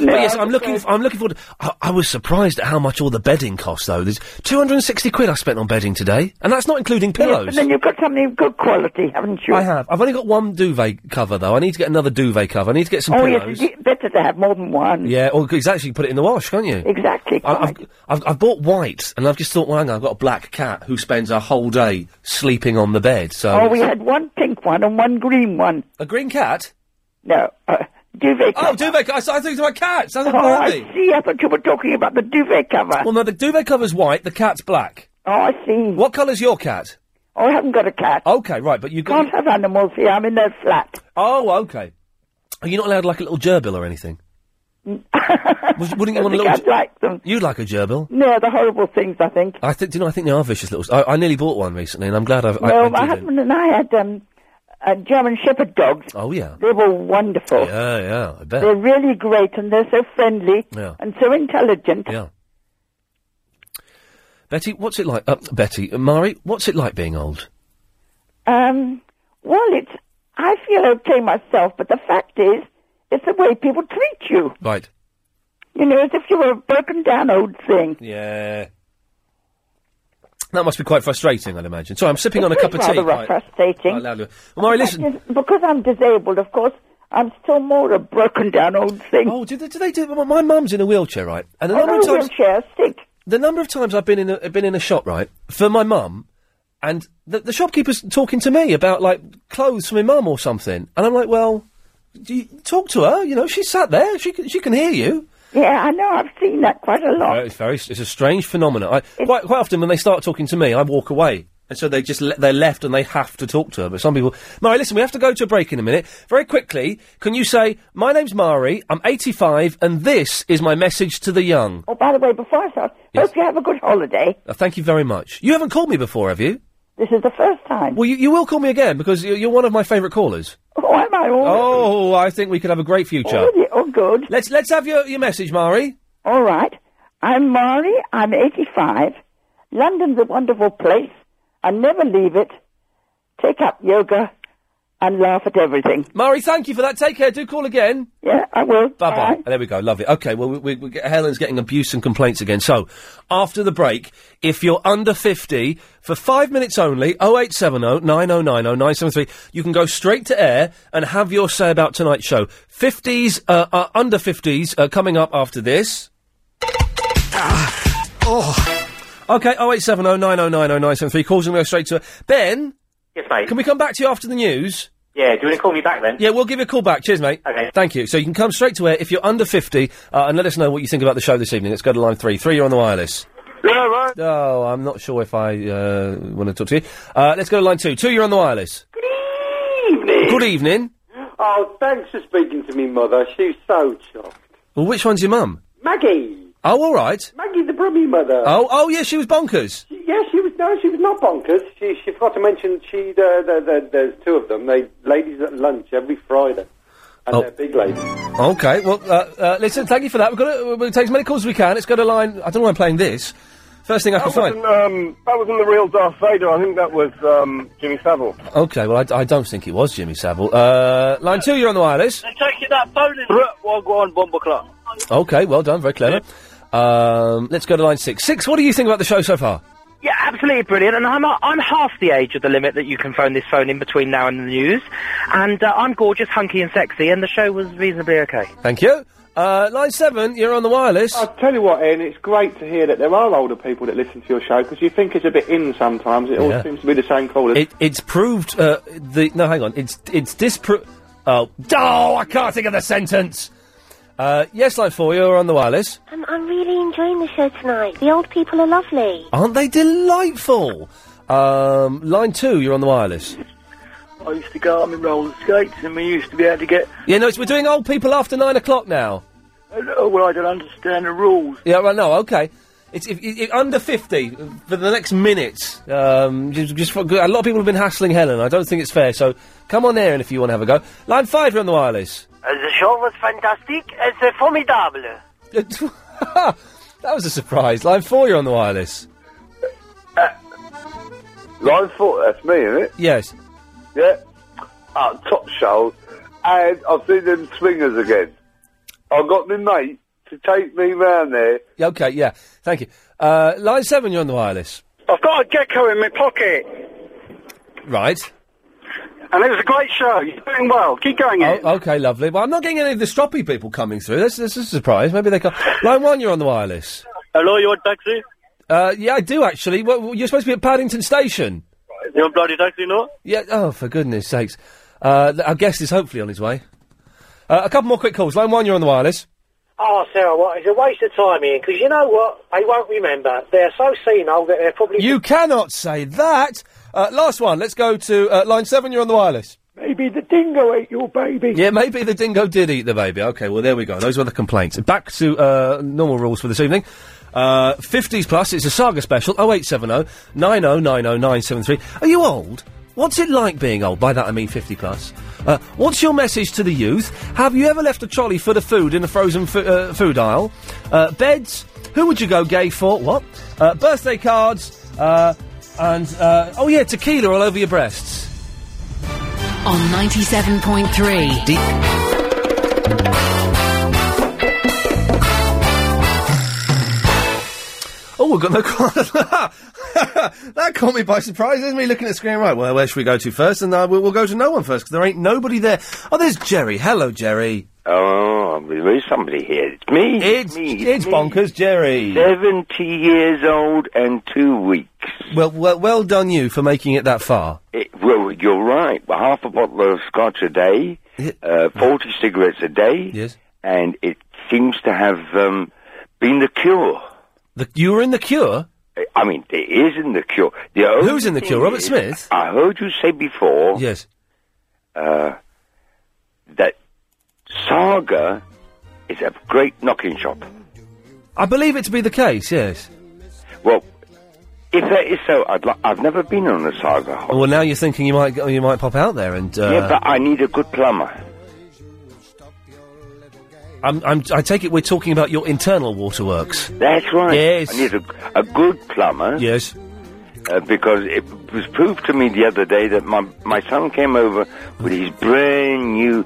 Speaker 3: No,
Speaker 14: but yes,
Speaker 3: I'm
Speaker 14: I'm looking. F- I'm looking forward. To, I, I was surprised at how much all the bedding cost, though. There's 260 quid I spent on bedding today, and that's not including
Speaker 17: Yes,
Speaker 14: pillows.
Speaker 17: but then you've got something of good quality, haven't you?
Speaker 14: I have. I've only got one duvet cover, though. I need to get another duvet cover. I need to get some
Speaker 17: oh, yes,
Speaker 14: pillows.
Speaker 17: it's better to have more than one.
Speaker 14: Yeah, or exactly put it in the wash, can't you?
Speaker 17: Exactly.
Speaker 14: I, I've, I've I've bought white, and I've just thought, well, hang on, I've got a black cat who spends a whole day sleeping on the bed. So
Speaker 17: Oh, we had one pink one and one green one.
Speaker 14: A green cat?
Speaker 17: No, uh, duvet.
Speaker 14: Oh, duvet cover. I thought you were talking about cats. That's
Speaker 17: Oh,
Speaker 14: a
Speaker 17: I
Speaker 14: worthy.
Speaker 17: see. I thought you were talking about the duvet cover.
Speaker 14: Well, no, the duvet cover's white, the cat's black.
Speaker 17: Oh, I see.
Speaker 14: What colour's your cat?
Speaker 17: Oh, I haven't got a cat.
Speaker 14: Okay, right, but you got.
Speaker 17: Can't have animals here. I'm in their flat.
Speaker 14: Oh, okay. Are you not allowed like a little gerbil or anything? Would- Wouldn't you want a little?
Speaker 17: think I'd like them.
Speaker 14: You'd like a gerbil?
Speaker 17: No, the horrible things. I think.
Speaker 14: I think. Do you know? I think they are vicious little. I, I nearly bought one recently, and I'm glad I've. I,
Speaker 17: no,
Speaker 14: I
Speaker 17: my
Speaker 14: didn't.
Speaker 17: husband and I had um, uh, German Shepherd dogs.
Speaker 14: Oh yeah.
Speaker 17: They were wonderful.
Speaker 14: Yeah, yeah. I bet.
Speaker 17: They're really great, and they're so friendly
Speaker 14: Yeah.
Speaker 17: and so intelligent.
Speaker 14: Yeah. Betty, what's it like? Uh, Betty, uh, Mari, what's it like being old?
Speaker 17: Um, well, it's. I feel okay myself, but the fact is, it's the way people treat you.
Speaker 14: Right.
Speaker 17: You know, as if you were a broken down old thing.
Speaker 14: Yeah. That must be quite frustrating, I'd imagine. Sorry, I'm sipping on a
Speaker 17: It's
Speaker 14: cup of tea.
Speaker 17: rather
Speaker 14: Right.
Speaker 17: frustrating.
Speaker 14: Right, loudly. Well, Murray, listen.
Speaker 17: Yes, Because I'm disabled, of course, I'm still more a broken down old thing.
Speaker 14: Oh, do they do? They do well, my mum's in a wheelchair, right? And the
Speaker 17: I'm
Speaker 14: number
Speaker 17: in
Speaker 14: of
Speaker 17: a
Speaker 14: times
Speaker 17: wheelchair, sick.
Speaker 14: The number of times I've been in a been in a shop, right, for my mum, and the, the shopkeeper's talking to me about like clothes for my mum or something, and I'm like, well, do you talk to her. You know, she's sat there. She can, she can hear you.
Speaker 17: Yeah, I know. I've seen that quite a lot.
Speaker 14: Uh, It's very it's a strange phenomenon. I, quite quite often when they start talking to me, I walk away. And so they just le- they're left and they have to talk to her. But some people, Murray, listen, we have to go to a break in a minute. Very quickly, can you say, "My name's Murray. I'm 85, and this is my message to the young."
Speaker 17: Oh, by the way, before I start, hope you have a good holiday.
Speaker 14: Uh, thank you very much. You haven't called me before, have you?
Speaker 17: This is the first time.
Speaker 14: Well, you, you will call me again because you're, you're one of my favourite callers.
Speaker 17: Oh, am I?
Speaker 14: Oh, I think we could have a great future.
Speaker 17: Oh, yeah, oh, good.
Speaker 14: Let's let's have your, your message, Mari.
Speaker 17: All right. I'm Mari. I'm 85. London's a wonderful place. I never leave it. Take up yoga and laugh at everything.
Speaker 14: Murray, thank you for that. Take care. Do call again.
Speaker 17: Yeah, I will.
Speaker 14: Bye bye. There we go. Lovely. Okay. Well, we, we, we get, Helen's getting abuse and complaints again. So, after the break, if you're under 50, for five minutes only, 0870 9090 973, you can go straight to air and have your say about tonight's show. 50s, uh, uh, under 50s, uh, coming up after this.
Speaker 26: Oh.
Speaker 14: Okay, 0870 9090 973. Calls and we go straight to Ben.
Speaker 20: Yes, mate.
Speaker 14: Can we come back to you after the news?
Speaker 20: Yeah, do you want to call me back then?
Speaker 14: Yeah, we'll give you a call back. Cheers, mate. Okay. Thank you. So you can come straight to air if you're under 50 uh, and let us know what you think about the show this evening. Let's go to line three. Three, you're on the wireless.
Speaker 20: Yeah, right.
Speaker 14: Oh, I'm not sure if I uh, want to talk to you. Uh, let's go to line two. Two, you're on the wireless. Good evening. Good evening.
Speaker 21: Oh, thanks for speaking to me, Mother. She's so chuffed.
Speaker 14: Well, which one's your mum?
Speaker 21: Maggie!
Speaker 14: Oh, all right.
Speaker 21: Maggie the Brummy Mother.
Speaker 14: Oh, oh, yeah, she was bonkers.
Speaker 21: Yeah, she was, no, she was not bonkers. She, she forgot to mention she, uh, there, there, there's two of them. They, ladies at lunch every Friday. And
Speaker 14: Oh.
Speaker 21: they're big ladies.
Speaker 14: Okay, well, uh, uh, listen, thank you for that. We've got to, we'll- we'll take as many calls as we can. Let's go to line. I don't know why I'm playing this. First thing I can
Speaker 24: That
Speaker 14: find.
Speaker 24: wasn't, um, that wasn't the real Darth Vader. I think that was um, Jimmy Savile.
Speaker 14: Okay, well, I, I don't think it was Jimmy Savile. Uh, line two, you're on the wireless.
Speaker 9: Taking that phone in. Well, go on, bomb o'clock.
Speaker 14: Okay, well done, very clever. Um, let's go to line six. Six, what do you think about the show so far?
Speaker 27: Yeah, absolutely brilliant. And I'm uh, I'm half the age of the limit that you can phone this phone in between now and the news. And uh, I'm gorgeous, hunky, and sexy. And the show was reasonably okay.
Speaker 14: Thank you. Uh, line seven, you're on the wireless.
Speaker 24: I'll tell you what, Ian, it's great to hear that there are older people that listen to your show because you think it's a bit in sometimes. It
Speaker 14: Yeah.
Speaker 24: always seems to be the same callers.
Speaker 14: It, it's proved uh, the no, hang on. It's it's dispro. Oh, oh, I can't think of the sentence. Uh, yes, line four, you're on the wireless.
Speaker 33: I'm, I'm really enjoying the show tonight. The old people are lovely.
Speaker 14: Aren't they delightful? Um, line two, you're on the wireless.
Speaker 34: I used to go out on my roller skates and we used to be able to get.
Speaker 14: Yeah, no, it's, we're doing old people after nine o'clock now.
Speaker 34: Oh, well, I don't understand the rules.
Speaker 14: Yeah, well, no, okay. It's if, if, if under fifty for the next minute. Um, just, just for, a lot of people have been hassling Helen. I don't think it's fair. So come on there, and if you want to have a go, line five, you're on the wireless.
Speaker 35: The show was fantastic. It's uh, formidable.
Speaker 14: that was a surprise. Line four, you're on the wireless.
Speaker 36: Line four, that's me, isn't it?
Speaker 14: Yes.
Speaker 36: Yeah. Oh, top show. And I've seen them swingers again. I got my mate to take me round there.
Speaker 14: Yeah, Okay, yeah. Thank you. Uh, line seven, you're on the wireless.
Speaker 34: I've got a gecko in my pocket.
Speaker 14: Right.
Speaker 34: And it was a great show. You're doing well. Keep going,
Speaker 14: Ian. Oh, okay, lovely. Well, I'm not getting any of the stroppy people coming through. This, this is a surprise. Maybe they come. line one, you're on the wireless.
Speaker 34: Hello, you want taxi?
Speaker 14: Uh, yeah, I do actually. Well, you're supposed to be at Paddington Station.
Speaker 34: You want bloody taxi, no?
Speaker 14: Yeah. Oh, for goodness sakes. Uh, th- our guest is hopefully on his way. Uh, a couple more quick calls. Line one, you're on the wireless.
Speaker 35: Oh, Sarah, what? It's a waste of time, Ian, because you know what? They won't remember. They're so senile that they're probably.
Speaker 14: You cannot say that. Uh, last one. Let's go to uh, line seven. You're on the wireless.
Speaker 35: Maybe the dingo ate your baby.
Speaker 14: Yeah, maybe the dingo did eat the baby. Okay, well there we go. Those were the complaints. Back to uh, normal rules for this evening. Uh, 50s plus. It's a saga special. Oh, 0870 oh, 9090973. Are you old? What's it like being old? By that I mean 50 plus. Uh, what's your message to the youth? Have you ever left a trolley full of food in a frozen fu- uh, food aisle? Uh, beds? Who would you go gay for? What? Uh, birthday cards? Uh, and, uh, oh yeah, tequila all over your breasts.
Speaker 37: On 97.3.
Speaker 14: Oh, we've got no call. [LAUGHS] that caught me by surprise. Isn't me looking at the screen right? Well, where should we go to first? And uh, we'll, we'll go to no one first because there ain't nobody there. Oh, there's Jerry. Hello, Jerry.
Speaker 18: Oh, there's somebody here. It's me.
Speaker 14: It's
Speaker 18: me.
Speaker 14: it's bonkers, Jerry.
Speaker 18: Seventy years old and two weeks.
Speaker 14: Well, well, well done you for making it that far.
Speaker 18: It, well, you're right. Well, Half a bottle of scotch a day, uh, forty cigarettes a day,
Speaker 14: Yes.
Speaker 18: and it seems to have um, been the cure.
Speaker 14: The, you were in the cure.
Speaker 18: I mean, it is in the cure. The
Speaker 14: Who's in The Cure? Robert Smith?
Speaker 18: I heard you say before.
Speaker 14: Yes.
Speaker 18: Uh, that Saga is a great knocking shop.
Speaker 14: I believe it to be the case. Yes.
Speaker 18: Well, if that is so, I'd li- I've never been on a Saga. hop.
Speaker 14: Well, now you're thinking you might go, you might pop out there and. Uh,
Speaker 18: yeah, but I need a good plumber.
Speaker 14: I'm, I'm, I take it we're talking about your internal waterworks.
Speaker 18: That's right.
Speaker 14: Yes.
Speaker 18: I need a, a good plumber.
Speaker 14: Yes.
Speaker 18: Uh, because it was proved to me the other day that my my son came over with his brand new,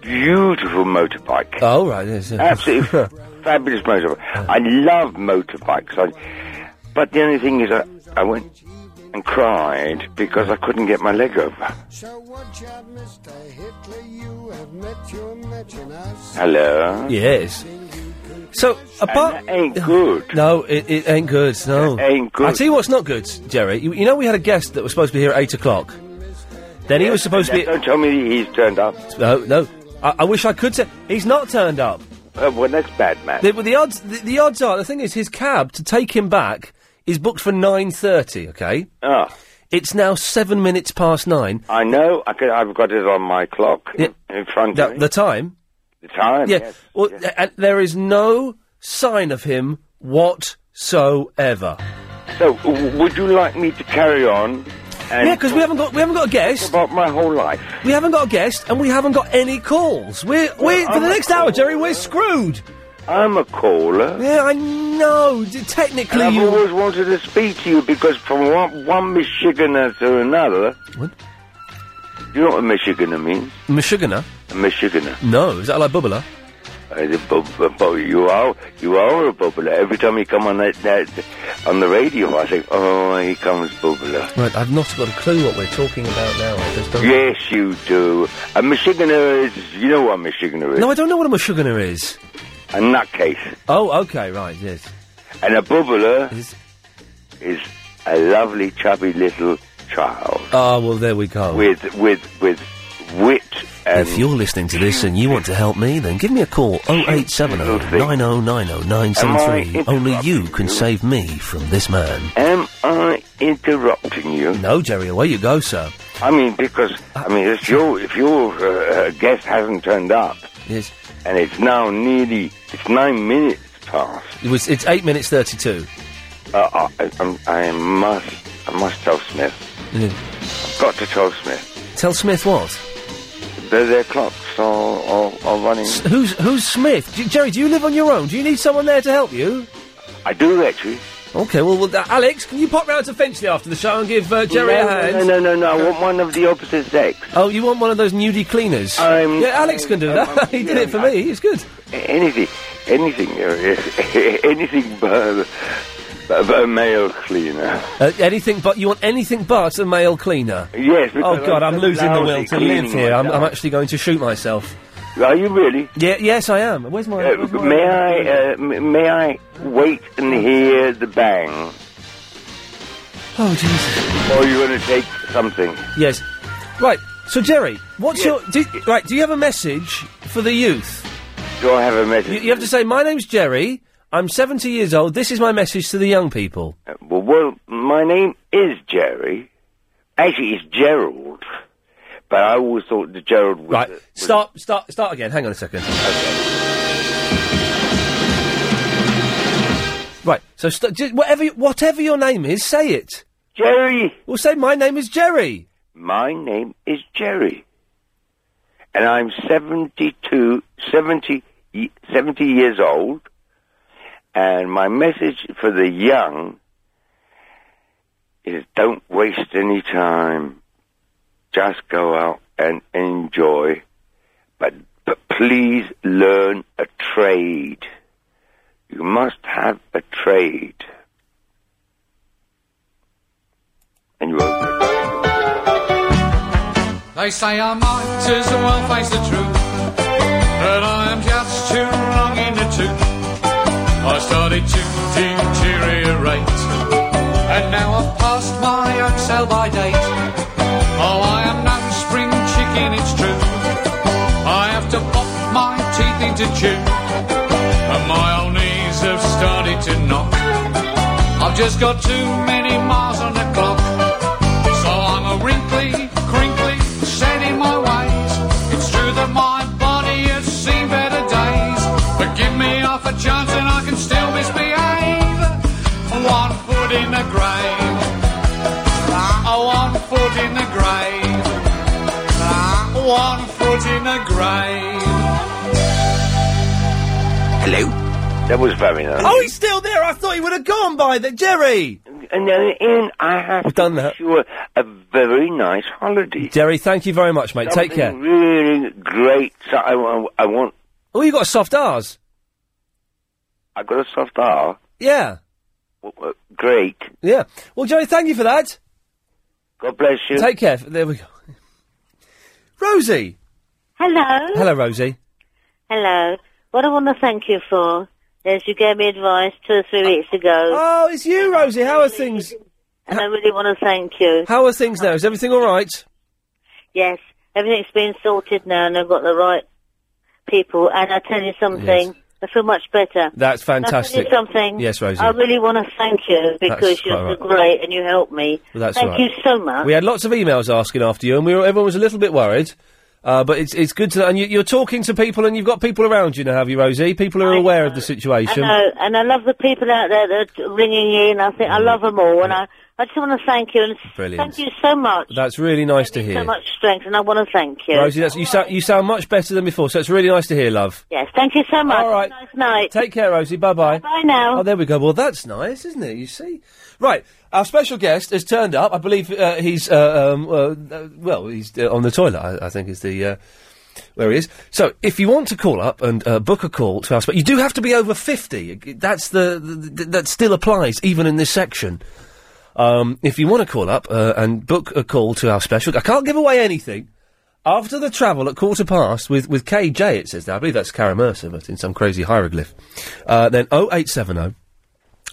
Speaker 18: beautiful motorbike.
Speaker 14: Oh, right. Yes, yes.
Speaker 18: Absolutely
Speaker 14: [LAUGHS]
Speaker 18: f- fabulous motorbike. I love motorbikes. I, but the only thing is, I, I went and cried because I couldn't get my leg over. Hello.
Speaker 14: Yes. So apart,
Speaker 18: ain't good.
Speaker 14: No, it, it ain't good. No,
Speaker 18: It ain't good.
Speaker 14: I tell you what's not good, Jerry. You, you know we had a guest that was supposed to be here at eight o'clock. Then he was supposed to be.
Speaker 18: Don't tell me he's turned up.
Speaker 14: No, no. I, I wish I could say he's not turned up.
Speaker 18: Uh, well, that's bad, man.
Speaker 14: The, well, the odds, the, the odds are the thing is his cab to take him back is booked for nine thirty. Okay.
Speaker 18: Ah.
Speaker 14: It's now seven minutes past nine.
Speaker 18: I know. I could, I've got it on my clock in- in front of
Speaker 14: The,
Speaker 18: me.
Speaker 14: the time.
Speaker 18: The time.
Speaker 14: yeah.
Speaker 18: Yes.
Speaker 14: Well, th- and there is no sign of him whatsoever.
Speaker 18: So, w- would you like me to carry on? And
Speaker 14: yeah, because we haven't got we haven't got a guest.
Speaker 18: About my whole life.
Speaker 14: We haven't got a guest, and we haven't got any calls. We're we are for the
Speaker 18: I'm a
Speaker 14: next hour, Jerry. We're screwed.
Speaker 18: I'm a caller.
Speaker 14: Yeah, I know. D- technically,
Speaker 18: And I've
Speaker 14: you.
Speaker 18: always wanted to speak to you because from one, one Michiganer to another.
Speaker 14: What?
Speaker 18: You know what a Michiganer means?
Speaker 14: Michiganer?
Speaker 18: A Michiganer.
Speaker 14: No, is that like bubbler?
Speaker 18: Uh, the bu- bu- bu- You are you are a bubbler. Every time you come on that, that on the radio, I think, oh, here comes bubbler.
Speaker 14: Right, I've not got a clue what we're talking about now. I just don't.
Speaker 18: Yes, you do. A Michiganer is you know what a Michiganer is.
Speaker 14: No, I don't know what a Michiganer is.
Speaker 18: A nutcase.
Speaker 14: Oh, okay, right, yes.
Speaker 18: And a bubbler is, a lovely, chubby little child
Speaker 14: Ah, well, there we go.
Speaker 18: with with with wit and
Speaker 14: if you're listening to this and you want to help me, then give me a call 0870 oh, 9090973.
Speaker 18: Am I
Speaker 14: Only you can save me from this man.
Speaker 18: Am I interrupting you?
Speaker 14: No, Jerry, away you go, sir. Uh,
Speaker 18: I mean, because I mean, if your if your uh, guest hasn't turned up,
Speaker 14: yes,
Speaker 18: and it's now nearly it's nine minutes past.
Speaker 14: It was, it's 8 minutes 32.
Speaker 18: Uh, I, I'm, I must I must tell Smith.
Speaker 14: Yeah.
Speaker 18: I've got to tell Smith.
Speaker 14: Tell Smith what?
Speaker 18: Their, their clocks are, are, are running.
Speaker 14: S- Who's who's Smith? J- Jerry, do you live on your own? Do you need someone there to help you?
Speaker 18: I do actually.
Speaker 14: Okay, well, well uh, Alex, can you pop round to Finchley after the show and give uh, Jerry
Speaker 18: no,
Speaker 14: a hand?
Speaker 18: No, no, no, no. I want one of the opposite sex.
Speaker 14: Oh, you want one of those nudie cleaners?
Speaker 18: I'm-
Speaker 14: yeah, Alex can do
Speaker 18: I'm-
Speaker 14: that. [LAUGHS]
Speaker 18: I'm-
Speaker 14: he did it for me. It's good.
Speaker 18: Anything, anything, uh, [LAUGHS] anything but, but, but a male cleaner.
Speaker 14: Uh, anything but you want anything but a male cleaner.
Speaker 18: Yes.
Speaker 14: Oh
Speaker 18: because
Speaker 14: God,
Speaker 18: I'm
Speaker 14: I'm
Speaker 18: so
Speaker 14: losing the
Speaker 18: lousy
Speaker 14: will to
Speaker 18: cleaning
Speaker 14: live here. I'm, I'm
Speaker 18: myself.
Speaker 14: actually going to shoot myself.
Speaker 18: Are you really?
Speaker 14: Yeah, yes, I am. Where's my?
Speaker 18: Uh,
Speaker 14: where's my-
Speaker 18: may I, uh, m- may I wait and hear the bang?
Speaker 14: Oh Jesus!
Speaker 18: Or are you going to take something?
Speaker 14: Yes. Right. So Jerry, what's your do, right? Do you have a message for the youth?
Speaker 18: Do I have a
Speaker 14: You,
Speaker 18: message?
Speaker 14: you have to say, "My name's Jerry. I'm 70 years old. This is my message to the young people."
Speaker 18: Uh, well, well, my name is Jerry. Actually, it's Gerald. But I always thought that Gerald was.
Speaker 14: Right. Start. Start. Start again. Hang on a second. Right. So st- ju- whatever y- whatever your name is, say it.
Speaker 18: Jerry.
Speaker 14: Well, say my name is Jerry.
Speaker 18: My name is Jerry. And I'm 72, 70, ye- 70 years old. And my message for the young is don't waste any time. Just go out and enjoy. But, but please learn a trade. You must have a trade.
Speaker 26: They say our minds is the one face the truth, but I am just too long in the tooth. I started to deteriorate, and now I've passed my own sell by date. Oh, I am no spring chicken, it's true. I have to pop my teeth into chew, and my old knees have started to knock. I've just got too many miles on the clock, so I'm a wrinkly, crinkly, set in my ways. It's true that my body has seen better days, but give me half a chance and I can still misbehave. One foot in the grave, Ah, one foot in the grave, Ah, one foot in the grave.
Speaker 18: Hello? That was very nice.
Speaker 14: Oh, he's still there. I thought he would have gone by the Jerry.
Speaker 18: And then Ian, I have done that. Sure, a very nice holiday.
Speaker 14: Jerry, thank you very much, mate. Take care.
Speaker 18: Something Really great. So I, wa- I want.
Speaker 14: Oh, you got a soft R's.
Speaker 18: I got a soft R.
Speaker 14: Yeah.
Speaker 18: W- w- Great.
Speaker 14: Yeah. Well, Jerry, thank you for that.
Speaker 18: God bless you.
Speaker 14: Take care. There we go. Rosie.
Speaker 30: Hello.
Speaker 14: Hello, Rosie.
Speaker 30: Hello. What I want to thank you for is you gave me advice two or three weeks ago.
Speaker 14: Oh, it's you, Rosie. How are things?
Speaker 30: And I really want to thank you.
Speaker 14: How are things now? Is everything all right?
Speaker 30: Yes, everything's been sorted now, and I've got the right people. And I tell you something, I feel much better.
Speaker 14: That's
Speaker 30: And
Speaker 14: fantastic.
Speaker 30: I tell you something.
Speaker 14: Yes, Rosie.
Speaker 30: I really want to thank you because
Speaker 14: That's
Speaker 30: you're so
Speaker 14: quite right.
Speaker 30: great and you helped me.
Speaker 14: Well, that's
Speaker 30: thank
Speaker 14: right.
Speaker 30: you so much.
Speaker 14: We had lots of emails asking after you, and we were, everyone was a little bit worried. Uh, but it's it's good to know. And you, you're talking to people, and you've got people around you now, have you, Rosie? People are aware of the
Speaker 30: I
Speaker 14: situation.
Speaker 30: know, and I love the people out there that are ringing in. I think I love them all, and I, I just want to thank you and
Speaker 14: Mm. Brilliant.
Speaker 30: thank you so much,
Speaker 14: That's really nice to hear,
Speaker 30: so much strength, and I want to thank you.
Speaker 14: Rosie.
Speaker 30: [LAUGHS]
Speaker 14: That's, you sound you sound much better than before, so it's really nice to hear, love.
Speaker 30: Yes, thank you so much.
Speaker 14: All right.
Speaker 30: Have a nice night.
Speaker 14: Take care, Rosie. Bye bye.
Speaker 30: Bye now.
Speaker 14: Oh, there we go. Well, that's nice, isn't it? You see, right? Our special guest has turned up. I believe uh, he's uh, um, uh, uh, well, he's uh, on the toilet. I, I think is the uh, where he is. So, if you want to call up and uh, book a call to our, spe- you do have to be over fifty. That's the, the, the that still applies even in this section. Um, if you want to call up uh, and book a call to our special, I can't give away anything. After the travel at quarter past with, with KJ, it says there. I believe that's Karamursa, but in some crazy hieroglyph. Uh, then 0870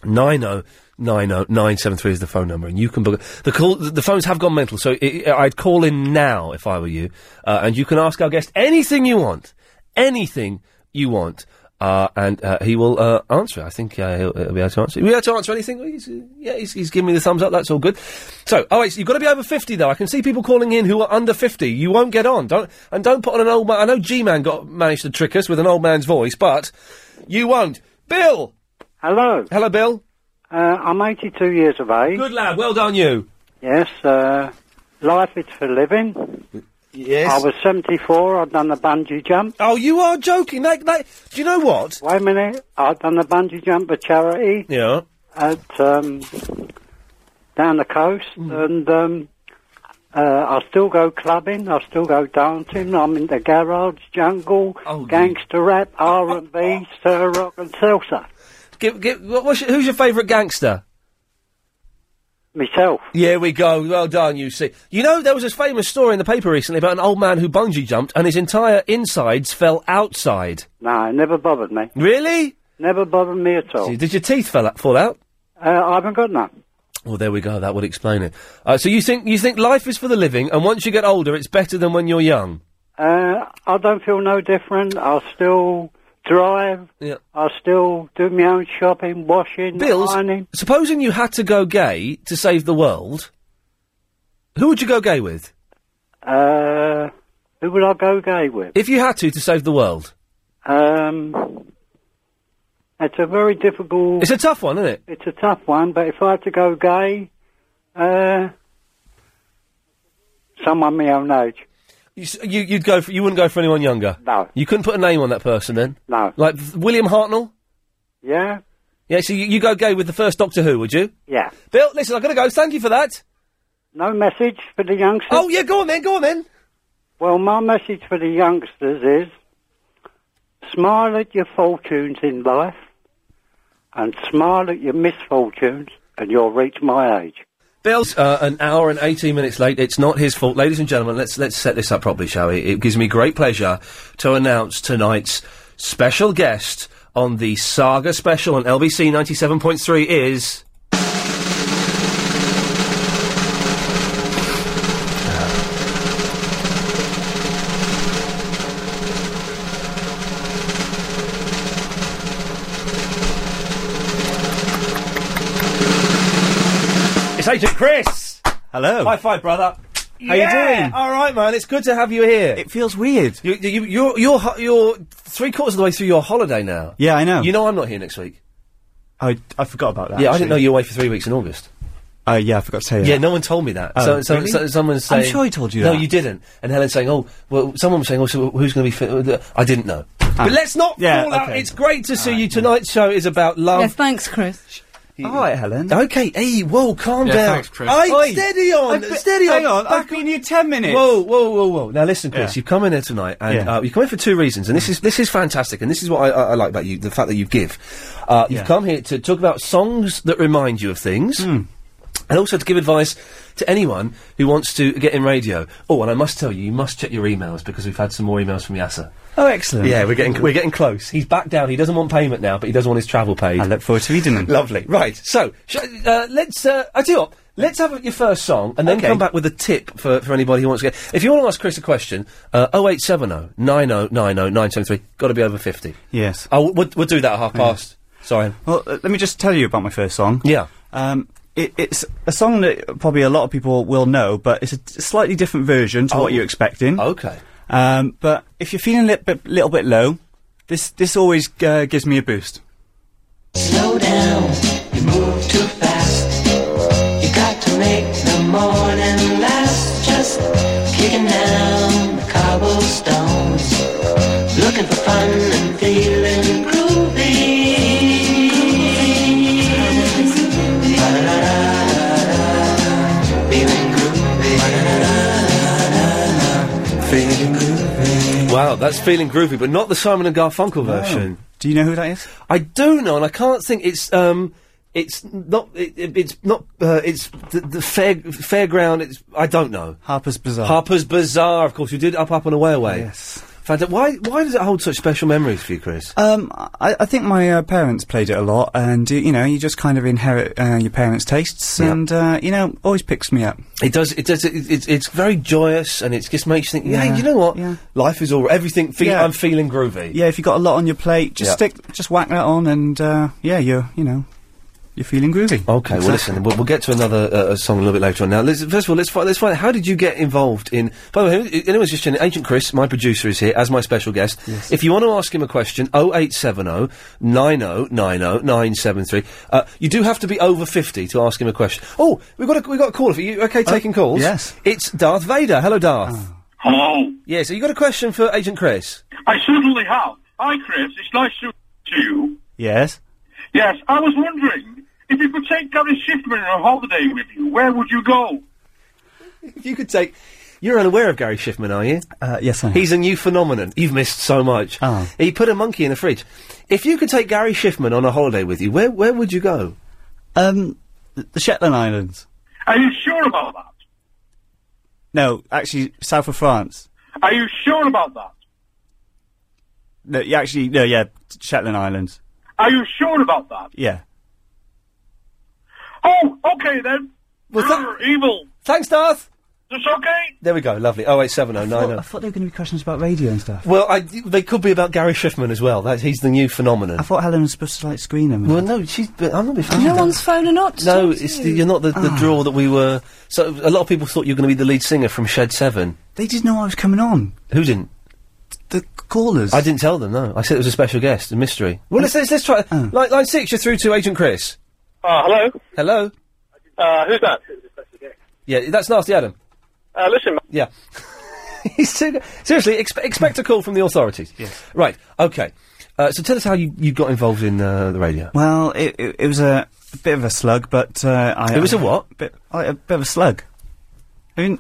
Speaker 14: oh, 9090973 is the phone number, and you can book. The call, the the phones have gone mental, so i i- I'd call in now if I were you, uh, and you can ask our guest anything you want, anything you want, uh, and uh, he will uh, answer. it. I think uh, he'll, he'll be able to answer. Will you be able to answer anything? He's, uh, yeah, he's, he's giving me the thumbs up. That's all good. So, oh wait, so you've got to be over fifty though. I can see people calling in who are under fifty. You won't get on. Don't and don't put on an old man. I know G-Man got managed to trick us with an old man's voice, but you won't. Bill.
Speaker 11: Hello.
Speaker 14: Hello, Bill.
Speaker 11: Uh, I'm 82 years of age.
Speaker 14: Good lad. Well done, you.
Speaker 11: Yes. Uh, life is for living.
Speaker 14: Yes.
Speaker 11: I was 74. I'd done the bungee jump.
Speaker 14: Oh, you are joking. That, that, do you know what?
Speaker 11: Wait a minute. I'd done the bungee jump for charity
Speaker 14: Yeah.
Speaker 11: at um, down the coast,
Speaker 14: Hmm.
Speaker 11: and um, uh, I still go clubbing. I still go dancing. I'm in the garage, jungle,
Speaker 14: Oh,
Speaker 11: gangster rap, R&B,
Speaker 14: [LAUGHS]
Speaker 11: sir rock, and salsa.
Speaker 14: Give, give, what, what's your, who's your favourite gangster?
Speaker 11: Myself.
Speaker 14: Yeah, we go. Well done, you see. You know, there was this famous story in the paper recently about an old man who bungee jumped and his entire insides fell outside.
Speaker 11: No, it never bothered me.
Speaker 14: Really?
Speaker 11: Never bothered me at all.
Speaker 14: See, did your teeth fell out, fall out?
Speaker 11: Uh, I haven't got none.
Speaker 14: Well, there we go. That would explain it. Uh, so you think you think life is for the living, and once you get older, it's better than when you're young.
Speaker 11: Uh, I don't feel no different. I still drive.
Speaker 14: Yeah.
Speaker 11: I still do my own shopping, washing,
Speaker 14: Bills,
Speaker 11: ironing.
Speaker 14: supposing you had to go gay to save the world, who would you go gay with?
Speaker 11: Uh, who would I go gay with?
Speaker 14: If you had to to save the world,
Speaker 11: Um, it's a very difficult.
Speaker 14: it's a tough one, isn't it?
Speaker 11: It's a tough one, but if I had to go gay, uh, someone my own age.
Speaker 14: You, s- you, you'd go for, you wouldn't go for anyone younger.
Speaker 11: No.
Speaker 14: You couldn't put a name on that person then.
Speaker 11: No.
Speaker 14: Like th- William Hartnell.
Speaker 11: Yeah.
Speaker 14: Yeah. So you, you go gay with the first Doctor Who, would you?
Speaker 11: Yeah.
Speaker 14: Bill, listen, I've got to go. Thank you for that.
Speaker 11: No message for the youngsters.
Speaker 14: Oh yeah, go on then, go on then.
Speaker 11: Well, my message for the youngsters is smile at your fortunes in life and smile at your misfortunes and you'll reach my age.
Speaker 14: Bill's uh, an hour and 18 minutes late. It's not his fault. Ladies and gentlemen, let's, let's set this up properly, shall we? It gives me great pleasure to announce tonight's special guest on the Saga special on LBC 97.3 is. It's Agent Chris! Hello. High five, brother. How you
Speaker 25: Yeah!
Speaker 14: doing? All right, man. It's good to have you here. It feels weird. You, you, you're, you're, ho- you're three quarters of the way through your holiday now.
Speaker 25: Yeah, I know.
Speaker 14: You know I'm not here next week.
Speaker 25: I, I forgot about that.
Speaker 14: yeah, I didn't know you were away for three weeks in August.
Speaker 25: Oh, yeah, I forgot to tell you.
Speaker 14: Yeah, no one told me that.
Speaker 25: Oh,
Speaker 14: so, so,
Speaker 25: really?
Speaker 14: so someone's
Speaker 25: I'm
Speaker 14: saying.
Speaker 25: sure he told you
Speaker 14: No,
Speaker 25: that.
Speaker 14: you didn't. And Helen's saying, "Oh, well, someone was saying, oh, so who's going to be fit?" I didn't know. But let's not
Speaker 25: Ah. Yeah,
Speaker 14: fall out.
Speaker 25: okay.
Speaker 14: It's great to see you. Tonight's show is about love.
Speaker 28: Yes, thanks, Chris.
Speaker 14: All right, Helen. Okay. Hey, whoa, calm
Speaker 25: Yeah,
Speaker 14: down.
Speaker 25: thanks, Chris.
Speaker 14: Aye,
Speaker 25: Oi.
Speaker 14: steady on,
Speaker 25: I've been-
Speaker 14: steady
Speaker 25: hang on, I've
Speaker 14: been here ten
Speaker 25: minutes.
Speaker 14: Whoa, whoa, whoa, whoa. Now listen, Chris,
Speaker 25: Yeah.
Speaker 14: you've come in here tonight, and
Speaker 25: Yeah.
Speaker 14: uh, you've come in for two reasons, and this is this is fantastic, and this is what I, I, I like about you: the fact that you give. Uh, you've
Speaker 25: Yeah. Hmm.
Speaker 14: come here to talk about songs that remind you of things. And also to give advice to anyone who wants to get in radio. Oh, and I must tell you, you must check your emails because we've had some more emails from Yasser.
Speaker 25: Oh, excellent.
Speaker 14: Yeah, we're getting we're getting close. He's back down. He doesn't want payment now, but he doesn't want his travel paid. I look
Speaker 25: forward to reading them.
Speaker 14: Lovely. Right. So sh- uh, let's. Uh, I tell you what. Let's have your first song and then
Speaker 25: Okay.
Speaker 14: come back with a tip for, for anybody who wants to get. If you want to ask Chris a question, uh, 0870 9090 973. Got to be over 50.
Speaker 25: Yes.
Speaker 14: Oh, we'll, we'll do that at half past. Sorry.
Speaker 25: Well, uh, let me just tell you about my first song.
Speaker 14: Yeah.
Speaker 25: Um, it, it's a song that probably a lot of people will know, but it's a t- slightly different version to what you're expecting.
Speaker 14: Oh. Okay.
Speaker 25: Um, but if you're feeling a little bit, little bit low, this this always uh, gives me a boost.
Speaker 37: Slow down, you move too fast. You got to make the morning last. Just kicking down the cobblestones, looking for fun and feeling groovy. Ba-da-da-da-da-da. Feeling groovy.
Speaker 14: Feeling groovy. Wow, that's feeling groovy, but not the Simon and Garfunkel version.
Speaker 25: Do you know who that is?
Speaker 14: I do know, and I can't think. It's um, it's not. It, it- it's not. Uh, it's the, the fair fairground. It's I don't know.
Speaker 25: Harper's Bazaar.
Speaker 14: Harper's Bazaar, of course. You did up, up and away, away. Yes. Fanta- why? Why does it hold such special memories for you, Chris?
Speaker 25: Um, I, I think my uh, parents played it a lot, and uh, you know, you just kind of inherit uh, your parents' tastes,
Speaker 14: Yep.
Speaker 25: and uh, you know, always picks me up.
Speaker 14: It does. It does. It, it, it's very joyous, and it just makes you think. Yeah,
Speaker 25: Yeah,
Speaker 14: you know what? Life is all. Everything. Feel, I'm feeling groovy.
Speaker 25: Yeah, if you got a lot on your plate, just
Speaker 14: Yeah.
Speaker 25: stick, just whack that on, and uh, yeah, you're you know, you're feeling groovy.
Speaker 14: Okay, well, listen, we'll, we'll get to another uh, uh, song a little bit later on. Now, let's, first of all, let's find, let's find out how did you get involved in. By the way, if anyone's just tuning in, Agent Chris, my producer, is here as my special guest.
Speaker 25: Yes.
Speaker 14: If you want to ask him a question, 0870 9090 973. Uh, you do have to be over 50 to ask him a question. Oh, we've got a, we've got a caller for you. Okay,
Speaker 25: Uh,
Speaker 14: taking calls.
Speaker 25: yes.
Speaker 14: It's Darth Vader. Hello, Darth. Hello. Yeah, so you got a question for Agent Chris?
Speaker 25: I certainly have. Hi, Chris. It's nice to to you. Yes. Yes. I was wondering if you could take Gary Shiffman on holiday with you. Where would you go?
Speaker 14: [LAUGHS] you could take. You're unaware of Gary Schiffman, are you?
Speaker 25: Uh, yes, I am.
Speaker 14: He's a new phenomenon. You've missed so much.
Speaker 25: Oh.
Speaker 14: He put a monkey in a fridge. If you could take Gary Schiffman on a holiday with you, where where would you go?
Speaker 25: Um, the Shetland Islands. Are you sure about that? No, actually, south of France. Are you sure about that? No, you actually, no, yeah, Shetland Islands. Are you sure about that? Yeah. Oh, okay then.
Speaker 14: Was
Speaker 25: that evil?
Speaker 14: Thanks, Darth.
Speaker 25: It's okay.
Speaker 14: There we go. Lovely. Oh eight seven oh nine
Speaker 25: I
Speaker 14: oh.
Speaker 25: thought there were going to be questions about radio and stuff.
Speaker 14: Well, I, they could be about Gary Schiffman as well. That, he's the new phenomenon.
Speaker 25: I thought Helen was supposed to like screen them.
Speaker 14: Well, no, she's. But I'm not. Be
Speaker 28: No
Speaker 25: Ah.
Speaker 28: one's phoning up. To
Speaker 14: No,
Speaker 28: talk to
Speaker 14: it's the,
Speaker 28: you.
Speaker 14: you're not the, the draw that we were. So a lot of people thought you were going to be the lead singer from Shed Seven.
Speaker 25: They didn't know I was coming on.
Speaker 14: Who didn't?
Speaker 25: The callers.
Speaker 14: I didn't tell them. No, I said it was a special guest, a mystery. Well, let's let's, let's try.
Speaker 25: Oh.
Speaker 14: Line, line six, you're through to Agent Chris.
Speaker 25: Uh, hello.
Speaker 14: Hello.
Speaker 25: Uh, who's that?
Speaker 14: Yeah, that's nasty, Adam.
Speaker 25: Uh, listen.
Speaker 14: Yeah. [LAUGHS] He's too, seriously, expe- expect a call from the authorities. Yes. Right. Okay. Uh, so tell us how you, you got involved in uh, the radio.
Speaker 25: Well, it, it, it was a, a bit of a slug, but uh, I.
Speaker 14: It was a what?
Speaker 25: Bit, like a bit of a slug. I mean,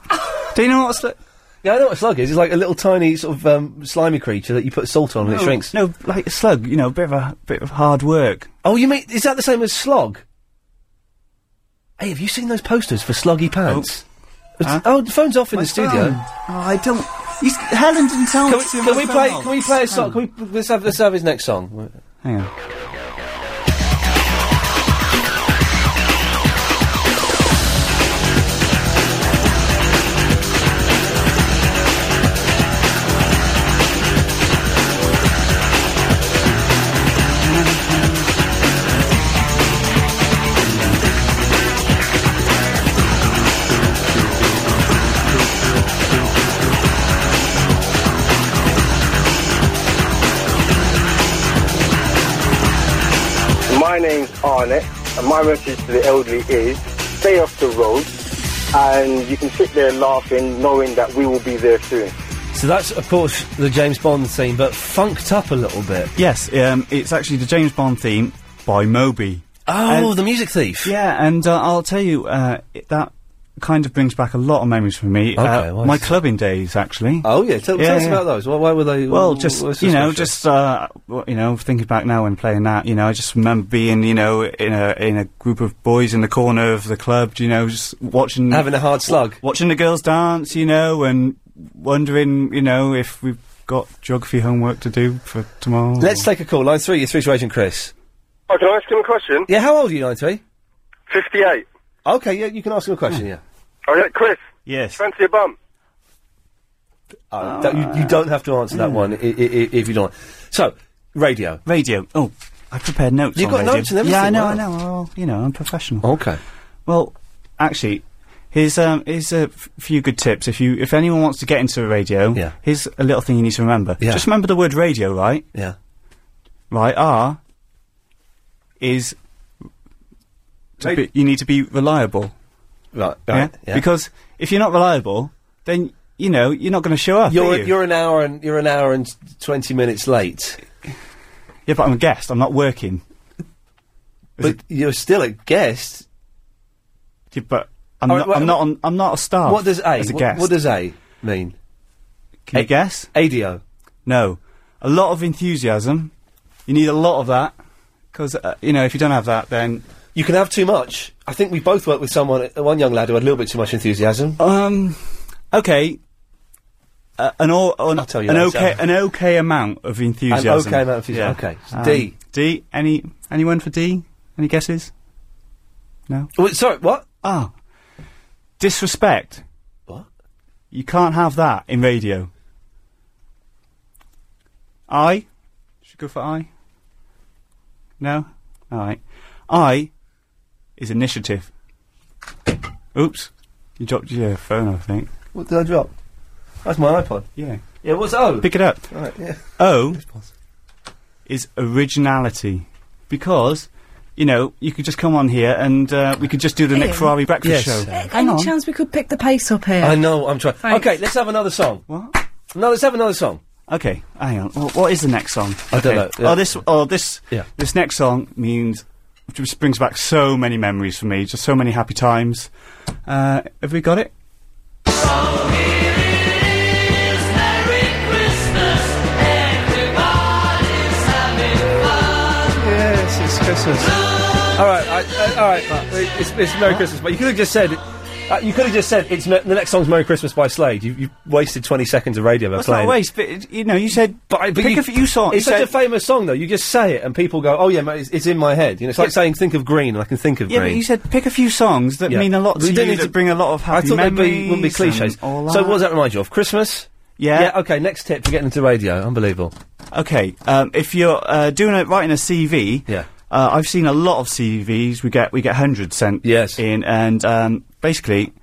Speaker 25: do you know what a slug?
Speaker 14: Yeah, I know what a slug is. It's like a little tiny sort of um, slimy creature that you put salt on and it
Speaker 25: No,
Speaker 14: shrinks.
Speaker 25: No, like a slug. You know, a bit of a bit of hard work.
Speaker 14: Oh, you mean is that the same as slog? Hey, have you seen those posters for Sloggy Pants? It's- Oh, the phone's off in
Speaker 25: My
Speaker 14: the studio.
Speaker 25: phone. Oh, I don't. You, s- Helen didn't tell
Speaker 14: Can
Speaker 25: me.
Speaker 14: we,
Speaker 25: to
Speaker 14: can
Speaker 25: my
Speaker 14: we
Speaker 25: phone
Speaker 14: play?
Speaker 25: off.
Speaker 14: Can we play a song? Can we? Let's have let's have his next song.
Speaker 25: Hang on.
Speaker 23: My name's Arnett, and my message to the elderly is stay off the road, and you can sit there laughing, knowing that we will be there soon.
Speaker 14: So that's of course the James Bond theme, but funked up a little bit.
Speaker 25: Yes, um, it's actually the James Bond theme by Moby.
Speaker 14: Oh,
Speaker 25: And-
Speaker 14: the music thief.
Speaker 25: Yeah, and uh, I'll tell you uh, it- that kind of brings back a lot of memories for me.
Speaker 14: Okay,
Speaker 25: uh,
Speaker 14: well,
Speaker 25: my
Speaker 14: it's-
Speaker 25: clubbing days, actually.
Speaker 14: Oh yeah, tell, tell us
Speaker 25: yeah.
Speaker 14: about those. Why, why were they?
Speaker 25: Well,
Speaker 14: wh-
Speaker 25: just
Speaker 14: what's
Speaker 25: you
Speaker 14: so
Speaker 25: know,
Speaker 14: special?
Speaker 25: just uh, w- you know, thinking back now and playing that, you know, I just remember being, you know, in a in a group of boys in the corner of the club, you know, just watching,
Speaker 14: Having a hard slug.
Speaker 25: w- watching the girls dance, you know, and wondering, you know, if we've got geography homework to do for tomorrow.
Speaker 14: Let's take a call. Line three. You're through to Agent Chris.
Speaker 29: Oh, can I ask him a question?
Speaker 14: Yeah, how old are you, line three?
Speaker 29: 58.
Speaker 14: Okay, yeah, you can ask him a question. Yeah.
Speaker 29: Oh, yeah, Chris.
Speaker 25: Yes.
Speaker 29: Fancy a bum.
Speaker 14: Uh, don't- you, you don't have to answer
Speaker 25: Mm.
Speaker 14: that one i- i- i- if you don't. So, radio.
Speaker 25: Radio. Oh, I prepared notes.
Speaker 14: You've
Speaker 25: on
Speaker 14: got
Speaker 25: radio.
Speaker 14: notes and everything.
Speaker 25: Yeah, I know,
Speaker 14: wow.
Speaker 25: I know. Well, you know, I'm professional.
Speaker 14: Okay.
Speaker 25: Well, actually, here's um here's a f- few good tips. If you if anyone wants to get into the radio, yeah. here's a little thing you need to remember.
Speaker 14: Yeah.
Speaker 25: Just remember the word radio, right?
Speaker 14: Yeah.
Speaker 25: Right. R is to
Speaker 14: Radi-
Speaker 25: be, you need to be reliable.
Speaker 14: Right. right, yeah.
Speaker 25: Because if you're not reliable, then you know you're not going to show up.
Speaker 14: You're
Speaker 25: are you?
Speaker 14: you're an hour and you're an hour and twenty minutes late.
Speaker 25: Yeah, but I'm a guest. I'm not working.
Speaker 14: But you're still a guest.
Speaker 25: Yeah, but I'm
Speaker 14: All
Speaker 25: not.
Speaker 14: right, wha-
Speaker 25: I'm not. On, I'm not a staff.
Speaker 14: What does A?
Speaker 25: As a
Speaker 14: what,
Speaker 25: guest.
Speaker 14: what does A mean?
Speaker 25: Can you guess?
Speaker 14: ADO.
Speaker 25: No. A lot of enthusiasm. You need a lot of that. Because, uh, you know, if you don't have that, then.
Speaker 14: You can have too much. I think we both worked with someone, uh, one young lad who had a little bit too much enthusiasm.
Speaker 25: Um, okay. Uh, an all, an,
Speaker 14: tell you
Speaker 25: an
Speaker 14: that,
Speaker 25: okay,
Speaker 14: Sam.
Speaker 25: an okay amount of enthusiasm. Um,
Speaker 14: okay amount of enthusiasm, okay. D.
Speaker 25: D. Any anyone for D? Any guesses? No.
Speaker 14: Wait, sorry, what?
Speaker 25: Oh, disrespect.
Speaker 14: What?
Speaker 25: You can't have that in radio. I should go for I. No. All right. I is initiative. Oops, you dropped your phone. I think.
Speaker 14: What did I drop? That's my iPod.
Speaker 25: Yeah.
Speaker 14: Yeah, what's O?
Speaker 25: Pick it up.
Speaker 14: Right, yeah. [LAUGHS]
Speaker 25: O is originality. Because, you know, you could just come on here and uh, we could just do the Nick
Speaker 28: Ian?
Speaker 25: Ferrari breakfast
Speaker 14: Yes.
Speaker 25: show.
Speaker 28: Any chance we could pick the pace up here?
Speaker 14: I know, I'm trying.
Speaker 28: Thanks.
Speaker 14: Okay, let's have another song.
Speaker 25: What?
Speaker 14: No, let's have another song.
Speaker 25: Okay, hang on. Wh- what is the next song?
Speaker 14: I don't
Speaker 25: Okay.
Speaker 14: know.
Speaker 25: Oh, this. Oh, this.
Speaker 14: Yeah.
Speaker 25: This next song means just brings back so many memories for me. Just so many happy times. Uh, have we got it?
Speaker 14: Yes, it's Christmas. All right, I, I, all right. It's, it's Merry Christmas, but you could have just said. Uh, you could have just said it's me- the next song's "Merry Christmas" by Slade. You, you wasted twenty seconds of radio by
Speaker 25: That's not a
Speaker 14: playing.
Speaker 25: waste. But it- you know, you said.
Speaker 14: But, I- but
Speaker 25: pick
Speaker 14: you,
Speaker 25: a few songs.
Speaker 14: It's
Speaker 25: You
Speaker 14: such
Speaker 25: said-
Speaker 14: a famous song, though. You just say it, and people go, "Oh yeah, mate, it's, it's in my head." You know, it's like
Speaker 25: Yeah.
Speaker 14: saying "Think of green," and I can think of
Speaker 25: Yeah,
Speaker 14: green.
Speaker 25: but you said pick a few songs that
Speaker 14: Yeah.
Speaker 25: mean a lot
Speaker 14: We
Speaker 25: to you,
Speaker 14: didn't need
Speaker 25: that
Speaker 14: to-
Speaker 25: bring a lot of
Speaker 14: I
Speaker 25: happy
Speaker 14: thought they'd be, wouldn't be
Speaker 25: memories
Speaker 14: cliches.
Speaker 25: and
Speaker 14: So,
Speaker 25: all
Speaker 14: what
Speaker 25: that.
Speaker 14: does that remind you of? Christmas.
Speaker 25: Yeah.
Speaker 14: Yeah. Okay. Next tip for getting into radio. Unbelievable.
Speaker 25: Okay, um, if you're uh, doing it, writing a CV,
Speaker 14: Yeah.
Speaker 25: uh, I've seen a lot of CVs. We get we get hundreds sent yes. in, and um, basically,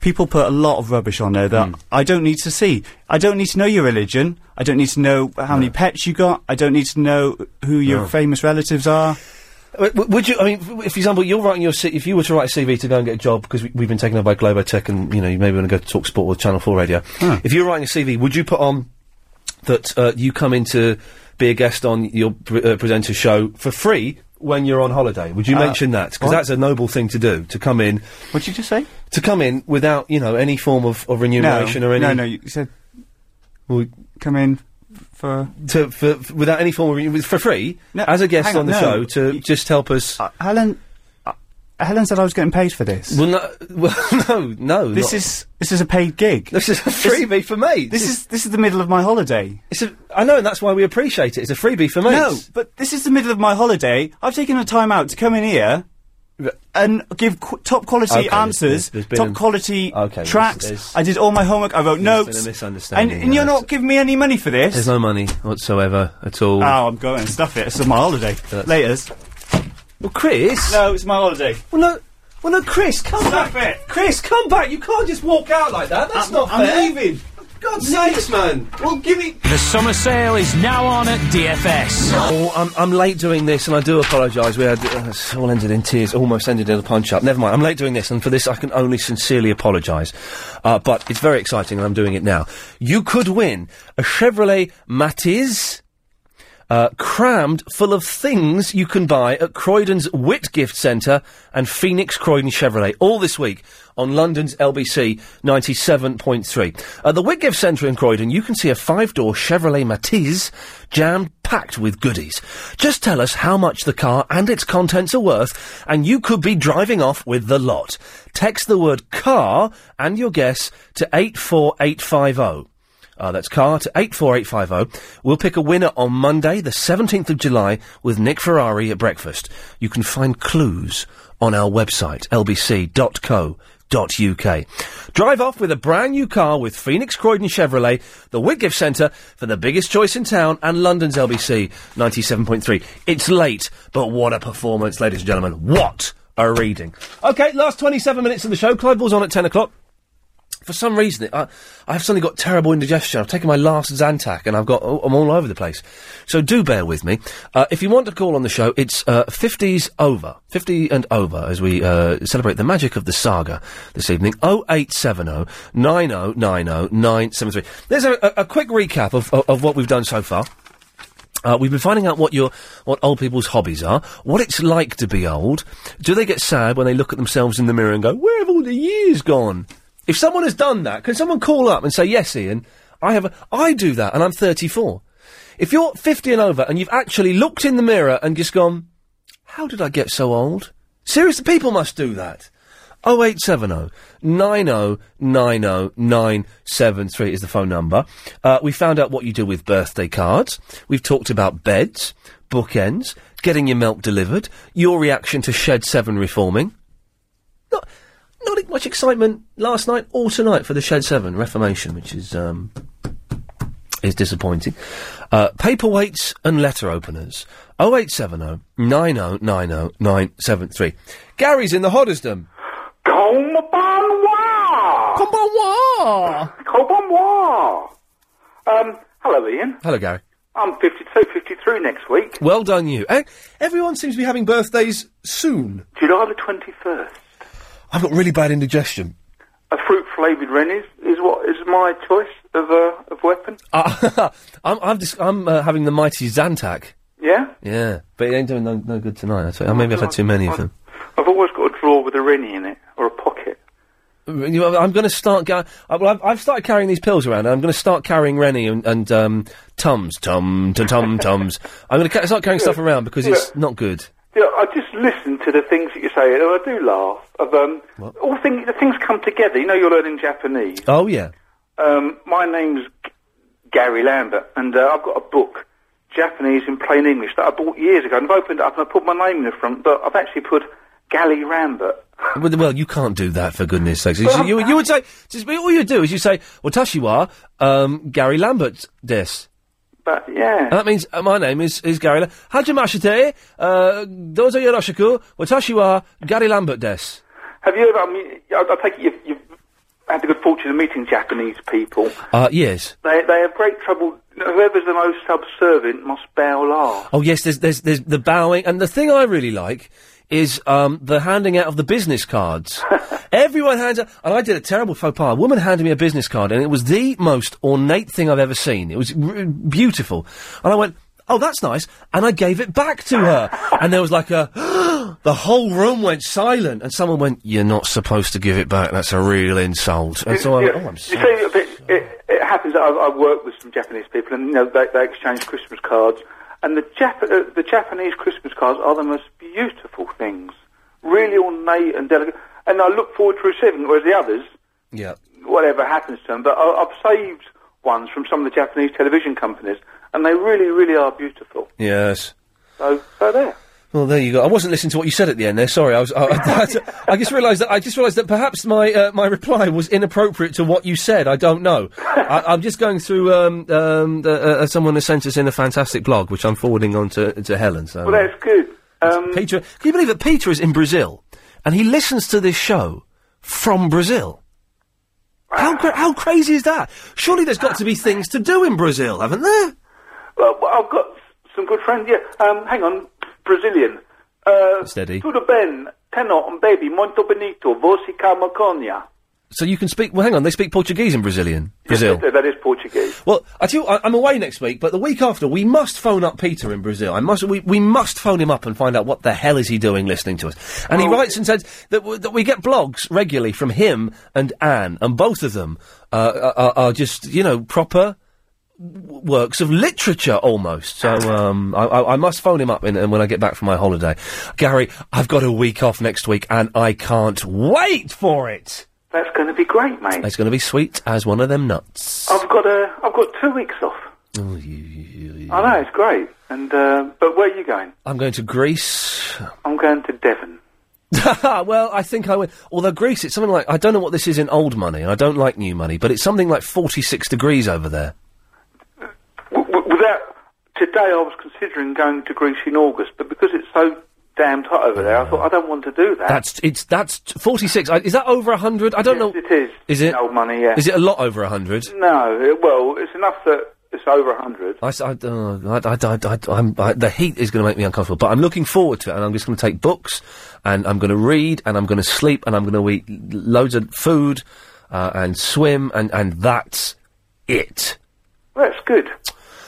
Speaker 25: people put a lot of rubbish on there
Speaker 14: Hmm.
Speaker 25: that I don't need to see. I don't need to know your religion. I don't need to know how many pets you got. I don't need to know who your
Speaker 14: No.
Speaker 25: famous relatives are.
Speaker 14: W- Uh, w- Would you? I mean, f- if for example, you're writing your C- if you were to write a CV to go and get a job because we, we've been taken over by Globotech and you know you maybe want to go to Talk Sport or Channel Four Radio. If you're writing a CV, would you put on that uh, you come in to be a guest on your pr- uh, presenter's show for free when you're on holiday? Would you
Speaker 25: Uh,
Speaker 14: mention that? Because
Speaker 25: what?
Speaker 14: that's a noble thing to do to come in.
Speaker 25: What'd you just say?
Speaker 14: To come in without you know any form of, of remuneration
Speaker 25: no,
Speaker 14: or any
Speaker 25: no, no. You said
Speaker 14: well,
Speaker 25: come in for
Speaker 14: to for, f- without any form of remu- for free
Speaker 25: No, Uh,
Speaker 14: as a guest
Speaker 25: hang
Speaker 14: on,
Speaker 25: on,
Speaker 14: the
Speaker 25: no.
Speaker 14: show to just help us.
Speaker 25: Helen. uh, Helen said I was getting paid for this.
Speaker 14: Well, no, [LAUGHS] well, no, no.
Speaker 25: This
Speaker 14: not-
Speaker 25: is this is a paid gig.
Speaker 14: This is a freebie for me.
Speaker 25: This is this is the middle of my holiday.
Speaker 14: It's a, I know, and that's why we appreciate it. It's a freebie for me.
Speaker 25: No, but this is the middle of my holiday. I've taken the time out to come in here and give qu- top quality
Speaker 14: Okay, there's-
Speaker 25: answers,
Speaker 14: there's- there's been
Speaker 25: top
Speaker 14: an-
Speaker 25: quality
Speaker 14: Okay, there's-
Speaker 25: tracks.
Speaker 14: there's-
Speaker 25: I did all my homework. I wrote
Speaker 14: there's
Speaker 25: notes.
Speaker 14: been a misunderstanding
Speaker 25: And, and you're
Speaker 14: there.
Speaker 25: not giving me any money for this.
Speaker 14: There's no money whatsoever at all.
Speaker 25: Oh, I'm going. Stuff it. This is my holiday. Laters.
Speaker 14: Well, Chris.
Speaker 25: No, it's my holiday.
Speaker 14: Well, no. Well, no, Chris, come
Speaker 25: Stop
Speaker 14: back.
Speaker 25: it.
Speaker 14: Chris, come back. You can't just walk out like that. That's
Speaker 22: I'm-
Speaker 14: not
Speaker 22: I'm
Speaker 14: fair. Uh, leaving. God's sakes, man. Well, give me.
Speaker 22: The summer sale is now on at DFS.
Speaker 14: Oh, I'm, I'm late doing this, and I do apologise. We had uh, it's all ended in tears, almost ended in a punch up. Never mind. I'm late doing this, and for this, I can only sincerely apologise. Uh, but it's very exciting, and I'm doing it now. You could win a Chevrolet Matiz. Uh, crammed full of things you can buy at Croydon's Wit Gift Centre and Phoenix Croydon Chevrolet all this week on London's LBC 97.3. At the Wit Gift Centre in Croydon, you can see a five door Chevrolet Matiz jam packed with goodies. Just tell us how much the car and its contents are worth, and you could be driving off with the lot. Text the word car and your guess to 84850. Uh, that's car to 84850. oh. We'll pick a winner on Monday, the 17th of July, with Nick Ferrari at breakfast. You can find clues on our website, lbc.co.uk. Drive off with a brand new car with Phoenix Croydon Chevrolet, the Whitgift Centre, for the biggest choice in town, and London's LBC 97.3. It's late, but what a performance, ladies and gentlemen. What a reading. Okay, last 27 minutes of the show. Clive Ball's on at 10 o'clock. For some reason, it, I, I've suddenly got terrible indigestion. I've taken my last Zantac and I've got, oh, I'm all over the place. So do bear with me. Uh, if you want to call on the show, it's uh, 50s over. 50 and over as we uh, celebrate the magic of the saga this evening. 0870 9090 973. There's a, a, a quick recap of, of, of what we've done so far. Uh, we've been finding out what your what old people's hobbies are, what it's like to be old. Do they get sad when they look at themselves in the mirror and go, "Where have all the years gone?" If someone has done that, can someone call up and say, "Yes, Ian, I have. A, I do that, and I'm 34." If you're 50 and over and you've actually looked in the mirror and just gone, "How did I get so old?" Seriously, people must do that. 0870 oh, 9090973 is the phone number. Uh, we found out what you do with birthday cards. We've talked about beds, bookends, getting your milk delivered, your reaction to Shed 7 reforming. Not, not much excitement last night or tonight for the Shed 7 reformation, which is, um, is disappointing. Uh, paperweights and letter openers. 0870 9090973. Gary's in the Hoddesdom.
Speaker 3: Konbanwa!
Speaker 14: Konbanwa!
Speaker 3: Konbanwa! Um, hello, Ian.
Speaker 14: Hello, Gary.
Speaker 3: I'm 52, 53 next week.
Speaker 14: Well done, you. Eh, everyone seems to be having birthdays soon.
Speaker 3: July the 21st.
Speaker 14: I've got really bad indigestion.
Speaker 3: A fruit-flavoured Rennies is what is my choice of, uh, of weapon.
Speaker 14: Uh, [LAUGHS] I'm, I'm, just, I'm uh, having the mighty Zantac.
Speaker 3: Yeah?
Speaker 14: Yeah, but it ain't doing no, no good tonight. I tell you. Maybe I've had too many of them.
Speaker 3: I've always got a drawer with a Rennie in it, or a pocket.
Speaker 14: You know, I'm going to start. Ga- I, well, I've, I've started carrying these pills around. and I'm going to start carrying Rennie and, and um, Tums, Tum, Tum,
Speaker 3: [LAUGHS]
Speaker 14: Tum, Tums. I'm going to ca- start carrying stuff around because it's not good.
Speaker 3: Yeah, I just listen to the things that you say, and I do laugh. Of, um, all things, the things come together. You know, you're learning Japanese.
Speaker 14: Oh yeah.
Speaker 3: Um, my name's G- Gary Lambert, and uh, I've got a book, Japanese in Plain English, that I bought years ago, and I've opened it up and I put my name in the front, but I've actually put Gally Lambert.
Speaker 14: Well, well, you can't do that for goodness sakes. You, you, you would say just all you do is you say, "Well, Tashiwa, um, Gary Lambert this."
Speaker 3: But yeah,
Speaker 14: And that means uh, my name is is Gary. La- Hajimashite, uh, dozo yoroshiku. Watashi wa Gary Lambert des.
Speaker 3: have you ever? I mean, I, I take it you've, you've had the good fortune of meeting Japanese people.
Speaker 14: Uh, yes.
Speaker 3: They they have great trouble. Whoever's the most subservient must bow last.
Speaker 14: Oh yes. There's there's there's the bowing, and the thing I really like is um, the handing out of the business cards. Everyone hands out, and I did a terrible faux pas. A woman handed me a business card, and it was the most ornate thing I've ever seen. It was r- beautiful, and I went. Oh, that's nice. And I gave it back to her. and there was like a, [GASPS] the whole room went silent. And someone went, You're not supposed to give it back. That's a real insult. And so I went,
Speaker 3: Yeah.
Speaker 14: Oh, I'm
Speaker 3: You see, a bit- it, it happens that I've, I've worked with some Japanese people, and you know they, they exchange Christmas cards, and the Jap- uh, the Japanese Christmas cards are the most beautiful things. really ornate and delicate, and I look forward to receiving it, whereas the others,
Speaker 14: Yeah.
Speaker 3: whatever happens to them. But I, I've saved ones from some of the Japanese television companies, and they really, really are beautiful.
Speaker 14: Yes.
Speaker 3: So, so there.
Speaker 14: Well, there you go. I wasn't listening to what you said at the end there. Sorry, I was. I, I, I just realised that I just realised that perhaps my uh, my reply was inappropriate to what you said. I don't know. I, I'm just going through um, um, the, uh, uh, someone who sent us in a fantastic blog, which I'm forwarding on to, to Helen. So
Speaker 3: Well, that's good. Um,
Speaker 14: Peter, can you believe that Peter is in Brazil and he listens to this show from Brazil? How cra- how crazy is that? Surely there's got to be things to do in Brazil, haven't there?
Speaker 3: Well, well, I've got some good friends. Yeah, um, hang on, Brazilian. Uh,
Speaker 14: Steady.
Speaker 3: Tudo bem, tenho um baby muito bonito, você calma conia.
Speaker 14: So you can speak. Well, hang on. They speak Portuguese in Brazilian. Brazil.
Speaker 3: That is Portuguese.
Speaker 14: Well, I tell you, what, I, I'm away next week, but the week after we must phone up Peter in Brazil. I must. We, we must phone him up and find out what the hell is he doing listening to us. And he writes and says that w- that we get blogs regularly from him and Anne, and both of them uh, are, are just you know proper w- works of literature almost. So um, I, I, I must phone him up in, in when I get back from my holiday. Gary, I've got a week off next week, and I can't wait for it.
Speaker 3: That's going to be great, mate.
Speaker 14: It's going to be sweet as one of them nuts.
Speaker 3: I've got a, I've got two weeks off. I know it's great, and uh, but where are you going?
Speaker 14: I'm going to Greece.
Speaker 3: I'm going to Devon.
Speaker 14: [LAUGHS] well, I think I would. Although Greece, it's something like I don't know what this is in old money. I don't like new money, but it's something like forty-six degrees over there.
Speaker 3: W- without today, I was considering going to Greece in August, but because it's so damned hot over there, I thought I don't want to do that.
Speaker 14: That's it's that's t- forty-six. I, is that over hundred? I don't know.
Speaker 3: It is.
Speaker 14: Is it
Speaker 3: old money? Yeah.
Speaker 14: Is it a lot over hundred?
Speaker 3: No. It, well, it's enough that it's over a hundred.
Speaker 14: I, s- I, uh, I, I, I, I, am I, the heat is going to make me uncomfortable, but I'm looking forward to it, and I'm just going to take books, and I'm going to read, and I'm going to sleep, and I'm going to eat loads of food, uh, and swim, and, and that's it.
Speaker 3: Well, that's good.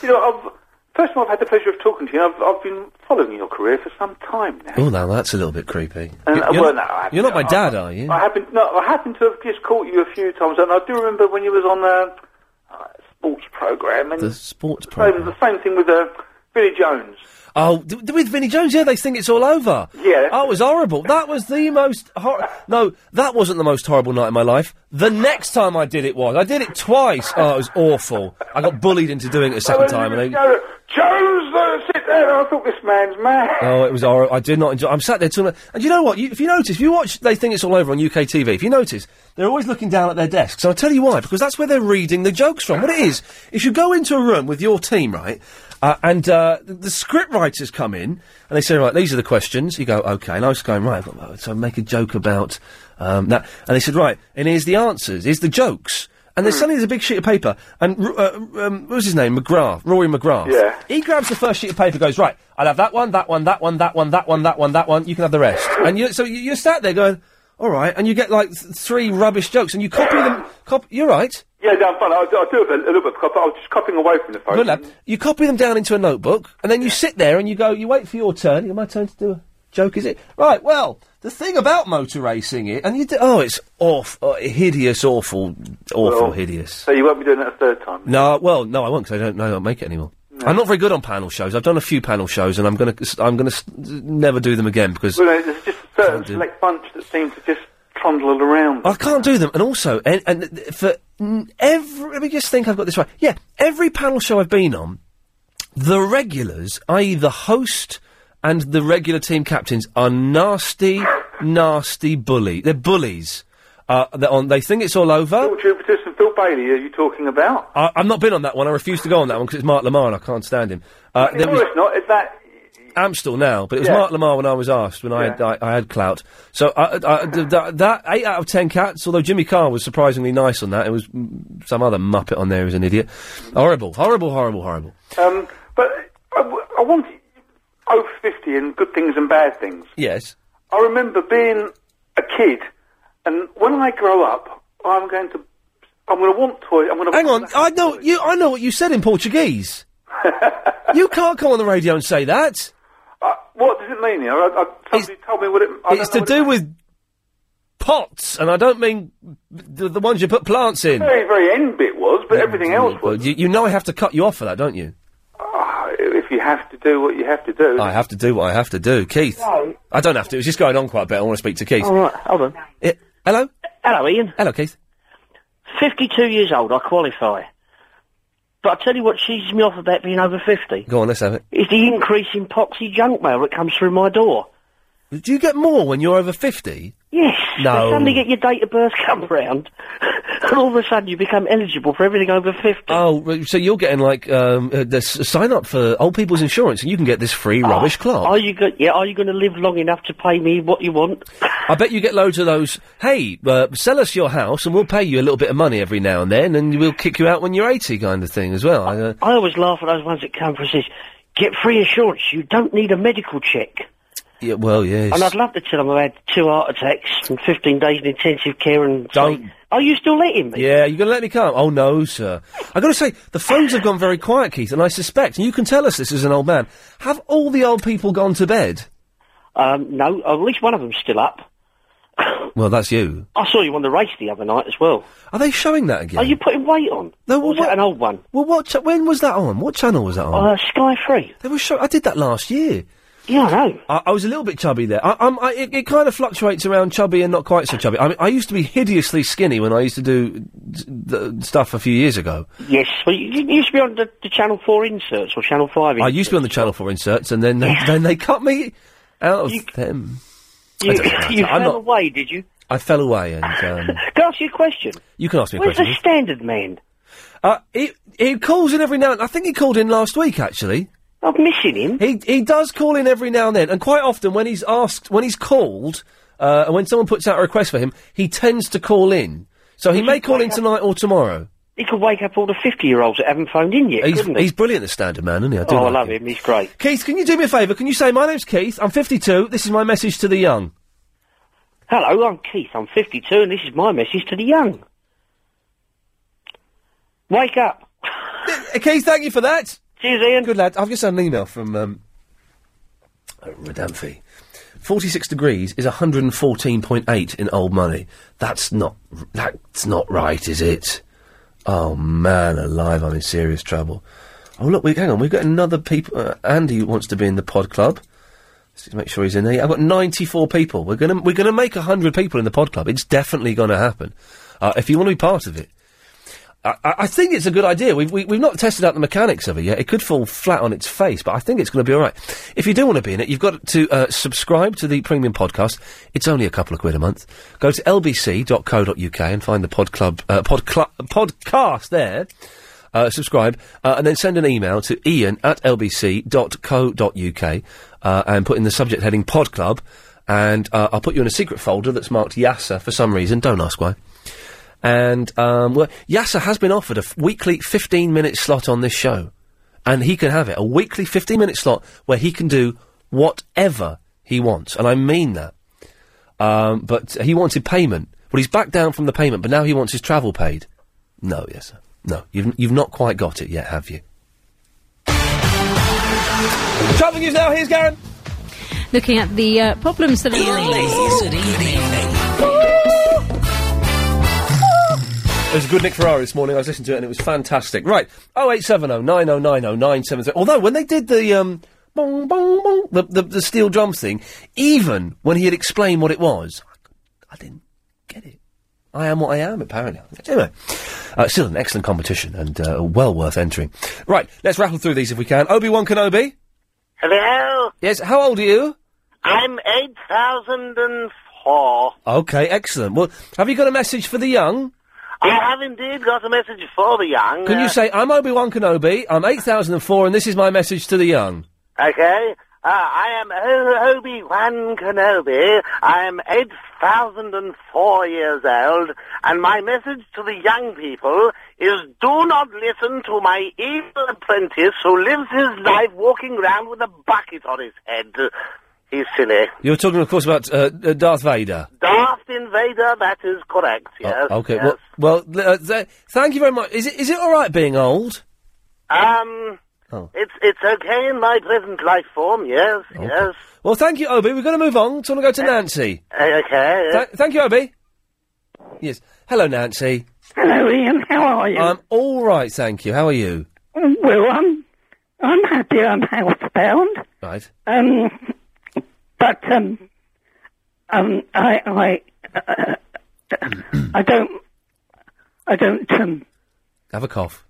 Speaker 3: You know, I've, first of all, I've had the pleasure of talking to you. I've, I've been following your career for some time now.
Speaker 14: Oh, now that's a little bit creepy.
Speaker 3: And,
Speaker 14: You-
Speaker 3: uh,
Speaker 14: you're,
Speaker 3: well,
Speaker 14: not,
Speaker 3: no, I-
Speaker 14: you're not my dad, are you?
Speaker 3: I happen no, I happen to have just caught you a few times, and I do remember when you was on a, a uh, sports program, and
Speaker 14: The sports
Speaker 3: program. The same thing with uh, Billy Jones.
Speaker 14: Oh, d- d- with Vinnie Jones, yeah, they think it's all over.
Speaker 3: Yeah.
Speaker 14: Oh, it was horrible. That was the most hor- No, that wasn't the most horrible night of my life. The next time I did it was. I did it twice. Oh, it was awful. I got bullied into doing it a second time. And I,
Speaker 3: Jones, uh, sit there. I thought this man's mad.
Speaker 14: oh, it was horrible. I did not enjoy I'm sat there talking. And you know what? You, if you notice, if you watch They Think It's All Over on UK TV, if you notice, they're always looking down at their desks. And I'll tell you why, because that's where they're reading the jokes from. What it is, is you go into a room with your team, right? Uh, and uh, the, the script writers come in and they say, right, these are the questions. You go, okay. And I was going, right, well, so make a joke about um, that. And they said, right, and here's the answers, here's the jokes. And then suddenly there's a big sheet of paper, and R- uh, um, what was his name? McGrath, Rory McGrath.
Speaker 3: Yeah.
Speaker 14: He grabs the first sheet of paper, goes right. I'll have that one, that one, that one, that one, that one, that one, that one. You can have the rest. And you, so you, you sat there going, all right, and you get like th- three rubbish jokes, and you copy them. Cop- you're right.
Speaker 3: Yeah, no, I'm fine. I, I do have a, a little bit of cop. I was just copying away from the phone.
Speaker 14: Good lad. You copy them down into a notebook, and then you sit there and you go, you wait for your turn. It's my turn to do a joke, is it? Right, well, the thing about motor racing is, and you do, oh, it's awful, hideous, awful, awful,
Speaker 3: Well,
Speaker 14: hideous.
Speaker 3: So you won't be doing that a third time.
Speaker 14: No, well, no, I won't because I don't, no, I don't make it anymore. I'm not very good on panel shows. I've done a few panel shows, and I'm gonna, I'm gonna s- never do them again because
Speaker 3: Well, no, there's just a certain select bunch that seem to just trundle around.
Speaker 14: I can't do them. And also, and, and th- for n- every, let me just think I've got this right. Yeah, every panel show I've been on, the regulars, i.e., the host and the regular team captains, are nasty, nasty bully. They're bullies. Uh, they're on, they think it's all over.
Speaker 3: Phil Jupiter and Phil Bailey, are you talking about?
Speaker 14: I, I've not been on that one. I refuse to go on that one because it's Mark Lamar and I can't stand him. Uh, there
Speaker 3: no,
Speaker 14: was-
Speaker 3: it's not. It's that
Speaker 14: Amstel now, but it was
Speaker 3: Yeah.
Speaker 14: Mark Lamar when I was asked when I, had, I, I had clout. So I, I, I- th- that, that eight out of ten cats. Although Jimmy Carr was surprisingly nice on that, it was mm, some other muppet on there who was an idiot. Horrible, horrible, horrible, horrible.
Speaker 3: Um, but I, w- I want over 50 and good things and bad things.
Speaker 14: Yes.
Speaker 3: I remember being a kid, and when I grow up, I'm going to, I'm going to want toys. I'm going to.
Speaker 14: Hang on, I know you. I know what you said in
Speaker 3: [LAUGHS]
Speaker 14: Portuguese. you can't come on the radio and say that.
Speaker 3: Uh, what does it mean? I, I, somebody told me what it. I
Speaker 14: It's to
Speaker 3: don't know
Speaker 14: do with pots, and I don't mean the, the ones you put plants in.
Speaker 3: what the very, very end bit was, but everything else.
Speaker 6: Ah,
Speaker 14: Well, you, you know I have to cut you off for that, don't you?
Speaker 3: If if you have to do what you have to do.
Speaker 14: I have to do what I have to do. Keith.
Speaker 3: No.
Speaker 14: I don't have to. It was just going on quite a bit. I want to speak to Keith.
Speaker 6: All right, hold on.
Speaker 14: Yeah, hello?
Speaker 6: Hello, Ian.
Speaker 14: Hello, Keith.
Speaker 6: 52 years old, I qualify. But I tell you what cheeses me off about being over 50
Speaker 14: Go on, let's have it.
Speaker 6: is the increase in poxy junk mail that comes through my door.
Speaker 14: Do you get more when you're over 50?
Speaker 6: Yes.
Speaker 14: No.
Speaker 6: They suddenly get your date of birth come round, and all of a sudden you become eligible for everything over 50.
Speaker 14: Oh, right, so you're getting like um, uh, the s- sign up for old people's insurance, and you can get this free rubbish clock.
Speaker 6: Ah, Are you go- yeah, are you going to live long enough to pay me what you want? [LAUGHS]
Speaker 14: I bet you get loads of those. Hey, uh, sell us your house, and we'll pay you a little bit of money every now and then, and we'll kick you out when you're 80, kind of thing as well. I, uh,
Speaker 6: I always laugh at those ones that come for and says, get free insurance, you don't need a medical check.
Speaker 14: yeah, well, yes.
Speaker 6: And I'd love to tell them I've had two heart attacks and 15 days in intensive care and...
Speaker 14: Don't.
Speaker 6: Are you still letting me?
Speaker 14: Yeah, you're going to let me come? Oh, no, sir. i got to say, the phones have gone very quiet, Keith, and I suspect, and you can tell us this as an old man, have all the old people gone to bed?
Speaker 6: Um, no, at least one of them's still up.
Speaker 14: Well, that's you.
Speaker 6: I saw you on the race the other night as well.
Speaker 14: Are they showing that again?
Speaker 6: Are you putting weight on?
Speaker 14: No,
Speaker 6: Or was that an old one?
Speaker 14: Well, what? Ch- when was that on? What channel was that on?
Speaker 6: Uh, Sky Free.
Speaker 14: They were show- I did that last year.
Speaker 6: Yeah, I know.
Speaker 14: I, was a little bit chubby there. I, I'm, I, it, it kind of fluctuates around chubby and not quite so chubby. I mean, I used to be hideously skinny when I used to do d- d- stuff a few years ago.
Speaker 6: Yes, well, you, you used to be on the, the Channel 4 inserts or Channel 5
Speaker 14: I used to be on the Channel 4 inserts, and then they, then they cut me out of them. I
Speaker 6: You, [LAUGHS]
Speaker 14: don't know.
Speaker 6: you
Speaker 14: I'm
Speaker 6: fell
Speaker 14: not-
Speaker 6: away, did you?
Speaker 14: I fell away, and um,
Speaker 6: Can I ask you a question?
Speaker 14: you can ask me a
Speaker 6: Where's
Speaker 14: question.
Speaker 6: the standard man?
Speaker 14: Uh, he he calls in every now. and I think he called in last week actually.
Speaker 6: I'm missing him.
Speaker 14: He he does call in every now and then, and quite often when he's asked, when he's called, uh, and when someone puts out a request for him, he tends to call in. So he may call in tonight or tomorrow.
Speaker 6: He could wake up all the 50-year-olds that haven't phoned in yet,
Speaker 14: He's,
Speaker 6: couldn't he?
Speaker 14: he's brilliant, the standard man, isn't he? I do
Speaker 6: oh,
Speaker 14: like
Speaker 6: I love
Speaker 14: him.
Speaker 6: him. He's great.
Speaker 14: Keith, can you do me a favour? Can you say, my name's Keith, I'm 52, this is my message to the young.
Speaker 6: Hello, I'm Keith. I'm 52, and this is my message to the young. Wake up.
Speaker 14: Keith, thank you for that.
Speaker 6: Cheers, Ian.
Speaker 14: Good lad. I've just had an email from um, uh, Radamphy. 46 degrees is 114.8 in old money. That's not r- that's not right, is it? Oh man, alive! I'm in serious trouble. Oh look, we hang on. We've got another people. Uh, Andy wants to be in the pod club. Let's just make sure he's in there. I've got 94 people. We're gonna we're gonna make 100 people in the pod club. It's definitely gonna happen. Uh, if you want to be part of it, I, I I think it's a good idea. We've, we, we've not tested out the mechanics of it yet. It could fall flat on its face, but I think it's going to be all right. If you do want to be in it, you've got to uh, subscribe to the premium podcast. It's only a couple of quid a month. Go to lbc.co.uk and find the pod club uh, pod clu- podcast there. Uh, subscribe uh, and then send an email to ian at lbc.co.uk uh, and put in the subject heading pod club and uh, I'll put you in a secret folder that's marked Yasser for some reason. Don't ask why. And um, well, Yasser has been offered a f- weekly 15 minute slot on this show. And he can have it. A weekly 15 minute slot where he can do whatever he wants. And I mean that. Um, but he wanted payment. Well, he's backed down from the payment, but now he wants his travel paid. No, Yasser. No. You've, you've not quite got it yet, have you? Travel news now. Here's Garen.
Speaker 22: Looking at the uh, problems that
Speaker 14: It was a good Nick Ferrari this morning. I was listening to it and it was fantastic. Right, 0870 9090 973. Although, when they did the, um, bong, bong, bong, the, the, the steel drum thing, even when he had explained what it was, I didn't get it. I am what I am, apparently. Anyway, uh, still an excellent competition and uh, well worth entering. Right, let's rattle through these if we can. Obi-Wan Kenobi?
Speaker 20: Hello.
Speaker 14: Yes, how old are you?
Speaker 20: I'm 8,004.
Speaker 14: Okay, excellent. Well, have you got a message for the young?
Speaker 20: I have indeed got a message for the young.
Speaker 14: Can
Speaker 20: uh,
Speaker 14: you say, I'm Obi-Wan Kenobi, I'm 8004, and this is my message to the young?
Speaker 20: Okay. Uh, I am O- Obi-Wan Kenobi. I am 8,004 years old, and my message to the young people is do not listen to my evil apprentice who lives his life walking round with a bucket on his head. He's silly.
Speaker 14: You're talking, of course, about uh, uh, Darth Vader.
Speaker 20: Daft invader, that is correct, yes.
Speaker 14: Oh, okay.
Speaker 20: yes.
Speaker 14: Well, well. th- Uh, th- thank you very much. Is it is it all right being old?
Speaker 20: Um,
Speaker 14: Oh.
Speaker 20: it's it's okay in my present life form. Yes, yes.
Speaker 14: Well, thank you, Obi. We're going to move on. So I'm going to go to Nancy.
Speaker 20: Uh, okay.
Speaker 14: Th- thank you, Obi. Yes. Hello, Nancy.
Speaker 9: Hello, Ian. How are you?
Speaker 14: I'm all right, thank you. How are you?
Speaker 9: Well, I'm I'm happy I'm housebound.
Speaker 14: Right.
Speaker 9: Um, but um, um, I I uh, I don't I don't um,
Speaker 14: Have a cough.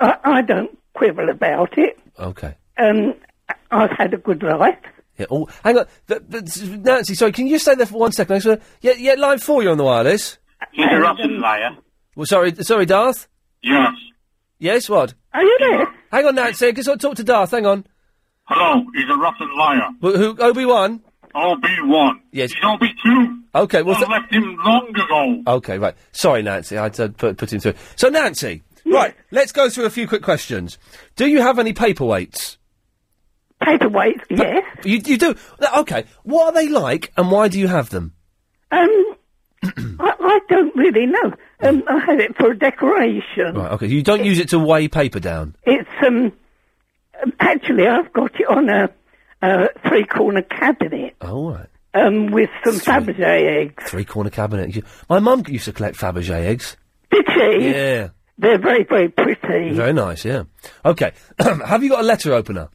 Speaker 9: I, I don't quibble about it.
Speaker 14: Okay.
Speaker 9: Um, I've had a good life.
Speaker 14: Yeah, oh, hang on. The, the, Nancy, sorry, can you just stay there for one second? I just wanna- yeah, yeah, line four, you're on the wireless.
Speaker 9: She's a Russian
Speaker 14: liar. Well, sorry, sorry, Darth? Yes. Yes, what?
Speaker 9: Are you there?
Speaker 14: Hang on, Nancy, I just want to talk to Darth, hang on. Hello, he's a Russian liar. who, Obi-Wan? Obi-Wan. Yes. He's Obi-2. Okay, well... I left him long ago. Okay, right. Sorry, Nancy, I had to put, put him through. So, Nancy, right, let's go through a few quick questions. Do you have any paperweights?
Speaker 9: Paperweight, yes.
Speaker 14: You, you do? Okay, what are they like and why do you have them?
Speaker 9: Um,
Speaker 14: [CLEARS THROAT]
Speaker 9: I, I don't really know. Um, I had it for decoration.
Speaker 14: Right, okay. You don't use it to weigh paper down.
Speaker 9: It's um, um, actually I've got it on a, a three-corner cabinet
Speaker 14: Oh, all right.
Speaker 9: um, with some Fabergé eggs.
Speaker 14: Three corner cabinet. You- My mum used to collect Fabergé eggs.
Speaker 9: Did she?
Speaker 14: Yeah.
Speaker 9: They're very very pretty.
Speaker 14: Very nice, yeah. Okay. [CLEARS THROAT] have you got a letter opener?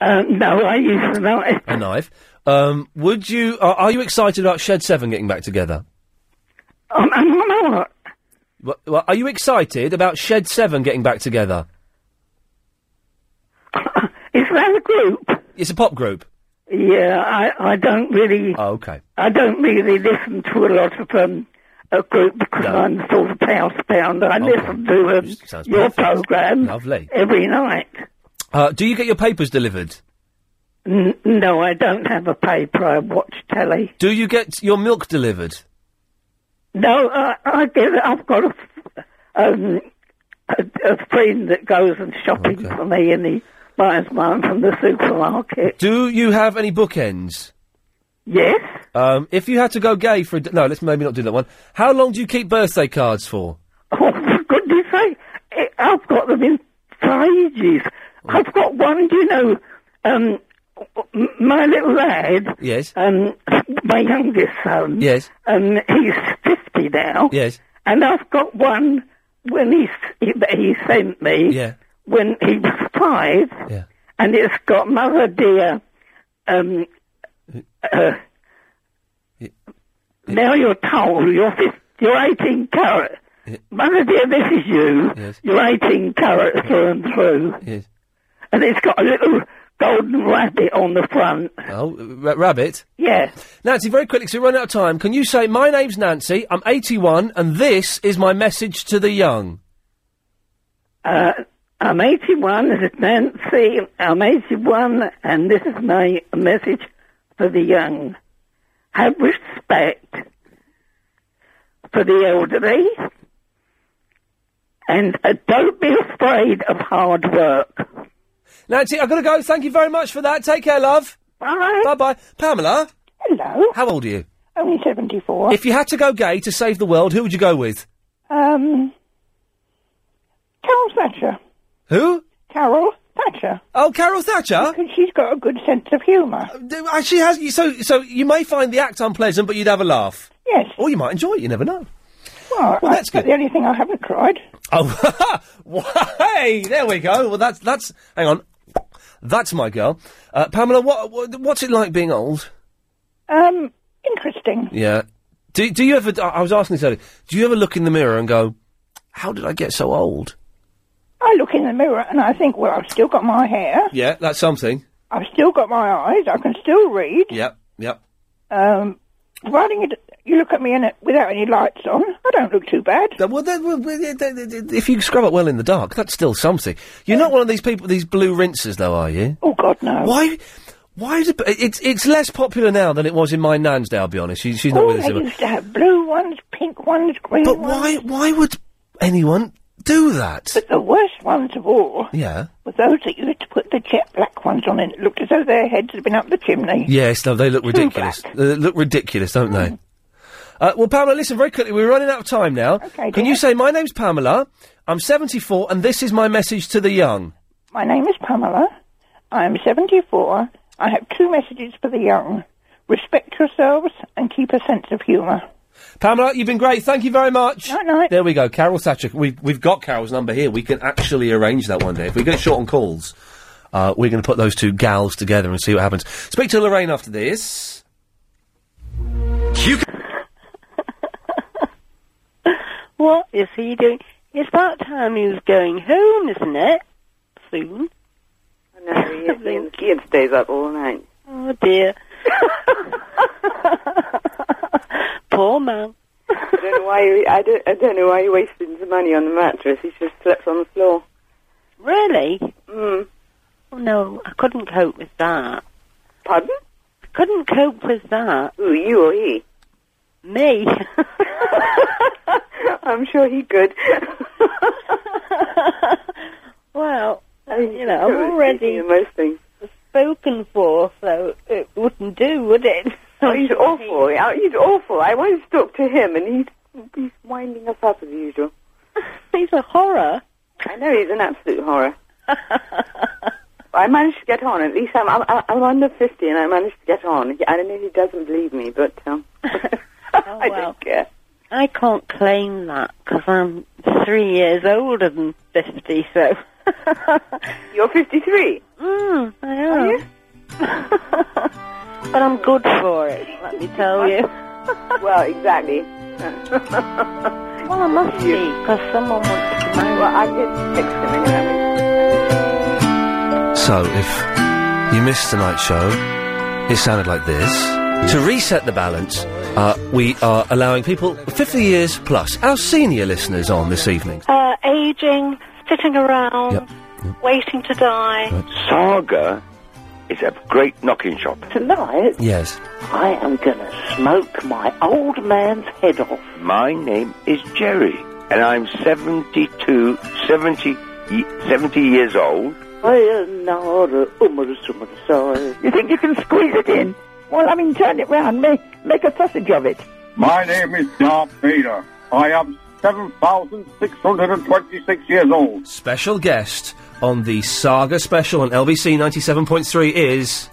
Speaker 9: Um, no, I use them out.
Speaker 14: A knife? Um, would you. Are, are you excited about Shed 7 getting back together?
Speaker 9: Um, I'm, I'm all right.
Speaker 14: Wha- wha- are you excited about Shed 7 getting back together?
Speaker 9: [LAUGHS] Is that a group?
Speaker 14: It's a pop group.
Speaker 9: Yeah, I, I don't really.
Speaker 14: Oh, okay.
Speaker 9: I don't really listen to a lot of um, a group because I'm sort of housebound. I
Speaker 14: Okay.
Speaker 9: listen to um,
Speaker 14: Oh, Sounds
Speaker 9: your
Speaker 14: perfect.
Speaker 9: program
Speaker 14: Lovely.
Speaker 9: every night.
Speaker 14: Uh, do you get your papers delivered?
Speaker 9: N- no, I don't have a paper. I watch telly.
Speaker 14: Do you get your milk delivered?
Speaker 9: No, I, I get. I've got a, f- um, a, a friend that goes and shopping for me, and he buys mine from the supermarket.
Speaker 14: Do you have any bookends?
Speaker 9: Yes.
Speaker 14: Um, if you had to go gay for a d- no, let's maybe not do that one. How long do you keep birthday cards for?
Speaker 9: Goodness sake, eh, I've got them in for ages. I've got one. Do you know? Um, m- my little lad.
Speaker 14: Yes.
Speaker 9: Um, my youngest son.
Speaker 14: Yes.
Speaker 9: Um, he's fifty now.
Speaker 14: Yes.
Speaker 9: And I've got one when he s- he, he sent me.
Speaker 14: Yeah.
Speaker 9: when he was five,
Speaker 14: Yeah.
Speaker 9: and it's got Mother Dear. Um, uh, now you're told you're fif- you're 18 carat. Mother Dear, this is you. You're 18 carat through and through.
Speaker 14: Yes.
Speaker 9: And it's got a little golden rabbit on the front.
Speaker 14: Oh, r- rabbit.
Speaker 9: Yeah.
Speaker 14: Nancy, very quickly, so we run out of time. Can you say, "My name's Nancy. I'm 81, and this is my message to the young."
Speaker 9: Uh, I'm 81. This is Nancy. I'm 81, and this is my message for the young. Have respect for the elderly, and uh, don't be afraid of hard work.
Speaker 14: Nancy, I've got to go. Thank you very much for that. Take care, love. Bye. Bye bye. Pamela.
Speaker 4: Hello.
Speaker 14: How old are you?
Speaker 4: Only 74.
Speaker 14: If you had to go gay to save the world, who would you go with?
Speaker 4: Um, Carol Thatcher.
Speaker 14: Who?
Speaker 4: Carol Thatcher.
Speaker 14: Oh, Carol Thatcher.
Speaker 4: Because she's got a good sense of humour.
Speaker 14: Uh, She has. So, so you may find the act unpleasant, but you'd have a laugh.
Speaker 4: Yes.
Speaker 14: Or you might enjoy it. You never know. [LAUGHS]
Speaker 4: Well,
Speaker 14: that's good.
Speaker 4: The only thing I haven't tried.
Speaker 14: Oh, hey, there we go. Well, that's that's. Hang on, that's my girl, uh, Pamela. What, what what's it like being old?
Speaker 4: Um, interesting.
Speaker 14: Yeah. Do do you ever? I I was asking this earlier. Do you ever look in the mirror and go, "How did I get so
Speaker 4: [LAUGHS]
Speaker 14: old?"
Speaker 4: I look in the mirror and I think, well, I've still got my hair.
Speaker 14: Yeah, that's something.
Speaker 4: I've still got my eyes. I can still read.
Speaker 14: Yep, yep.
Speaker 4: Um, providing it, you look at me in it without any lights on, I don't look too bad.
Speaker 14: Well, then, well, If you scrub up well in the dark, that's still something. You're not one of these people, these blue rinsers, though, are you?
Speaker 4: Oh God, no.
Speaker 14: Why? Why is it? It's it's less popular now than it was in my nan's day. I'll be honest. She, she's not
Speaker 4: Oh,
Speaker 14: with us
Speaker 4: they
Speaker 14: anymore.
Speaker 4: used to have blue ones, pink ones, green
Speaker 14: But
Speaker 4: ones.
Speaker 14: why? Why would anyone do that?
Speaker 4: But the worst ones of all
Speaker 14: Yeah.
Speaker 4: were those that used to put the jet black ones on, and it looked as though their heads had been up the chimney.
Speaker 14: Yes, no, they look ridiculous. They look ridiculous, don't
Speaker 4: Hmm.
Speaker 14: they? Uh, well, Pamela, listen very quickly. We're running out of time now. Okay, Can you say, My name's Pamela, I'm 74, and this is my message to the young?
Speaker 4: My name is Pamela. I am 74. I have two messages for the young. Respect yourselves and keep a sense of humour.
Speaker 14: Pamela, you've been great. Thank you very much. There we go. Carol Thatcher. We've, we've got Carol's number here. We can actually arrange that one day. If we get short on calls, uh, we're going to put those two gals together and see what happens. Speak to Lorraine after this.
Speaker 16: What is he doing? It's about time he was going home, isn't it? Soon.
Speaker 31: No, he [LAUGHS] is. Ian, Ian stays up all night.
Speaker 16: Oh dear. Poor man.
Speaker 31: I don't know why. He, I don't. I don't know why he wasted his money on the mattress. He just slept on the floor.
Speaker 16: Really? Mm. Oh no, I couldn't cope with that.
Speaker 31: Pardon?
Speaker 16: I couldn't cope with that.
Speaker 31: Ooh, you or he?
Speaker 16: Me.
Speaker 31: [LAUGHS] I'm sure
Speaker 16: [LAUGHS]
Speaker 31: he could. [LAUGHS]
Speaker 16: well, uh, you know,
Speaker 31: It was
Speaker 16: I'm already
Speaker 31: easier than most things.
Speaker 16: spoken for, so it wouldn't do, would it? [LAUGHS]
Speaker 31: Oh, he's awful. Yeah, He's awful. I once talked to him, and he's he's winding us up as usual.
Speaker 16: [LAUGHS] he's a horror.
Speaker 31: I know he's an
Speaker 16: [LAUGHS]
Speaker 31: absolute horror. I managed to get on. At least I'm I'm, I'm under fifty, and I managed to get on. I don't know if he doesn't believe me, but
Speaker 16: [LAUGHS]
Speaker 31: um, [LAUGHS]
Speaker 16: Oh,
Speaker 31: I don't care.
Speaker 16: I can't claim that because I'm three years older than 50, so. [LAUGHS]
Speaker 31: You're 53?
Speaker 16: Mm, I am.
Speaker 30: [LAUGHS]
Speaker 16: but I'm good for it, let me tell you.
Speaker 31: well, exactly.
Speaker 16: well, I must be because someone wants to marry. Well,
Speaker 31: I did text him anyway.
Speaker 14: So, if you missed tonight's show, it sounded like this. To reset the balance, uh, we are allowing people 50 years plus, our senior listeners, on this evening.
Speaker 29: Uh, aging, sitting around, waiting to die.
Speaker 18: Saga is a great knocking shop.
Speaker 38: Tonight,
Speaker 14: Yes.
Speaker 38: I am going to smoke my old man's head off.
Speaker 18: My name is Jerry, and I'm 72, 70, ye- 70 years old.
Speaker 38: I am not a umar summer side.
Speaker 17: You think you can squeeze it in? Well, I mean, turn it round, make, make a sausage of it.
Speaker 6: My name is Darth Vader. I am 7,626 years old.
Speaker 14: Special guest on the Saga special on LBC 97.3 is.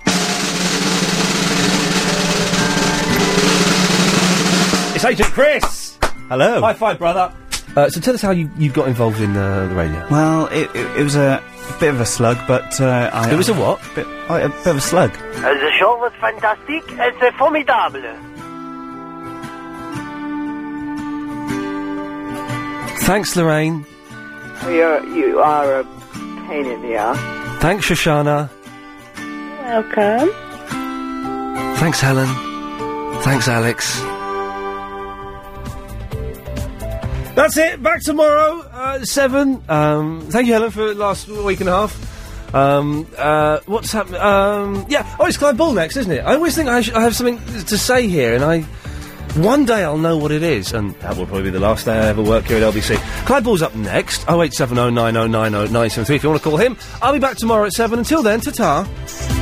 Speaker 14: It's Agent Chris!
Speaker 25: Hello.
Speaker 14: High five, brother. Uh, so tell us how you, you got involved in uh, the radio.
Speaker 25: Well, it, it, it was a bit of a slug, but uh, I.
Speaker 14: It was a what?
Speaker 25: Bit, I- a bit of a slug.
Speaker 20: the show was fantastic. It's formidable.
Speaker 14: Thanks, Lorraine.
Speaker 31: You're, you are a pain in the ass.
Speaker 14: Thanks, Shoshana.
Speaker 16: Welcome.
Speaker 14: Thanks, Helen. Thanks, Alex. That's it. Back tomorrow, uh, seven. Um, thank you, Helen, for last week and a half. Um, uh, what's happening? Um, yeah. Oh, it's Clive Ball next, isn't it? I always think I, sh- I have something to say here, and I one day I'll know what it is, and that will probably be the last day I ever work here at LBC. Clive Ball's up next. Oh eight seven oh nine oh nine oh nine seven three. If you want to call him, I'll be back tomorrow at seven. Until then, ta ta.